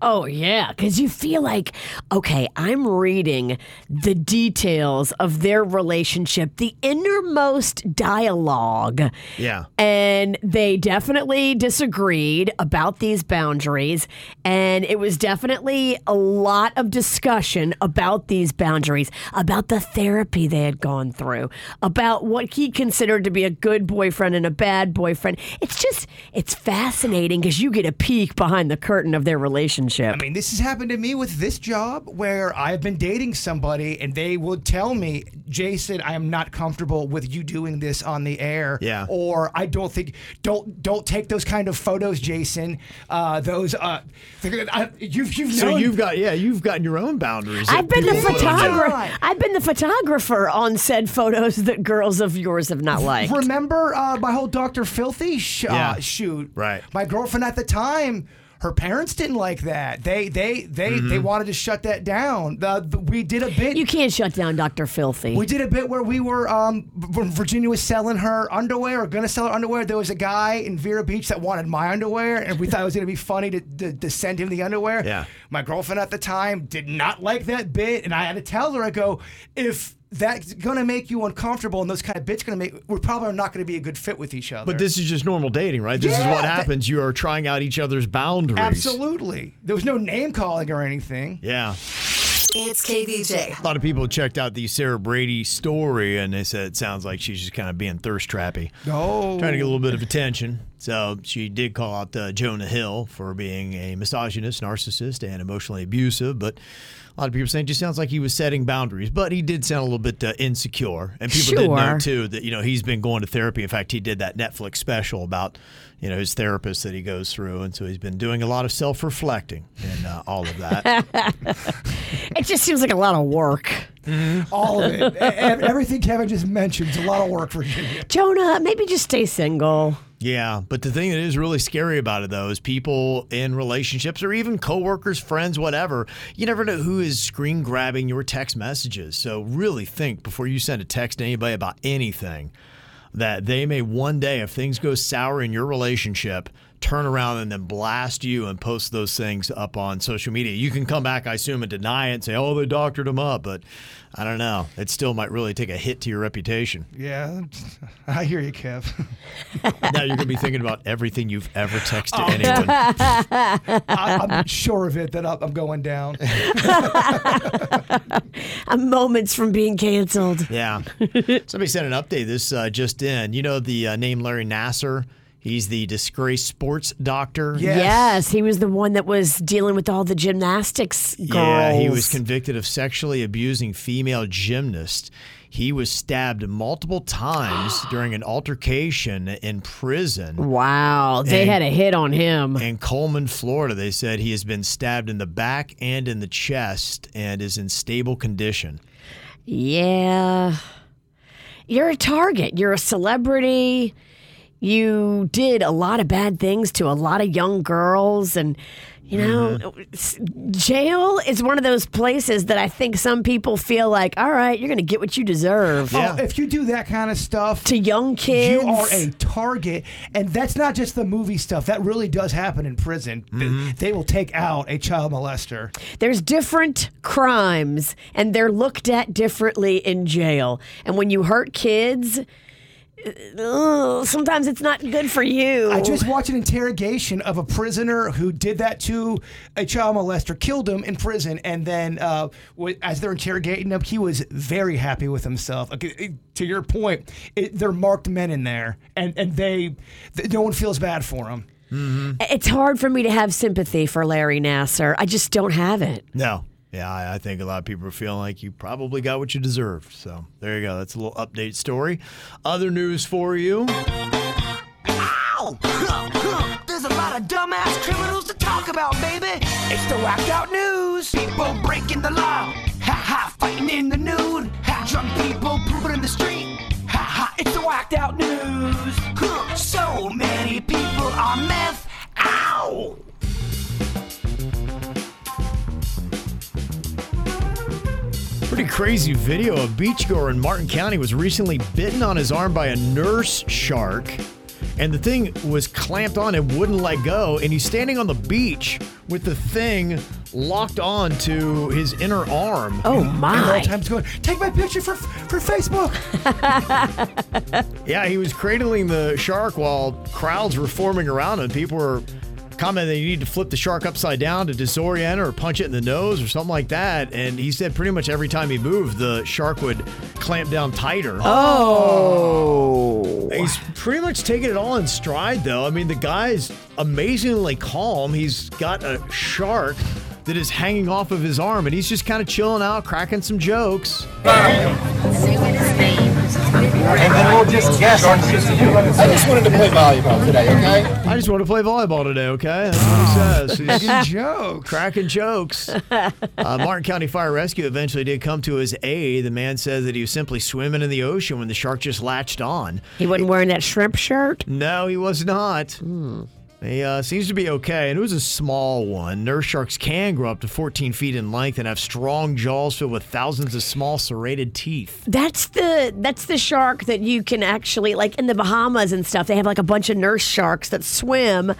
S1: Oh, yeah. Because you feel like, okay, I'm reading the details of their relationship, the innermost dialogue.
S3: Yeah.
S1: And they definitely disagreed about these boundaries. And it was definitely a lot of discussion about these boundaries, about the therapy they had gone through, about what he considered to be a good boyfriend and a bad boyfriend. It's just, it's fascinating because you get a peek behind the curtain of their relationship.
S4: I mean, this has happened to me with this job where I've been dating somebody and they would tell me, Jason, I am not comfortable with you doing this on the air.
S3: Yeah.
S4: Or I don't think don't don't take those kind of photos, Jason. Uh, those uh, they're gonna- I, you've you've
S3: So
S4: known-
S3: you've got yeah, you've gotten your own boundaries. that
S1: I've been the
S3: people put on there.
S1: photographer. I've been the photographer on said photos that girls of yours have not liked.
S4: Remember uh, my whole Dr. Filthy sh-
S1: Yeah.
S4: uh, shoot?
S3: Right.
S4: My girlfriend at the time, Her parents didn't like that. They they they they
S3: Mm-hmm.
S1: Mhm.
S4: wanted to shut that down. The, the- we did a bit. You
S1: can't shut down Dr. Filthy.
S4: We did a bit where we were um, v- when Virginia was selling her underwear or going to sell her underwear. There was a guy in Vera Beach that wanted my underwear, and we thought it was going to be funny to, to to send him the underwear.
S3: Yeah.
S4: My girlfriend at the time did not like that bit, and I had to tell her, I go, if that's going to make you uncomfortable and those kind of bits going to make, we're probably not going to be a good fit with each other.
S3: But this is just normal dating, right? This is
S4: Yeah,
S3: what
S4: that-
S3: happens. you are trying out each other's boundaries.
S4: Absolutely. There was no name calling or anything.
S3: Yeah.
S5: It's KVJ.
S3: A lot of people checked out the Sarah Brady story and they said it sounds like she's just kind of being thirst trappy.
S4: Oh.
S3: Trying to get a little bit of attention. So she did call out uh, Jonah Hill for being a misogynist, narcissist, and emotionally abusive. But a lot of people saying it just sounds like he was setting boundaries. But he did sound a little bit uh, insecure. And people did know,
S1: Sure.
S3: too, that, you know, he's been going to therapy. In fact, he did that Netflix special about, you know, his therapist that he goes through. And so he's been doing a lot of self reflecting and uh, all of that.
S1: It just seems like a lot of work.
S4: All of it. E- ev- Everything Kevin just mentioned is a lot of work, Virginia.
S1: Jonah, maybe just stay single.
S3: Yeah, but the thing that is really scary about it though is people in relationships or even coworkers, friends, whatever, you never know who is screen grabbing your text messages. So really think before you send a text to anybody about anything that they may one day if things go sour in your relationship, turn around and then blast you and post those things up on social media. You can come back I assume and deny it and say, "Oh, they doctored them up," but I don't know. It still might really take a hit to your reputation.
S4: Yeah, I hear you, Kev.
S3: now you're going to be thinking about everything you've ever texted
S4: Oh.
S3: anyone.
S4: I, I'm sure of it that I'm I'm going down. Oh,
S1: I'm moments from being canceled.
S3: Yeah. Somebody sent an update this uh, just in. You know the uh, name Larry Nasser? He's the disgraced sports doctor.
S1: Yes. he was the one that was dealing with all the gymnastics girls.
S3: Yeah, he was convicted of sexually abusing female gymnasts. He was stabbed multiple times during an altercation in prison.
S1: Wow, they had a hit on him.
S3: In Coleman, Florida, they said he has been stabbed in the back and in the chest and is in stable condition.
S1: Yeah. You're a target. You're a celebrity. You did a lot of bad things to a lot of young girls. And, you know,
S3: Mm-hmm.
S1: s- jail is one of those places that I think some people feel like, all right, you're going to get what you deserve.
S4: Oh, if you do that kind of stuff
S1: to young kids,
S4: you are a target, and that's not just the movie stuff. That really does happen in prison. Th- They will take out a child molester.
S1: There's different crimes and they're looked at differently in jail. And when you hurt kids, ugh, sometimes it's not good for you.
S4: I just watched an interrogation of a prisoner who did that to a child molester, killed him in prison, and then uh, wa- as they're interrogating him, he was very happy with himself. Like, it- it- to your point, it, they're marked men in there, and and they, th- no one feels bad for them.
S1: It's hard for me to have sympathy for Larry Nasser. I just don't have it.
S3: No. Yeah, I, I think a lot of people are feeling like you probably got what you deserved. So there you go. That's a little update story. Other news for you.
S2: Ow! Huh, huh. There's a lot of dumbass criminals to talk about, baby. It's the whacked out news. People breaking the law. Ha ha, fighting in the nude. Ha, drunk people pooping in the street. Ha ha, it's the whacked out news. Huh, so many people are meth. Ow!
S3: Pretty crazy video. A beachgoer in Martin County was recently bitten on his arm by a nurse shark, and the thing was clamped on and wouldn't let go. And he's standing on the beach with the thing locked on to his inner arm.
S1: Oh my!
S4: And all times going, take my picture for for Facebook.
S3: Yeah, he was cradling the shark while crowds were forming around him. People were commenting you need to flip the shark upside down to disorient it or punch it in the nose or something like that. And he said pretty much every time he moved, the shark would clamp down tighter.
S1: Oh.
S3: He's pretty much taking it all in stride, though. I mean, the guy's amazingly calm. He's got a shark that is hanging off of his arm, and he's just kind of chilling out, cracking some jokes.
S15: And then we'll just guess. I just wanted to play volleyball today, okay?
S3: I just want to play volleyball today, okay? That's what he says.
S4: Cracking
S3: jokes. Cracking jokes. Uh, Martin County Fire Rescue eventually did come to his aid. The man says that he was simply swimming in the ocean when the shark just latched on.
S1: He wasn't wearing that shrimp shirt?
S3: No, he was not. He uh, seems to be okay, and it was a small one. Nurse sharks can grow up to 14 feet in length and have strong jaws filled with thousands of small serrated teeth.
S1: That's the that's the shark that you can actually like in the Bahamas and stuff. They have like a bunch of nurse sharks that swim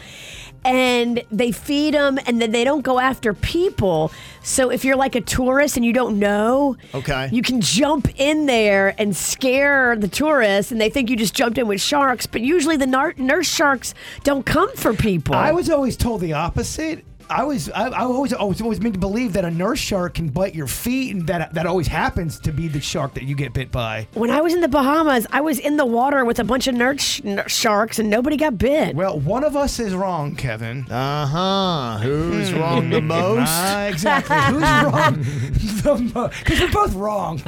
S1: and they feed them and then they don't go after people. So if you're like a tourist and you don't know,
S3: Okay.
S1: you can jump in there and scare the tourists and they think you just jumped in with sharks, but usually the nar- nurse sharks don't come for people.
S4: I was always told the opposite. I was I, I always I was always made to believe that a nurse shark can bite your feet, and that that always happens to be the shark that you get bit by.
S1: When I was in the Bahamas, I was in the water with a bunch of nerd sh- ner- sharks and nobody got bit.
S4: Well, one of us is wrong, Kevin.
S3: Uh huh. Who's wrong the most?
S4: Ah, exactly. Who's wrong the most? Because we're both wrong.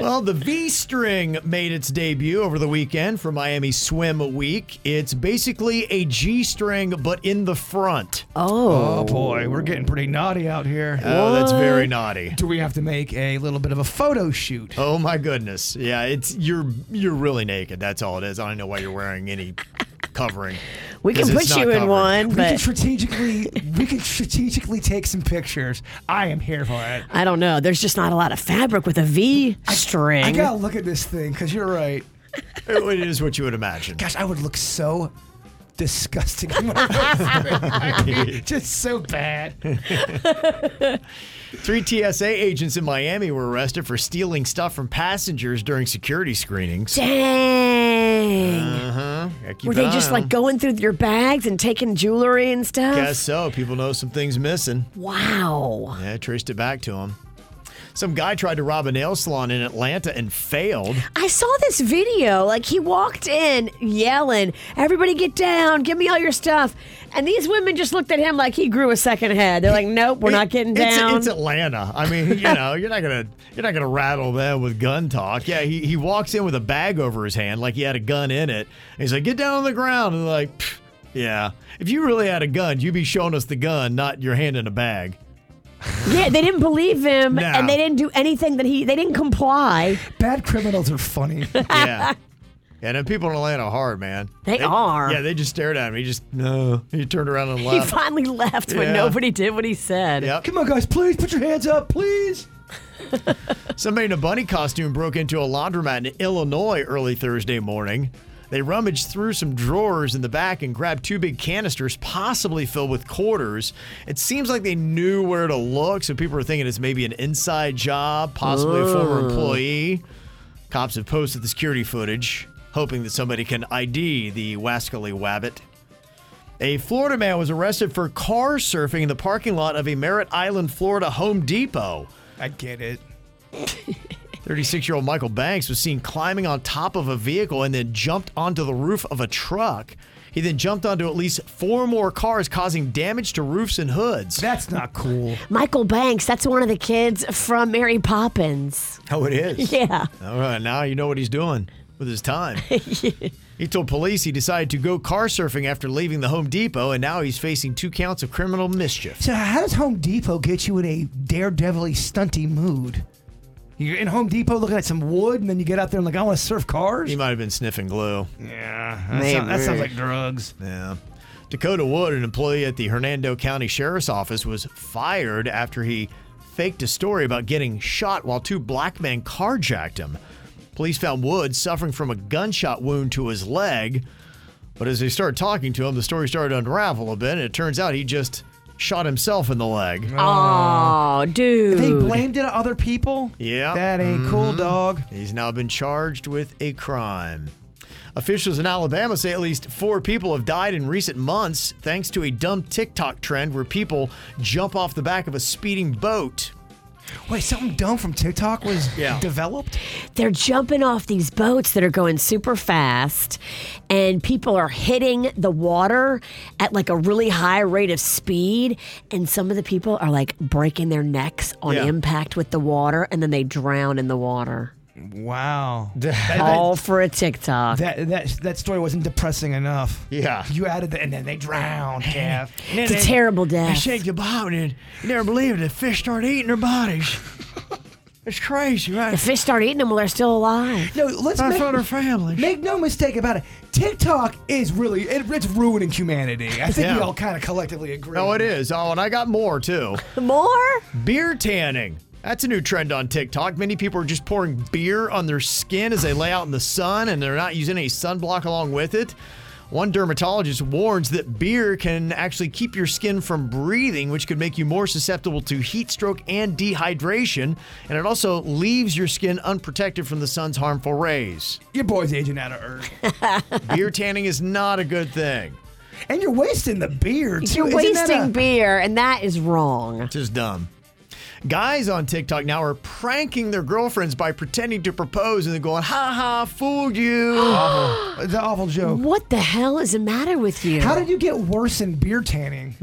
S3: well, the V string made its debut over the weekend for Miami Swim Week. It's basically a G string, but in the front.
S1: Uh,
S4: Oh boy, we're getting pretty naughty out here.
S3: Oh, that's very naughty.
S4: Do we have to make a little bit of a photo shoot?
S3: Oh my goodness! Yeah, it's you're you're really naked. That's all it is. I don't know why you're wearing any covering.
S1: We can
S3: 'cause it's
S1: put
S3: not
S1: you in
S3: covered.
S1: one,
S4: we can
S1: but
S4: strategically we can strategically take some pictures. I am here for it.
S1: I don't know. There's just not a lot of fabric with a V string.
S4: I gotta look at this thing because you're right.
S3: it is what you would imagine.
S4: Gosh, I would look so disgusting. when I was there. Just so bad.
S3: Three TSA agents in Miami were arrested for stealing stuff from passengers during security screenings.
S1: Dang.
S3: Uh huh.
S1: Were they just like going through your bags and taking jewelry and stuff?
S3: Guess so. People know something's missing.
S1: Wow.
S3: Yeah, traced it back to him. Some guy tried to rob a nail salon in Atlanta and failed.
S1: I saw this video. Like he walked in yelling, "Everybody get down! Give me all your stuff!" And these women just looked at him like he grew a second head. They're like, "Nope, we're not getting
S3: It's-
S1: down."
S3: It's, Atlanta. I mean, you know, you're not gonna you're not gonna rattle them with gun talk. Yeah, he, he walks in with a bag over his hand like he had a gun in it. And he's like, get down on the ground. And they're like, "Pfft, yeah. If you really had a gun, you'd be showing us the gun, not your hand in a bag.
S1: yeah, they didn't believe him,
S3: No.
S1: and they didn't do anything that he. They didn't comply.
S4: Bad criminals are funny.
S3: Yeah. And then people in Atlanta are hard, man.
S1: They are.
S3: Yeah, they just stared at him. He just no. He turned around and
S1: He
S3: left.
S1: finally left when
S3: Uh, Yeah.
S1: nobody did what he said.
S4: Come on, guys, please put your hands up, please.
S3: Somebody in a bunny costume broke into a laundromat in Illinois early Thursday morning. They rummaged through some drawers in the back and grabbed two big canisters, possibly filled with quarters. It seems like they knew where to look, so people are thinking it's maybe an inside job, possibly a former
S1: Ooh.
S3: employee. Cops have posted the security footage, hoping that somebody can ID the wascally wabbit. A Florida man was arrested for car surfing in the parking lot of a Merritt Island, Florida Home Depot.
S4: I get it.
S3: 36 year old Michael Banks was seen climbing on top of a vehicle and then jumped onto the roof of a truck. He then jumped onto at least four more cars, causing damage to roofs and hoods.
S4: That's not cool.
S1: Michael Banks, that's one of the kids from Mary Poppins.
S3: Oh, it is?
S1: Yeah.
S3: All right, now you know what he's doing with his time. He told police he decided to go car surfing after leaving the Home Depot, and now he's facing two counts of criminal mischief.
S4: So how does Home Depot get you in a daredevilly stunty mood? You're in Home Depot looking at some wood, and then you get out there and like, I want to surf cars.
S3: He might have been sniffing glue.
S4: Yeah, that, sound- that sounds like drugs.
S3: Yeah. Dakota Wood, an employee at the Hernando County Sheriff's Office, was fired after he faked a story about getting shot while two black men carjacked him. Police found Wood suffering from a gunshot wound to his leg, but as they started talking to him, the story started to unravel a bit, and it turns out he just shot himself in the leg.
S1: Oh, dude.
S4: They blamed it on other people.
S3: Yeah.
S4: That ain't cool,
S3: Mhm.
S4: dog.
S3: He's now been charged with a crime. Officials in Alabama say at least four people have died in recent months thanks to a dumb TikTok trend where people jump off the back of a speeding boat.
S4: Wait, something dumb from TikTok was
S3: Yeah.
S4: developed?
S1: They're jumping off these boats that are going super fast, and people are hitting the water at like a really high rate of speed. And some of the people are like breaking their necks on
S3: Yeah.
S1: impact with the water, and then they drown in the water.
S4: Wow. That,
S1: All for a TikTok.
S4: that, that, that story wasn't depressing enough.
S3: Yeah.
S4: You added that, and then they drowned, Kev.
S1: It's a terrible
S3: I
S1: death.
S3: shake the bottom and you never believe it. The fish start eating their bodies. It's crazy, right?
S1: The fish start eating them while they're still alive.
S4: No, let's
S1: That's
S4: make,
S1: what our
S3: family.
S4: Make no mistake about it. TikTok is really it, it's ruining humanity. I think
S3: Yeah.
S4: we all kind of collectively agree.
S3: Oh, it is. Oh, and I got more too.
S1: More?
S3: Beer tanning. That's a new trend on TikTok. Many people are just pouring beer on their skin as they lay out in the sun and they're not using any sunblock along with it. One dermatologist warns that beer can actually keep your skin from breathing, which could make you more susceptible to heat stroke and dehydration. And it also leaves your skin unprotected from the sun's harmful rays.
S4: Your boy's aging out of earth.
S3: beer tanning is not a good thing.
S4: And you're wasting the beer, too.
S1: You're
S4: Isn't that
S1: wasting
S4: a-
S1: beer, and that is wrong.
S3: It's just dumb. Guys on TikTok now are pranking their girlfriends by pretending to propose and they're going, ha ha, fooled you.
S4: Awful. the awful joke.
S1: What the hell is the matter with you?
S4: How did you get worse in beer tanning?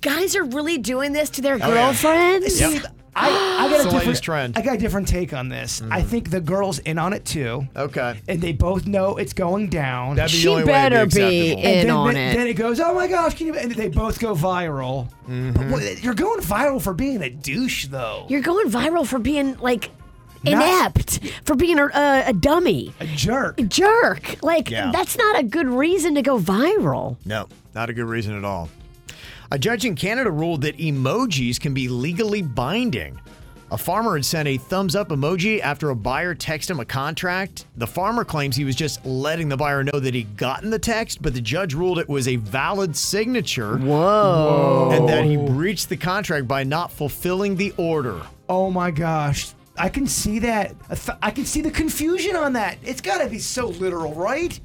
S1: Guys are really doing this to their
S4: Oh, yeah.
S1: girlfriends?
S4: See, I, I got
S3: It's
S4: a
S3: the
S4: different,
S3: latest trend.
S4: I got a different take on this. I think the girls in on it too.
S3: Mm-hmm. Okay.
S4: And they both know it's going down.
S3: That'd be the She only way it'd be better be acceptable.
S4: And
S3: in
S4: then,
S3: on
S4: then-
S3: it.
S4: Then it goes, oh my gosh, can you? And they both go viral.
S3: Mm-hmm.
S4: But what, you're going viral for being a douche, though.
S1: You're going viral for being like
S4: Not-
S1: inept, for being a, a, a dummy,
S4: a jerk,
S1: a jerk. Like
S3: Yeah.
S1: that's not a good reason to go viral.
S3: No, not a good reason at all. A judge in Canada ruled that emojis can be legally binding. A farmer had sent a thumbs up emoji after a buyer texted him a contract. The farmer claims he was just letting the buyer know that he'd gotten the text, but the judge ruled it was a valid signature.
S1: Whoa.
S3: And that he breached the contract by not fulfilling the order.
S4: Oh my gosh. I can see that. I th- I can see the confusion on that. It's got to be so literal, right?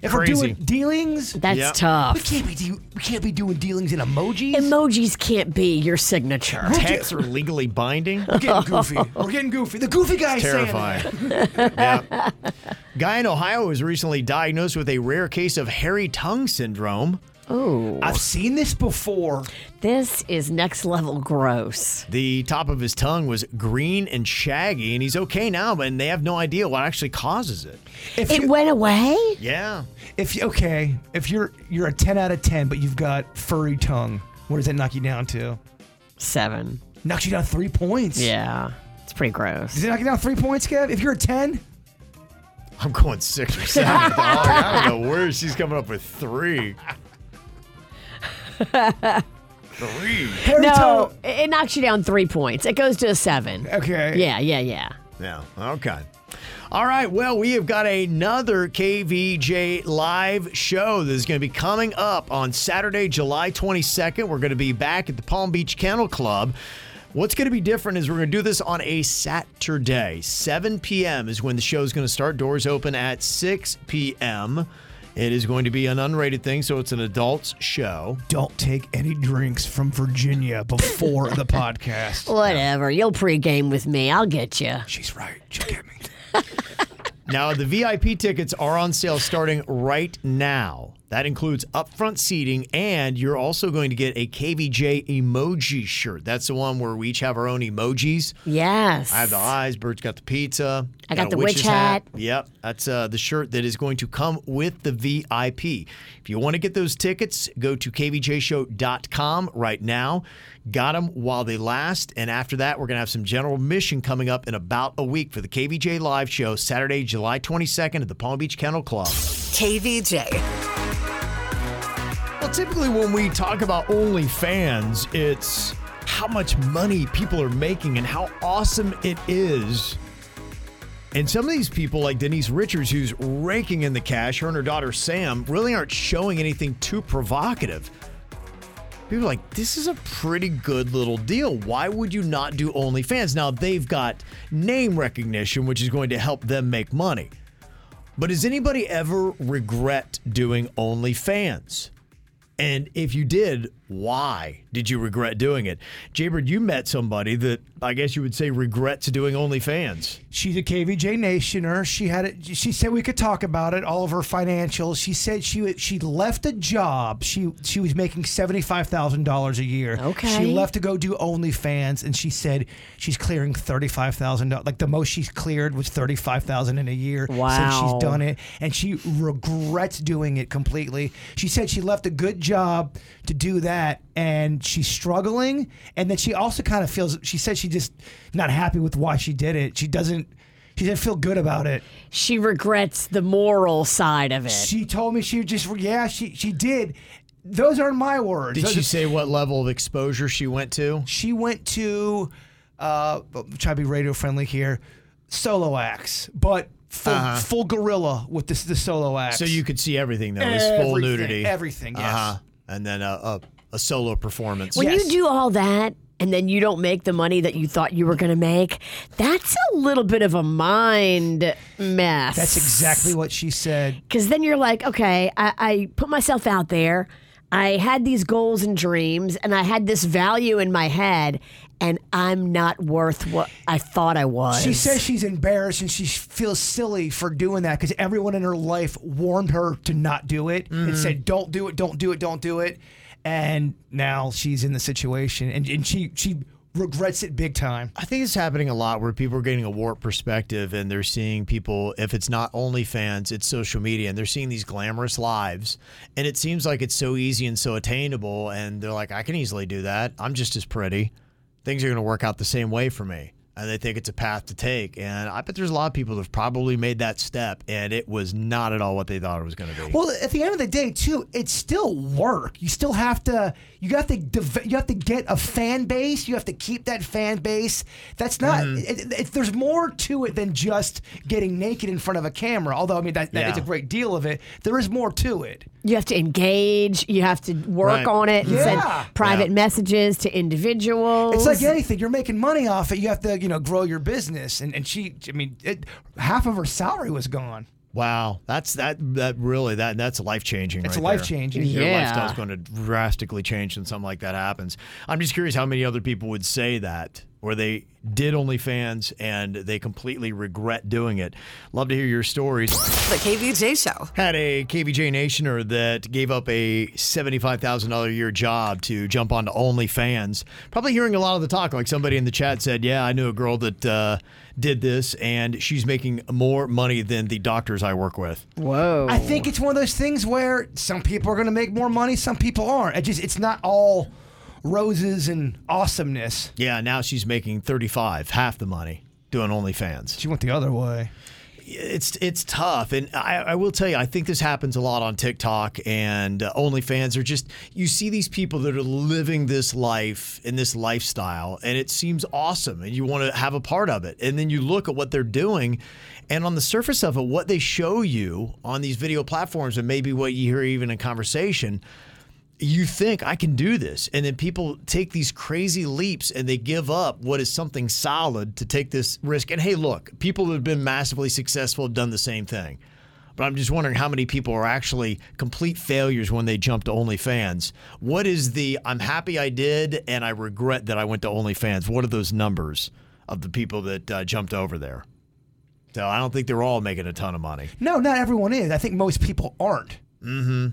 S4: If we're
S3: Crazy.
S4: doing dealings,
S1: That's Yep. tough.
S4: We can't be do- we can't be doing dealings in emojis.
S1: Emojis can't be your signature.
S3: Texts are legally binding.
S4: We're getting goofy. We're getting goofy. The goofy guy.
S3: Terrifying. Guy in Ohio was recently diagnosed with a rare case of hairy tongue syndrome.
S1: Oh.
S4: I've seen this before.
S1: This is next level gross.
S3: The top of his tongue was green and shaggy, and he's okay now, but they have no idea what actually causes it.
S1: it went away.
S3: Yeah.
S4: If you, okay, if you're you're a ten out of ten, but you've got furry tongue, what does that knock you down to?
S1: Seven.
S4: Knocks you down three points.
S1: Yeah, it's pretty gross.
S4: Does it knock you down three points, Kev? If you're a ten.
S3: I'm going six or seven. dog. I don't know where she's coming up with three. three.
S1: no, it it knocks you down three points. It goes to a seven.
S4: Okay.
S1: Yeah, yeah, yeah.
S3: Yeah. Okay. All right. Well, we have got another KVJ live show that is going to be coming up on Saturday, July 22nd. We're going to be back at the Palm Beach Kennel Club. What's going to be different is we're going to do this on a Saturday. 7 p.m. is when the show is going to start. Doors open at 6 p.m. It is going to be an unrated thing, so it's an adults show.
S4: Don't take any drinks from Virginia before the podcast.
S1: Whatever. You'll pregame with me. I'll get you.
S4: She's right.
S3: Now, the VIP tickets are on sale starting right now. That includes upfront seating, and you're also going to get a KVJ emoji shirt. That's the one where we each have our own emojis.
S1: Yes.
S3: I have the eyes. Bert's got the pizza.
S1: I got
S3: a
S1: the witch
S3: witch's Yep, that's uh, the shirt that is going to come with the VIP. If you want to get those tickets, go to kvjshow.com right now. Got them while they last, and after that, we're going to have some general mission coming up in about a week for the KVJ live show Saturday, July 22nd at the Palm Beach Kennel Club.
S5: KVJ.
S3: Well, typically when we talk about OnlyFans, it's how much money people are making and how awesome it is. And some of these people, like Denise Richards, who's raking in the cash, her and her daughter Sam, really aren't showing anything too provocative. People are like, this is a pretty good little deal. Why would you not do OnlyFans? Now, they've got name recognition, which is going to help them make money. But does anybody ever regret doing OnlyFans? And if you did, why did you regret doing it? Jaybird, you met somebody that I guess you would say regrets doing OnlyFans.
S4: She's a KVJ Nationer. She had it. She said we could talk about it. All of her financials. She said she wa- she left a job. She she was making seventy five thousand dollars a year.
S1: Okay.
S4: She left to go do OnlyFans, and she said she's clearing thirty five thousand dollars. Like the most she's cleared was thirty five thousand in a year since
S1: Wow.
S4: she's done it, and she regrets doing it completely. She said she left a good job to do that that and she's struggling and then she also kind of feels she said she just not happy with why she did it. She doesn't she didn't feel good about it.
S1: She regrets the moral side of it.
S4: She told me she just yeah, she she did. Those aren't my words.
S3: Did
S4: Those
S3: she
S4: are-
S3: say what level of exposure she went to?
S4: She went to uh try to be radio friendly here. Solo acts, but full
S3: Uh-huh.
S4: full gorilla with this the solo acts.
S3: So you could see everything though. It's full
S4: Everything,
S3: nudity.
S4: everything, yes.
S3: Uh-huh. And then a, a, a solo performance.
S1: When you do all that and then you don't make the money that you thought you were going to make, that's a little bit of a mind mess.
S4: That's exactly what she said.
S1: Because then you're like, okay, I, I put myself out there. I had these goals and dreams, and I had this value in my head, and I'm not worth what I thought I was.
S4: She says she's embarrassed and she feels silly for doing that because everyone in her life warned her to not do it
S1: Mhm.
S4: and said, "Don't do it, don't do it, don't do it." And now she's in the situation, and, and she she regrets it big time.
S3: I think it's happening a lot where people are getting a warped perspective and they're seeing people, if it's not OnlyFans, it's social media, and they're seeing these glamorous lives. And it seems like it's so easy and so attainable. And they're like, I can easily do that. I'm just as pretty. Things are going to work out the same way for me. And they think it's a path to take. And I bet there's a lot of people that have probably made that step and it was not at all what they thought it was going to be.
S4: Well, at the end of the day, too, it's still work. You still have to you got to dev- you have to get a fan base. You have to keep that fan base. That's not.
S3: Mm-hmm.
S4: It, it- it- there's more to it than just getting naked in front of a camera. Although I mean that, that is
S1: Yeah.
S4: a great deal of it. There is more to it.
S1: You have to engage. You have to work
S4: Right.
S1: on it. and send
S4: Yeah.
S1: private
S4: Yeah.
S1: messages to individuals.
S4: It's like anything. You're making money off it. You have to, you know, grow your business. And and she, I mean, it, half of her salary was gone.
S3: Wow, that's that that really that that's life changing.
S4: It's
S3: right
S4: life-changing.
S3: There. Your
S4: Yeah.
S3: lifestyle's going to drastically change when something like that happens. I'm just curious how many other people would say that, or they did OnlyFans and they completely regret doing it. Love to hear your stories.
S5: The KVJ Show.
S3: Had a KVJ Nationer that gave up a $75,000 a year job to jump onto OnlyFans. Probably hearing a lot of the talk, like somebody in the chat said, Yeah, I knew a girl that uh, did this, and she's making more money than the doctors I work with.
S1: Whoa.
S4: I think it's one of those things where some people are going to make more money, some people aren't. It just, it's not all roses and awesomeness.
S3: Yeah, now she's making 35, half the money doing OnlyFans.
S4: She went the other way.
S3: It's it's tough, and I, I will tell you, I think this happens a lot on TikTok and uh, OnlyFans. Are just you see these people that are living this life and this lifestyle, and it seems awesome, and you want to have a part of it. And then you look at what they're doing, and on the surface of it, what they show you on these video platforms, and maybe what you hear even in conversation, you think I can do this, and then people take these crazy leaps and they give up what is something solid to take this risk. And hey, look, people that have been massively successful have done the same thing. But I'm just wondering how many people are actually complete failures when they jump to OnlyFans. What is the I'm happy I did and I regret that I went to OnlyFans? What are those numbers of the people that uh, jumped over there? So I don't think they're all making a ton of money.
S4: No, not everyone is. I think most people aren't.
S3: Mm hmm.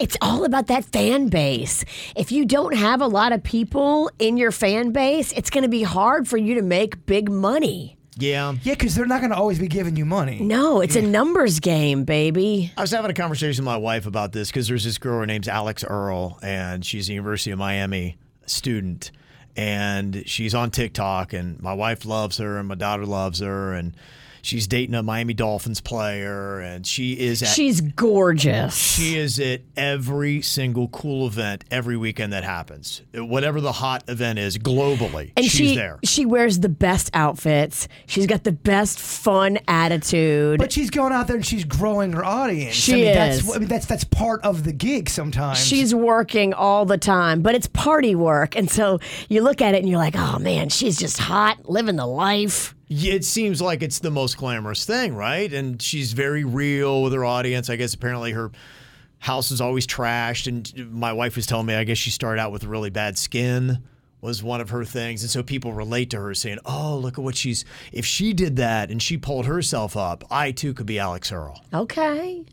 S1: It's all about that fan base. If you don't have a lot of people in your fan base, it's going to be hard for you to make big money.
S3: Yeah.
S4: Yeah, because they're not going to always be giving you money.
S1: No, it's a numbers game, baby.
S3: I was having a conversation with my wife about this because there's this girl. Her name's Alex Earl, and she's a University of Miami student. And she's on TikTok, and my wife loves her, and my daughter loves her, and she's dating a Miami Dolphins player, and she is at
S1: She's gorgeous.
S3: she is at every single cool event every weekend that happens, whatever the hot event is globally.
S1: And
S3: she's
S1: she
S3: there.
S1: she wears the best outfits. She's got the best fun attitude.
S4: But she's going out there and she's growing her audience.
S1: She
S4: I mean,
S1: is.
S4: That's, I mean, that's that's part of the gig sometimes.
S1: She's working all the time, but it's party work. And so you look at it and you're like, oh man, she's just hot, living the life.
S3: Yeah, It seems like it's the most glamorous thing, right? And she's very real with her audience. I guess apparently her house is always trashed. And my wife was telling me, I guess she started out with really bad skin was one of her things. And so people relate to her saying, oh, look at what she's, if she did that and she pulled herself up, I too could be Alex Earl.
S1: Okay.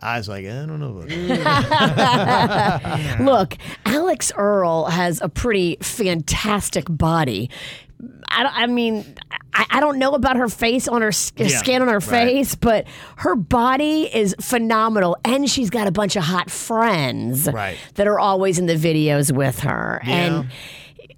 S3: I was like, I don't know. About
S1: Look, Alex Earl has a pretty fantastic body. I, don't- I mean, I, I don't know about her face on her s-
S18: Yeah,
S1: skin on her
S18: right.
S1: face, but her body is phenomenal, and she's got a bunch of hot friends
S3: Right.
S1: that are always in the videos with her, and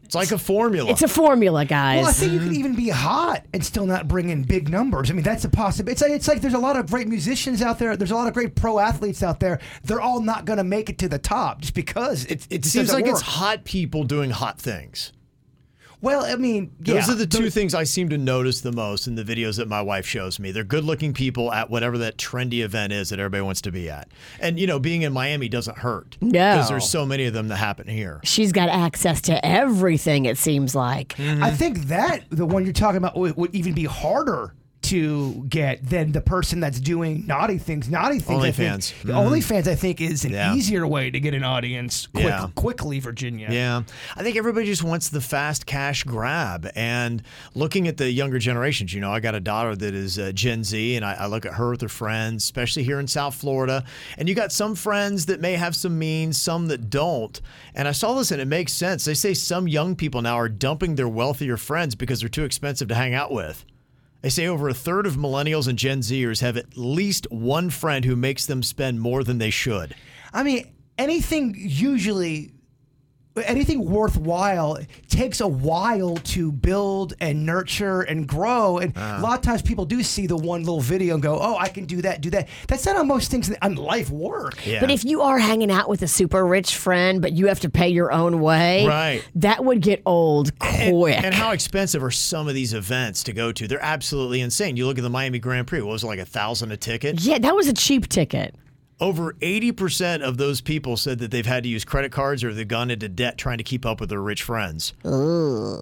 S3: it's like a formula.
S1: it's a formula, guys.
S4: Well, I think you could even be hot and still not bring in big numbers. I mean, that's a possibility. It's like, it's like there's a lot of great musicians out there. There's a lot of great pro athletes out there. They're all not going to make it to the top just because it, it
S3: It seems
S4: doesn't
S3: like
S4: work.
S3: it's hot people doing hot things.
S4: Well, I mean, yeah.
S3: Those are the two things I seem to notice the most in the videos that my wife shows me. They're good looking people at whatever that trendy event is that everybody wants to be at. And, you know, being in Miami doesn't hurt.
S1: No.
S3: Because there's so many of them that happen here.
S1: She's got access to everything. It seems like.
S4: I think that the one you're talking about would, would even be harder to get than the person that's doing naughty things. Naughty things. I think,
S3: OnlyFans.
S4: the
S3: Mhm.
S4: OnlyFans, I think, is an
S3: Yeah.
S4: easier way to get an audience quick,
S3: Yeah.
S4: quickly, Virginia.
S3: Yeah. I think everybody just wants the fast cash grab. And looking at the younger generations, you know, I got a daughter that is uh, Gen Z, and I, I look at her with her friends, especially here in South Florida. And you got some friends that may have some means, some that don't. And I saw this, and it makes sense. They say some young people now are dumping their wealthier friends because they're too expensive to hang out with. They say over a third of millennials and Gen Zers have at least one friend who makes them spend more than they should.
S4: I mean, anything usually, anything worthwhile takes a while to build and nurture and grow. And
S3: Uh-huh.
S4: a lot of times people do see the one little video and go, oh, I can do that, do that. That's not how most things in life work.
S1: But if you are hanging out with a super rich friend, but you have to pay your own way,
S3: Right.
S1: That would get old quick.
S3: And how expensive are some of these events to go to? They're absolutely insane. You look at the Miami Grand Prix, what was it, like a thousand a ticket?
S1: yeah, that was a cheap ticket.
S3: Over 80% of those people said that they've had to use credit cards or they've gone into debt trying to keep up with their rich friends.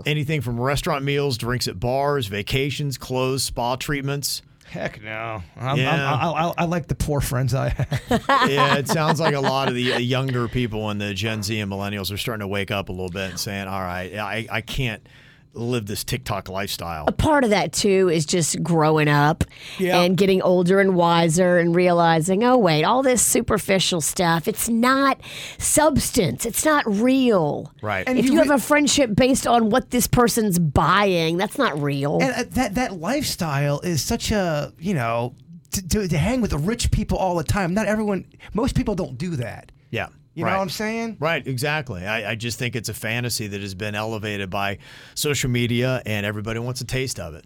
S3: Anything from restaurant meals, drinks at bars, vacations, clothes, spa treatments.
S4: Heck no. I'm,
S3: Yeah.
S4: I'm, I, I, I like the poor friends I have.
S3: yeah, it sounds like a lot of the uh, younger people and the Gen Z and millennials are starting to wake up a little bit and saying, all right, I, I can't live this TikTok lifestyle.
S4: Uh,
S1: A part of that too is just growing up
S3: Yeah.
S1: and getting older and wiser and realizing, oh wait, all this superficial stuff, it's not substance. It's not real.
S3: Right.
S4: And
S1: if
S4: you
S1: you,
S4: re-
S1: have a friendship based on what this person's buying, that's not real.
S4: And uh, that that lifestyle is such a you know to, to, to hang with the rich people all the time. Not everyone, most people don't do that.
S3: Yeah.
S4: You know what I'm saying?
S3: Right, exactly. I, I just think it's a fantasy that has been elevated by social media and everybody wants a taste of it.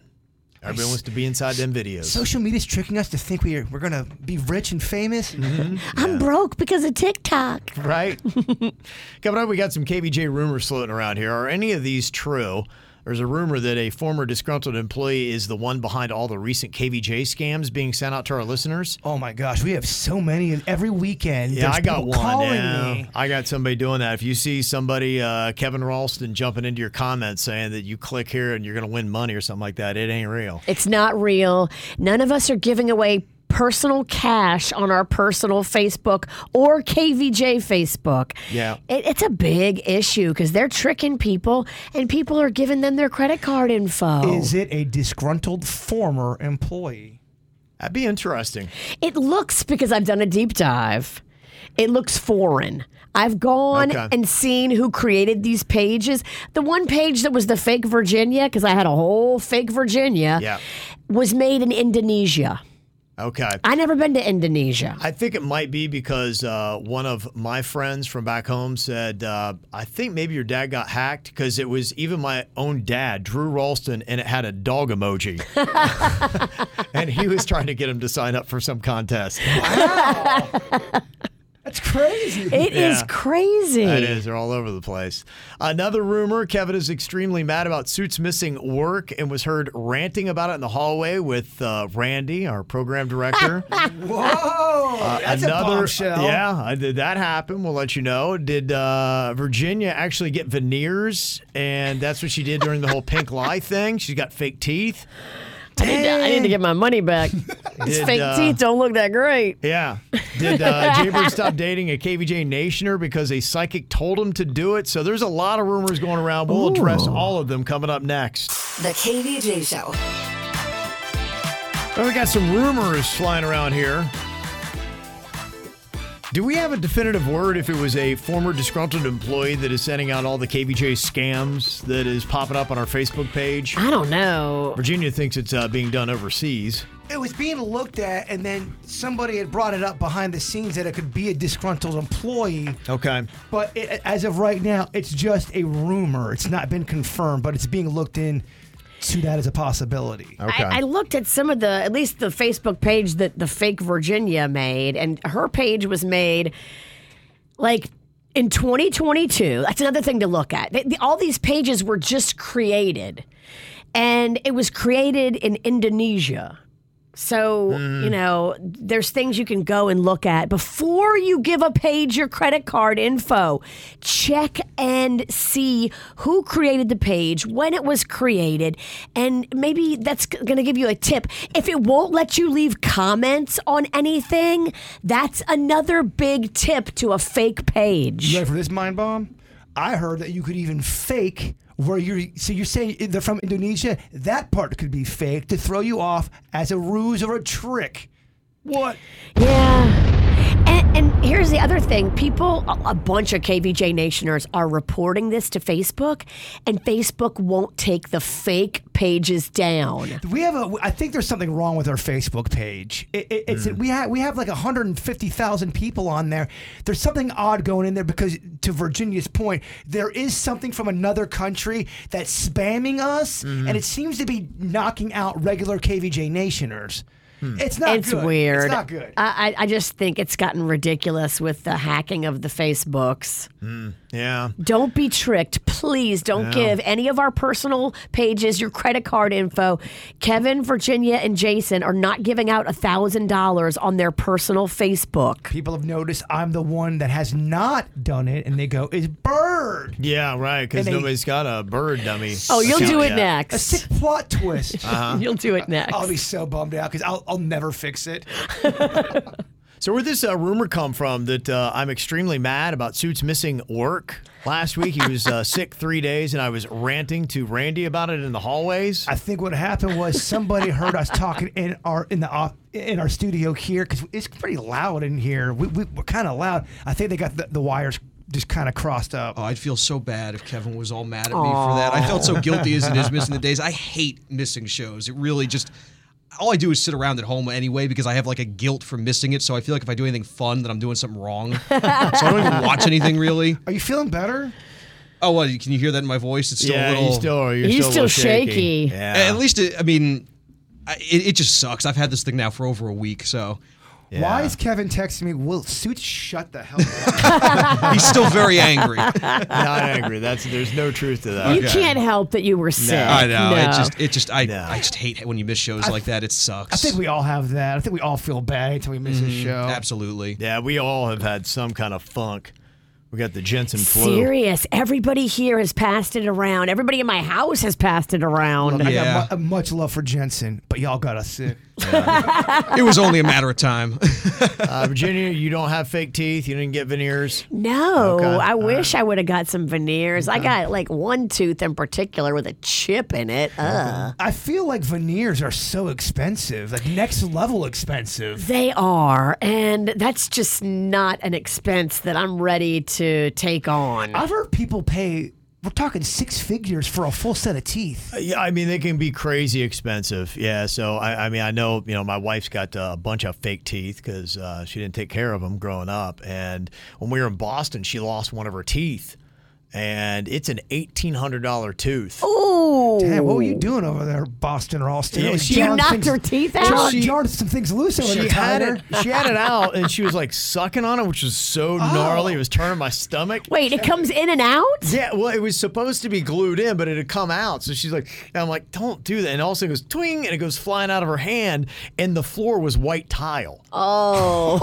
S3: Everybody wants to be inside them videos.
S4: Social media's tricking us to think we are, we're gonna be rich and famous.
S3: Mm-hmm.
S1: I'm broke because of TikTok.
S3: right? Coming up, we got some KVJ rumors floating around here. Are any of these true? There's a rumor that a former disgruntled employee is the one behind all the recent KVJ scams being sent out to our listeners.
S4: Oh my gosh, we have so many and every weekend.
S3: Yeah,
S4: there's
S3: I got
S4: people
S3: one.
S4: calling
S3: yeah.
S4: me.
S3: I got somebody doing that. If you see somebody, uh, Kevin Ralston, jumping into your comments saying that you click here and you're going to win money or something like that, it ain't real.
S1: It's not real. None of us are giving away personal cash on our personal Facebook or KVJ Facebook.
S3: Yeah.
S1: It, it's a big issue because they're tricking people and people are giving them their credit card info.
S4: Is it a disgruntled former employee?
S3: That'd be interesting.
S1: It looks, because I've done a deep dive, it looks foreign. I've gone
S3: Okay.
S1: and seen who created these pages. The one page that was the fake Virginia, because I had a whole fake Virginia,
S3: Yeah.
S1: was made in Indonesia.
S3: Okay.
S1: I never been to Indonesia.
S3: I think it might be because uh, one of my friends from back home said, uh, I think maybe your dad got hacked because it was even my own dad, Drew Ralston, and it had a dog emoji. and he was trying to get him to sign up for some contest.
S4: That's crazy.
S1: It is
S3: Yeah.
S1: crazy.
S3: It is. They're all over the place. Another rumor Kevin is extremely mad about Suits missing work and was heard ranting about it in the hallway with uh, Randy, our program director.
S4: Whoa,
S3: Uh,
S4: that's a bombshell.
S3: Yeah, uh, did that happen? We'll let you know. Did uh, Virginia actually get veneers? And that's what she did during the whole pink lie thing. She's got fake teeth.
S1: I need, to, I need to get my money back. These
S3: Did,
S1: fake
S3: uh,
S1: teeth don't look that great.
S3: Yeah. Did uh, Jaybird stop dating a KVJ Nationer because a psychic told him to do it? So there's a lot of rumors going around. We'll address all of them coming up next.
S5: The KVJ Show.
S3: Well, we got some rumors flying around here. Do we have a definitive word if it was a former disgruntled employee that is sending out all the KVJ scams that is popping up on our Facebook page?
S1: I don't know.
S3: Virginia thinks it's uh, being done overseas.
S4: It was being looked at, and then somebody had brought it up behind the scenes that it could be a disgruntled employee.
S3: Okay.
S4: But it, as of right now, it's just a rumor. It's not been confirmed, but it's being looked in to that as a possibility.
S1: I, I looked at some of the, at least the Facebook page that the fake Virginia made, and her page was made like in 2022. That's another thing to look at. They, the, all these pages were just created, and it was created in Indonesia. So, you know, there's things you can go and look at before you give a page your credit card info. Check and see who created the page, when it was created, and maybe that's going to give you a tip. If it won't let you leave comments on anything, that's another big tip to a fake page.
S4: You ready for this mind bomb? I heard that you could even fake where you're. So you're saying they're from Indonesia? That part could be fake to throw you off as a ruse or a trick. What?
S1: Yeah. And, and here's the other thing people, a, a bunch of KVJ Nationers are reporting this to Facebook, and Facebook won't take the fake pages down.
S4: We have a. I think there's something wrong with our Facebook page. It, it, it's
S1: Hmm.
S4: we have we have like 150,000 people on there. There's something odd going in there because, to Virginia's point, there is something from another country that's spamming us,
S1: Mm-hmm.
S4: and it seems to be knocking out regular KVJ nationers. It's not.
S1: Hmm. It's
S4: good.
S1: weird.
S4: It's not good.
S1: I, I I just think it's gotten ridiculous with the hacking of the Facebooks.
S3: Yeah.
S1: Don't be tricked. Please don't
S3: No.
S1: give any of our personal pages your credit card info. Kevin, Virginia, and Jason are not giving out $1,000 on their personal Facebook.
S4: People have noticed I'm the one that has not done it, and they go, "Is bird."
S3: Yeah, right. Because
S4: And they-
S3: nobody's got a bird dummy.
S1: Oh, you'll do
S3: account
S1: it
S3: yet.
S1: next.
S4: A sick plot twist.
S3: Uh-huh. You'll
S1: do it next.
S4: I'll be so bummed out because I'll, I'll never fix it.
S3: So where'd this uh, rumor come from that uh, I'm extremely mad about Suits missing work? Last week he was uh, sick three days, and I was ranting to Randy about it in the hallways.
S4: I think what happened was somebody heard us talking in our in the off, in our studio here because it's pretty loud in here. We, we, we're kind of loud. I think they got the, the wires just kind of crossed up.
S10: Oh, I'd feel so bad if Kevin was all mad at me for that. I felt so
S4: Aw.
S10: guilty as it is missing the days. I hate missing shows. It really just all I do is sit around at home anyway because I have like a guilt for missing it. So I feel like if I do anything fun, that I'm doing something wrong. so I don't even watch anything really.
S4: Are you feeling better?
S10: Oh, what? Can you hear that in my voice? It's still
S3: Yeah,
S10: a
S3: you
S10: little.
S3: still- you're He's still a still little shaky. shaky. Yeah.
S10: At least it, I mean, I- it, it just sucks. I've had this thing now for over a week, so.
S4: Why is Kevin texting me? Will suits shut the hell up?
S10: He's still very angry.
S3: Not angry. That's there's no truth to that.
S1: You can't help that you were sick.
S10: I know.
S1: No.
S10: It just, it just, I, I just hate when you miss shows like that.
S4: I
S10: It sucks.
S4: think we all have that. I think we all feel bad until we miss a
S10: Mhm,
S4: show.
S10: Absolutely.
S3: Yeah, we all have had some kind of funk. We got the Jensen flu.
S1: Serious. Everybody here has passed it around. Everybody in my house has passed it around.
S4: I got mu- much love for Jensen, but y'all got us sick.
S10: it was only a matter of time.
S3: Uh, Virginia, you don't have fake teeth. You didn't get veneers.
S1: No,
S3: Okay.
S1: I wish I would have got some veneers. I got like one tooth in particular with a chip in it. Uh.
S4: I feel like veneers are so expensive, like next level expensive.
S1: They are, and that's just not an expense that I'm ready to take on.
S4: I've heard people pay. We're talking six figures for a full set of teeth.
S3: Uh, Yeah, I mean they can be crazy expensive. Yeah, so I, I mean I know you know my wife's got uh, a bunch of fake teeth because uh, she didn't take care of them growing up, and when we were in Boston, she lost one of her teeth, and it's an eighteen hundred dollar tooth.
S1: Ooh.
S4: Damn, what were you doing over there, Boston or
S3: Oh.
S4: Austin?
S3: Yeah,
S4: It was
S3: she- You
S4: jarring
S3: knocked
S4: things-
S3: her teeth out?
S4: Jar-
S3: She-
S4: jarred some things loose over
S3: She
S4: there,
S3: had
S4: Tyler.
S3: it. Oh. She had it out, and she was like sucking on it, which was so gnarly. It was turning my stomach.
S1: Wait, it comes in and out?
S3: Yeah, well, it was supposed to be glued in, but it had come out. So she's like, and I'm like, don't do that. And all of a sudden it goes twing, and it goes flying out of her hand, and the floor was white tile.
S1: Oh.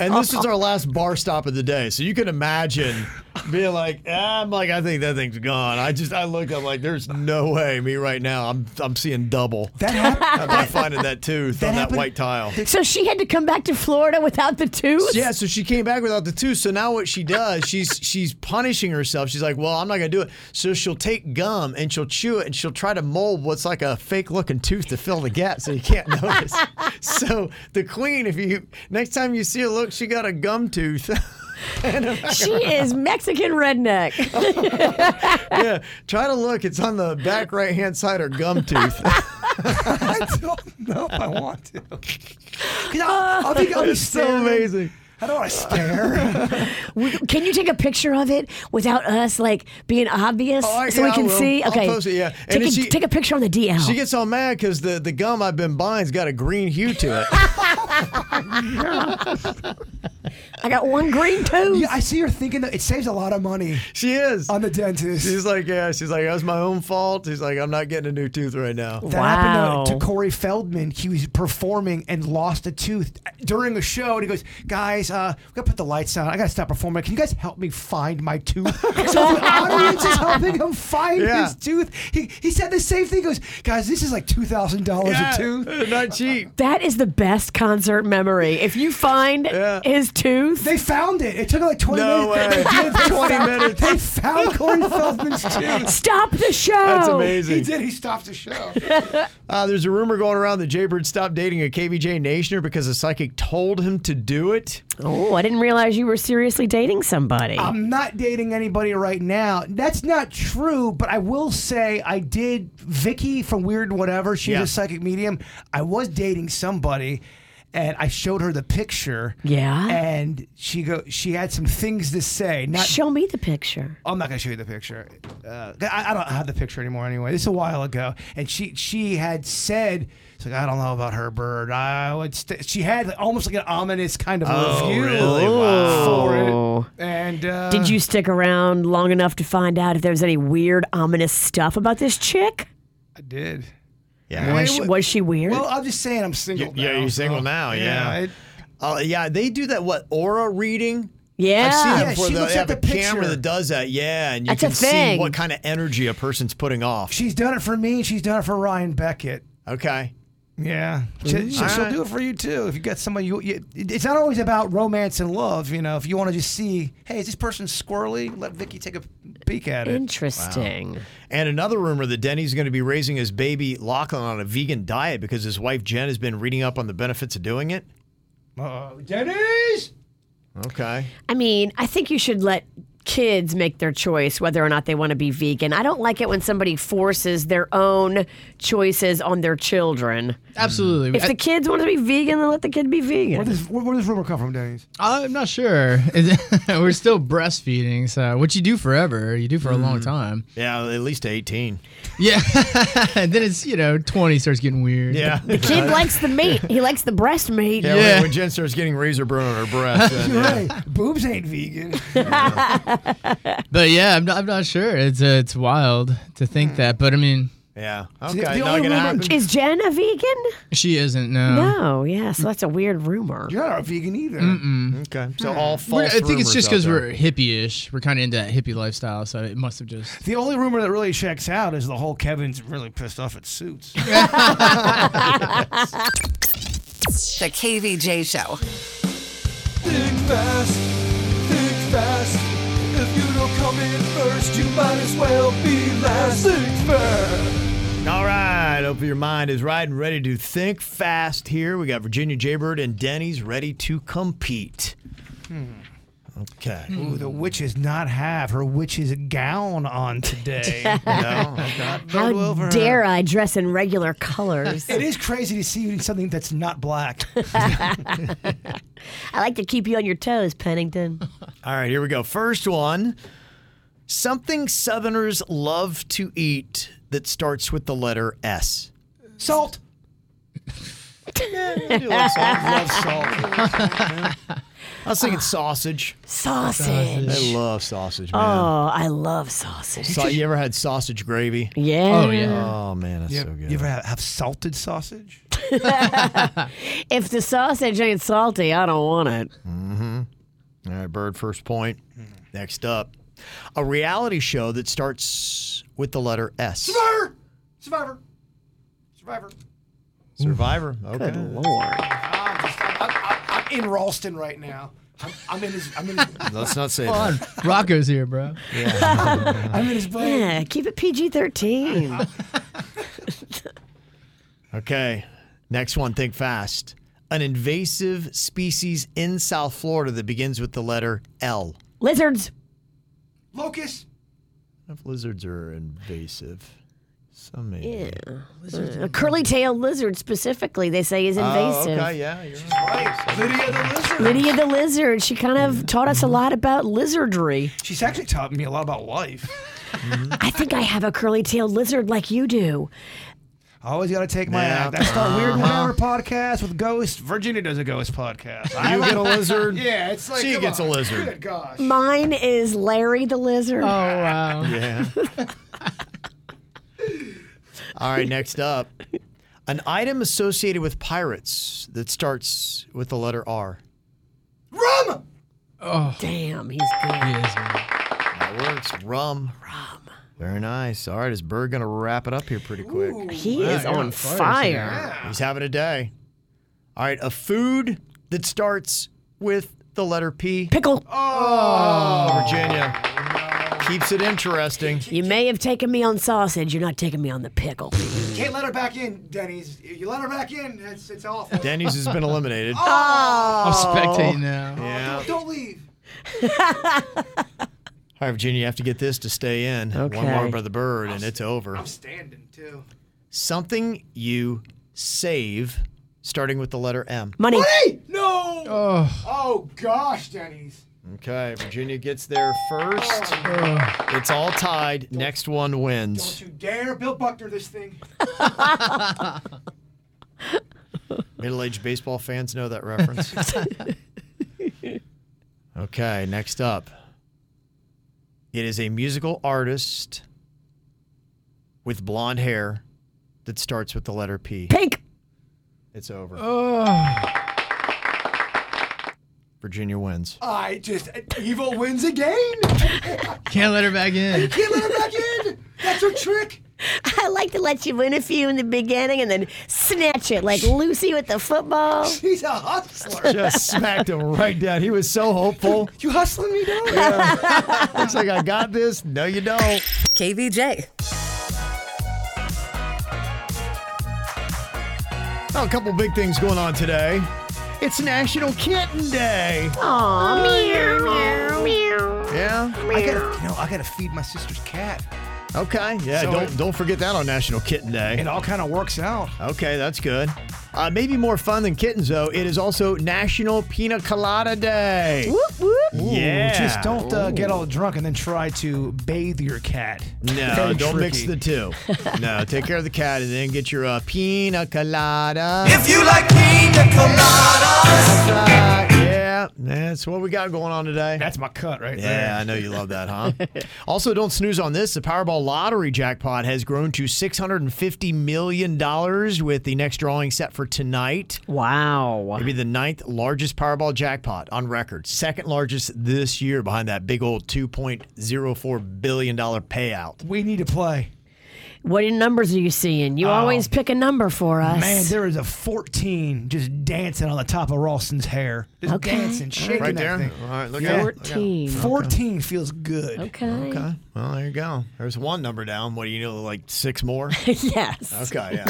S3: and this is our last bar stop of the day. So you can imagine being like, "Ah," I'm like, I think that thing's gone. I just, I look, I'm like, there's no way. Me right now, I'm, I'm seeing double. That happened. I'm not finding that tooth on that white tile.
S1: so she had to come back to Florida without the tooth?
S3: Yeah, so she came back without the tooth. So now what she does, she's she's punishing herself. She's like, "Well, I'm not gonna do it." So she'll take gum and she'll chew it and she'll try to mold what's like a fake looking tooth to fill the gap so you can't notice. so the queen, if you next time you see her, look, she got a gum tooth. And a-
S1: She is Mexican redneck.
S3: yeah, try to look. It's on the back right hand side or gum tooth.
S4: I don't know if I want to. 'Cause I'll, I'll be, I'll be
S3: It's so
S4: staring.
S3: amazing.
S4: I don't want to stare.
S1: We- can you take a picture of it without us like being obvious
S3: I-
S1: so
S3: Oh, yeah,
S1: we
S3: I
S1: can
S3: will.
S1: see?
S3: I'll
S1: Okay,
S3: post it, yeah. And
S1: Take,
S3: if
S1: a,
S3: she-
S1: take a picture on the DL.
S3: She gets all mad because the, the gum I've been buying's got a green hue to it.
S1: I got one green tooth.
S4: Yeah, I see her thinking that it saves a lot of money.
S3: She is
S4: on the dentist.
S3: She's like, yeah. She's like, that was my own fault. She's like, I'm not getting a new tooth right now.
S4: That happened to, to Corey Feldman. He was performing and lost a tooth during a show, and he goes, "Guys, uh, we gotta put the lights on. I gotta stop performing. Can you guys help me find my tooth?" so the audience is helping him find
S3: Yeah.
S4: his tooth. He he said the same thing. He goes, "Guys, this is like two thousand dollars
S3: Yeah,
S4: a tooth.
S3: Not cheap."
S1: That is the best concert memory. If you find his tooth,
S4: they found it. It took like twenty
S1: No
S4: minutes.
S1: way.
S4: They did. They
S1: 20
S4: found-
S1: minutes.
S4: They found Corey Feldman's tooth.
S1: Stop the show.
S3: That's amazing.
S4: He did. He stopped the show.
S3: Uh, there's a rumor going around that Jaybird stopped dating a KVJ Nationer because a psychic told him to do it.
S1: Oh, I didn't realize you were seriously dating somebody.
S4: I'm not dating anybody right now. That's not true, but I will say I did Vicky from Weird Whatever, she's
S1: Yeah.
S4: a psychic medium. I was dating somebody and I showed her the picture.
S1: Yeah.
S4: And she go she had some things to say. Not
S1: Show me the picture.
S4: I'm not gonna show you the picture. Uh, I, I don't have the picture anymore. Anyway, this is a while ago, and she she had said, "It's like I don't know about her bird. I would." St-. She had almost like an ominous kind of
S1: Oh,
S4: review
S1: really? Wow.
S4: for it. And uh,
S1: Did you stick around long enough to find out if there was any weird, ominous stuff about this chick?
S4: I did.
S3: Yeah.
S1: Was she, was she weird?
S4: Well, I'm just saying I'm single.
S3: yeah,
S4: now,
S3: you're single
S4: so-
S3: now. Yeah.
S4: Yeah,
S3: Yeah,
S4: it-
S3: uh, yeah they do that. What aura reading?
S1: Yeah.
S3: I've seen that
S1: Ah, Yeah,
S3: before.
S1: she
S3: They
S1: looks
S3: have
S1: at
S3: a
S1: the
S3: camera
S1: picture.
S3: that does that. Yeah, and you
S1: That's a
S3: can see
S1: thing.
S3: what kind of energy a person's putting off.
S4: She's done it for me. She's done it for Ryan Beckett.
S3: Okay.
S4: Yeah, she,
S3: Ooh.
S4: she,
S3: Mm-hmm. All
S4: will
S3: right.
S4: do it for you too. If you got somebody, you, you, it's not always about romance and love. You know, if you want to just see, hey, is this person squirrely? Let Vicky take a peek at it.
S1: Interesting.
S3: And another rumor that Denny's going to be raising his baby Lachlan on a vegan diet because his wife Jen has been reading up on the benefits of doing it.
S4: Uh-oh. Denny's.
S3: Okay.
S1: I mean, I think you should let kids make their choice whether or not they want to be vegan. I don't like it when somebody forces their own choices on their children.
S12: Absolutely.
S1: If the kids want to be vegan, then let the kid be vegan.
S4: Where does, where, where does rumor come from, Denny's?
S12: I'm not sure. We're still breastfeeding, so what you do forever, you do for a
S1: Mm.
S12: long time.
S3: Yeah, at least 18.
S12: Yeah. and then it's, you know, 20 starts getting weird.
S3: Yeah.
S1: The kid likes the meat. He likes the breast meat.
S3: Yeah, when- When, Jen starts getting razor burn on her breast. then,
S4: You're
S3: yeah.
S4: right. Boobs ain't vegan.
S12: But yeah, I'm not, I'm not sure. It's uh, it's wild to
S1: Hmm.
S12: think that, but I mean,
S3: Yeah.
S12: The- the only rumor-
S1: Is Jen a vegan?
S12: she isn't. No.
S1: No, yeah. So that's a weird rumor.
S4: You're not a vegan either.
S12: Mm-mm.
S3: Okay. So
S12: We're-
S3: all false
S12: I think it's just
S3: rumors
S12: because
S3: out there.
S12: we're hippie-ish. We're kind of into that hippie lifestyle, so it must have just.
S4: The only rumor that really checks out is the whole Kevin's really pissed off at suits.
S5: The KVJ Show.
S2: Think fast, think fast. If you don't come in first, you might as well be last. Think fast.
S3: All right, hope your mind is right and ready to think fast. Here we got Virginia Jaybird and Denny's ready to compete.
S12: Hmm.
S3: Okay.
S4: Ooh, the witch does not have her witch's gown on today.
S3: No,
S4: How
S1: Dare I dress in regular colors?
S4: It is crazy to see you in something that's not black.
S1: I like to keep you on your toes, Pennington.
S3: All right, here we go. First one something Southerners love to eat that starts with the letter S.
S4: Salt.
S3: I do like salt. I love salt. I was thinking sausage.
S1: Sausage.
S3: I love sausage, man.
S1: Oh, I love sausage.
S3: Sa- you ever had sausage gravy?
S1: Yeah. Oh, yeah.
S3: Oh man, that's
S4: you,
S3: so good.
S4: you ever have, have salted sausage?
S1: If the sausage ain't salty, I don't want it.
S3: Mm-hmm. All right, Bird, first point. Next up, a reality show that starts with the letter S.
S4: Survivor. Survivor. Survivor.
S3: Survivor. Okay. Good
S1: lord.
S4: I'm in Ralston right now. I'm, I'm in his. I'm in his.
S3: Let's not say
S12: Come on,
S3: that.
S12: Rocco's here, bro.
S4: I'm in his boat.
S1: Yeah, keep it PG 13.
S3: Okay. Next one, think fast. An invasive species in South Florida that begins with the letter L.
S1: Lizards.
S4: Locust.
S3: If lizards are invasive, some may.
S1: Yeah.
S3: be.
S1: A curly tailed lizard specifically, they say is
S3: Oh,
S1: invasive.
S3: okay, yeah, you're right.
S4: Lydia the lizard.
S1: Lydia the lizard, she kind of taught us a lot about lizardry.
S4: She's actually taught me a lot about life.
S1: I think I have a curly tailed lizard like you do.
S4: I always got to take my
S1: Yeah.
S4: act. That's the Weird One
S1: Uh-huh.
S4: Hour podcast with Ghost. Virginia does a Ghost podcast.
S3: You get a lizard.
S4: Yeah, it's like
S3: She
S4: come
S3: gets a
S4: on.
S3: lizard.
S4: Good gosh.
S1: Mine is Larry the lizard. Oh,
S12: wow.
S3: Yeah. All right, next up. An item associated with pirates that starts with the letter R.
S4: Rum.
S12: Oh.
S1: Damn, he's good.
S3: That works. Rum. Rum. Very nice. All right, is Bird going to wrap it up here pretty quick?
S1: He Wow, is you're on on fire, fire. Sam.
S3: He's having a day. All right, a food that starts with the letter P.
S1: Pickle.
S3: Oh, Virginia.
S4: Oh,
S3: Keeps it interesting.
S1: You may have taken me on sausage, you're not taking me on the pickle.
S4: Can't let her back in, Denny's. You let her back in, it's, it's awful.
S3: Denny's has been eliminated.
S4: Oh.
S12: I'm spectating now.
S3: Yeah.
S4: Don't leave.
S3: All right, Virginia, you have to get this to stay in. One
S1: Okay.
S3: more by the bird, and it's over.
S4: I'm standing too.
S3: Something you save, starting with the letter M.
S1: Money.
S4: No.
S12: Oh.
S4: gosh, Denny's.
S3: Okay, Virginia gets there first. It's all tied. Next one wins.
S4: You dare Bill Buckner this thing.
S3: Middle aged baseball fans know that reference. okay, next up. It is a musical artist with blonde hair that starts with the letter P.
S1: Pink.
S3: It's over.
S12: Oh.
S3: Virginia wins.
S4: I just evil wins again.
S12: Can't let her back in.
S4: Can't let her back in. That's her trick.
S1: I like to let you win a few in the beginning and then snatch it like Lucy with the football.
S4: She's a hustler.
S3: Just smacked him right down. He was so hopeful.
S4: You hustling me down?
S3: Looks like I got this. No, you don't.
S5: KVJ.
S3: Now, Oh, a couple big things going on today. It's National Kitten Day.
S1: Aw, meow, meow,
S3: Yeah.
S4: I gotta, you know, I gotta feed my sister's cat.
S3: Okay. Yeah.
S4: So
S3: don't
S4: it-
S3: don't forget that on National Kitten Day.
S4: It all kind of works out.
S3: Okay, that's good. Uh, maybe more fun than kittens, though. It is also National Pina Colada Day.
S1: Whoop whoop.
S4: Ooh,
S3: Yeah.
S4: Just don't uh, get
S3: Ooh.
S4: all drunk and then try to bathe your cat.
S3: No,
S4: Very
S3: don't mix
S4: tricky.
S3: the two. No, take care of the cat and then get your uh, pina colada.
S2: If you like pina coladas,
S3: Uh, yeah, that's what we got going on today.
S4: That's my cut right there.
S3: Yeah, I know you love that, huh? also, don't snooze on this. The Powerball lottery jackpot has grown to $650 million with the next drawing set for tonight.
S1: Wow.
S3: Maybe the ninth largest Powerball jackpot on record. Second largest this year behind that big old $2.04 billion payout.
S4: We need to play.
S1: What numbers are you seeing? You always pick a number for us.
S4: Man, there is a 14 just dancing on the top of Ralston's hair. Just
S1: Okay.
S4: dancing, shaking
S3: Right
S4: that
S3: there?
S4: thing.
S3: All right, look
S4: Yeah.
S3: at it.
S1: 14.
S4: 14 feels good.
S1: Okay.
S3: Okay. Well, there you go. There's one number down. What do you know, like six more?
S1: yes.
S3: Okay, yeah.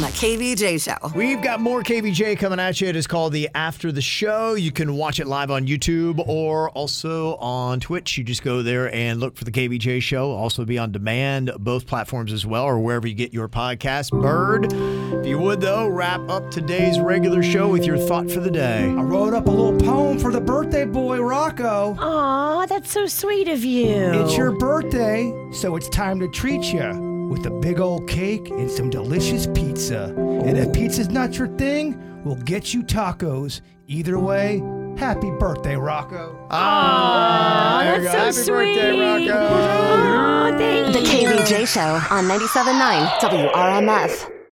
S5: My KVJ show.
S3: We've got more KVJ coming at you. It is called the After the Show. You can watch it live on YouTube or also on Twitch. You just go there and look for the KVJ Show. Also be on demand, both platforms as well, or wherever you get your podcast. Bird, if you would though, wrap up today's regular show with your thought for the day.
S4: I wrote up a little poem for the birthday boy, Rocco.
S1: Aw, that's so sweet of you.
S4: It's your birthday, so it's time to treat ya with a big old cake and some delicious pizza. And if pizza's not your thing, we'll get you tacos. Either way, happy birthday, Rocco.
S3: Ah, there you go.
S1: that's so
S3: Happy birthday,
S1: sweet.
S3: Rocco.
S1: Aw, thank
S18: The
S1: you.
S18: KVJ Show on 97.9 WRMF.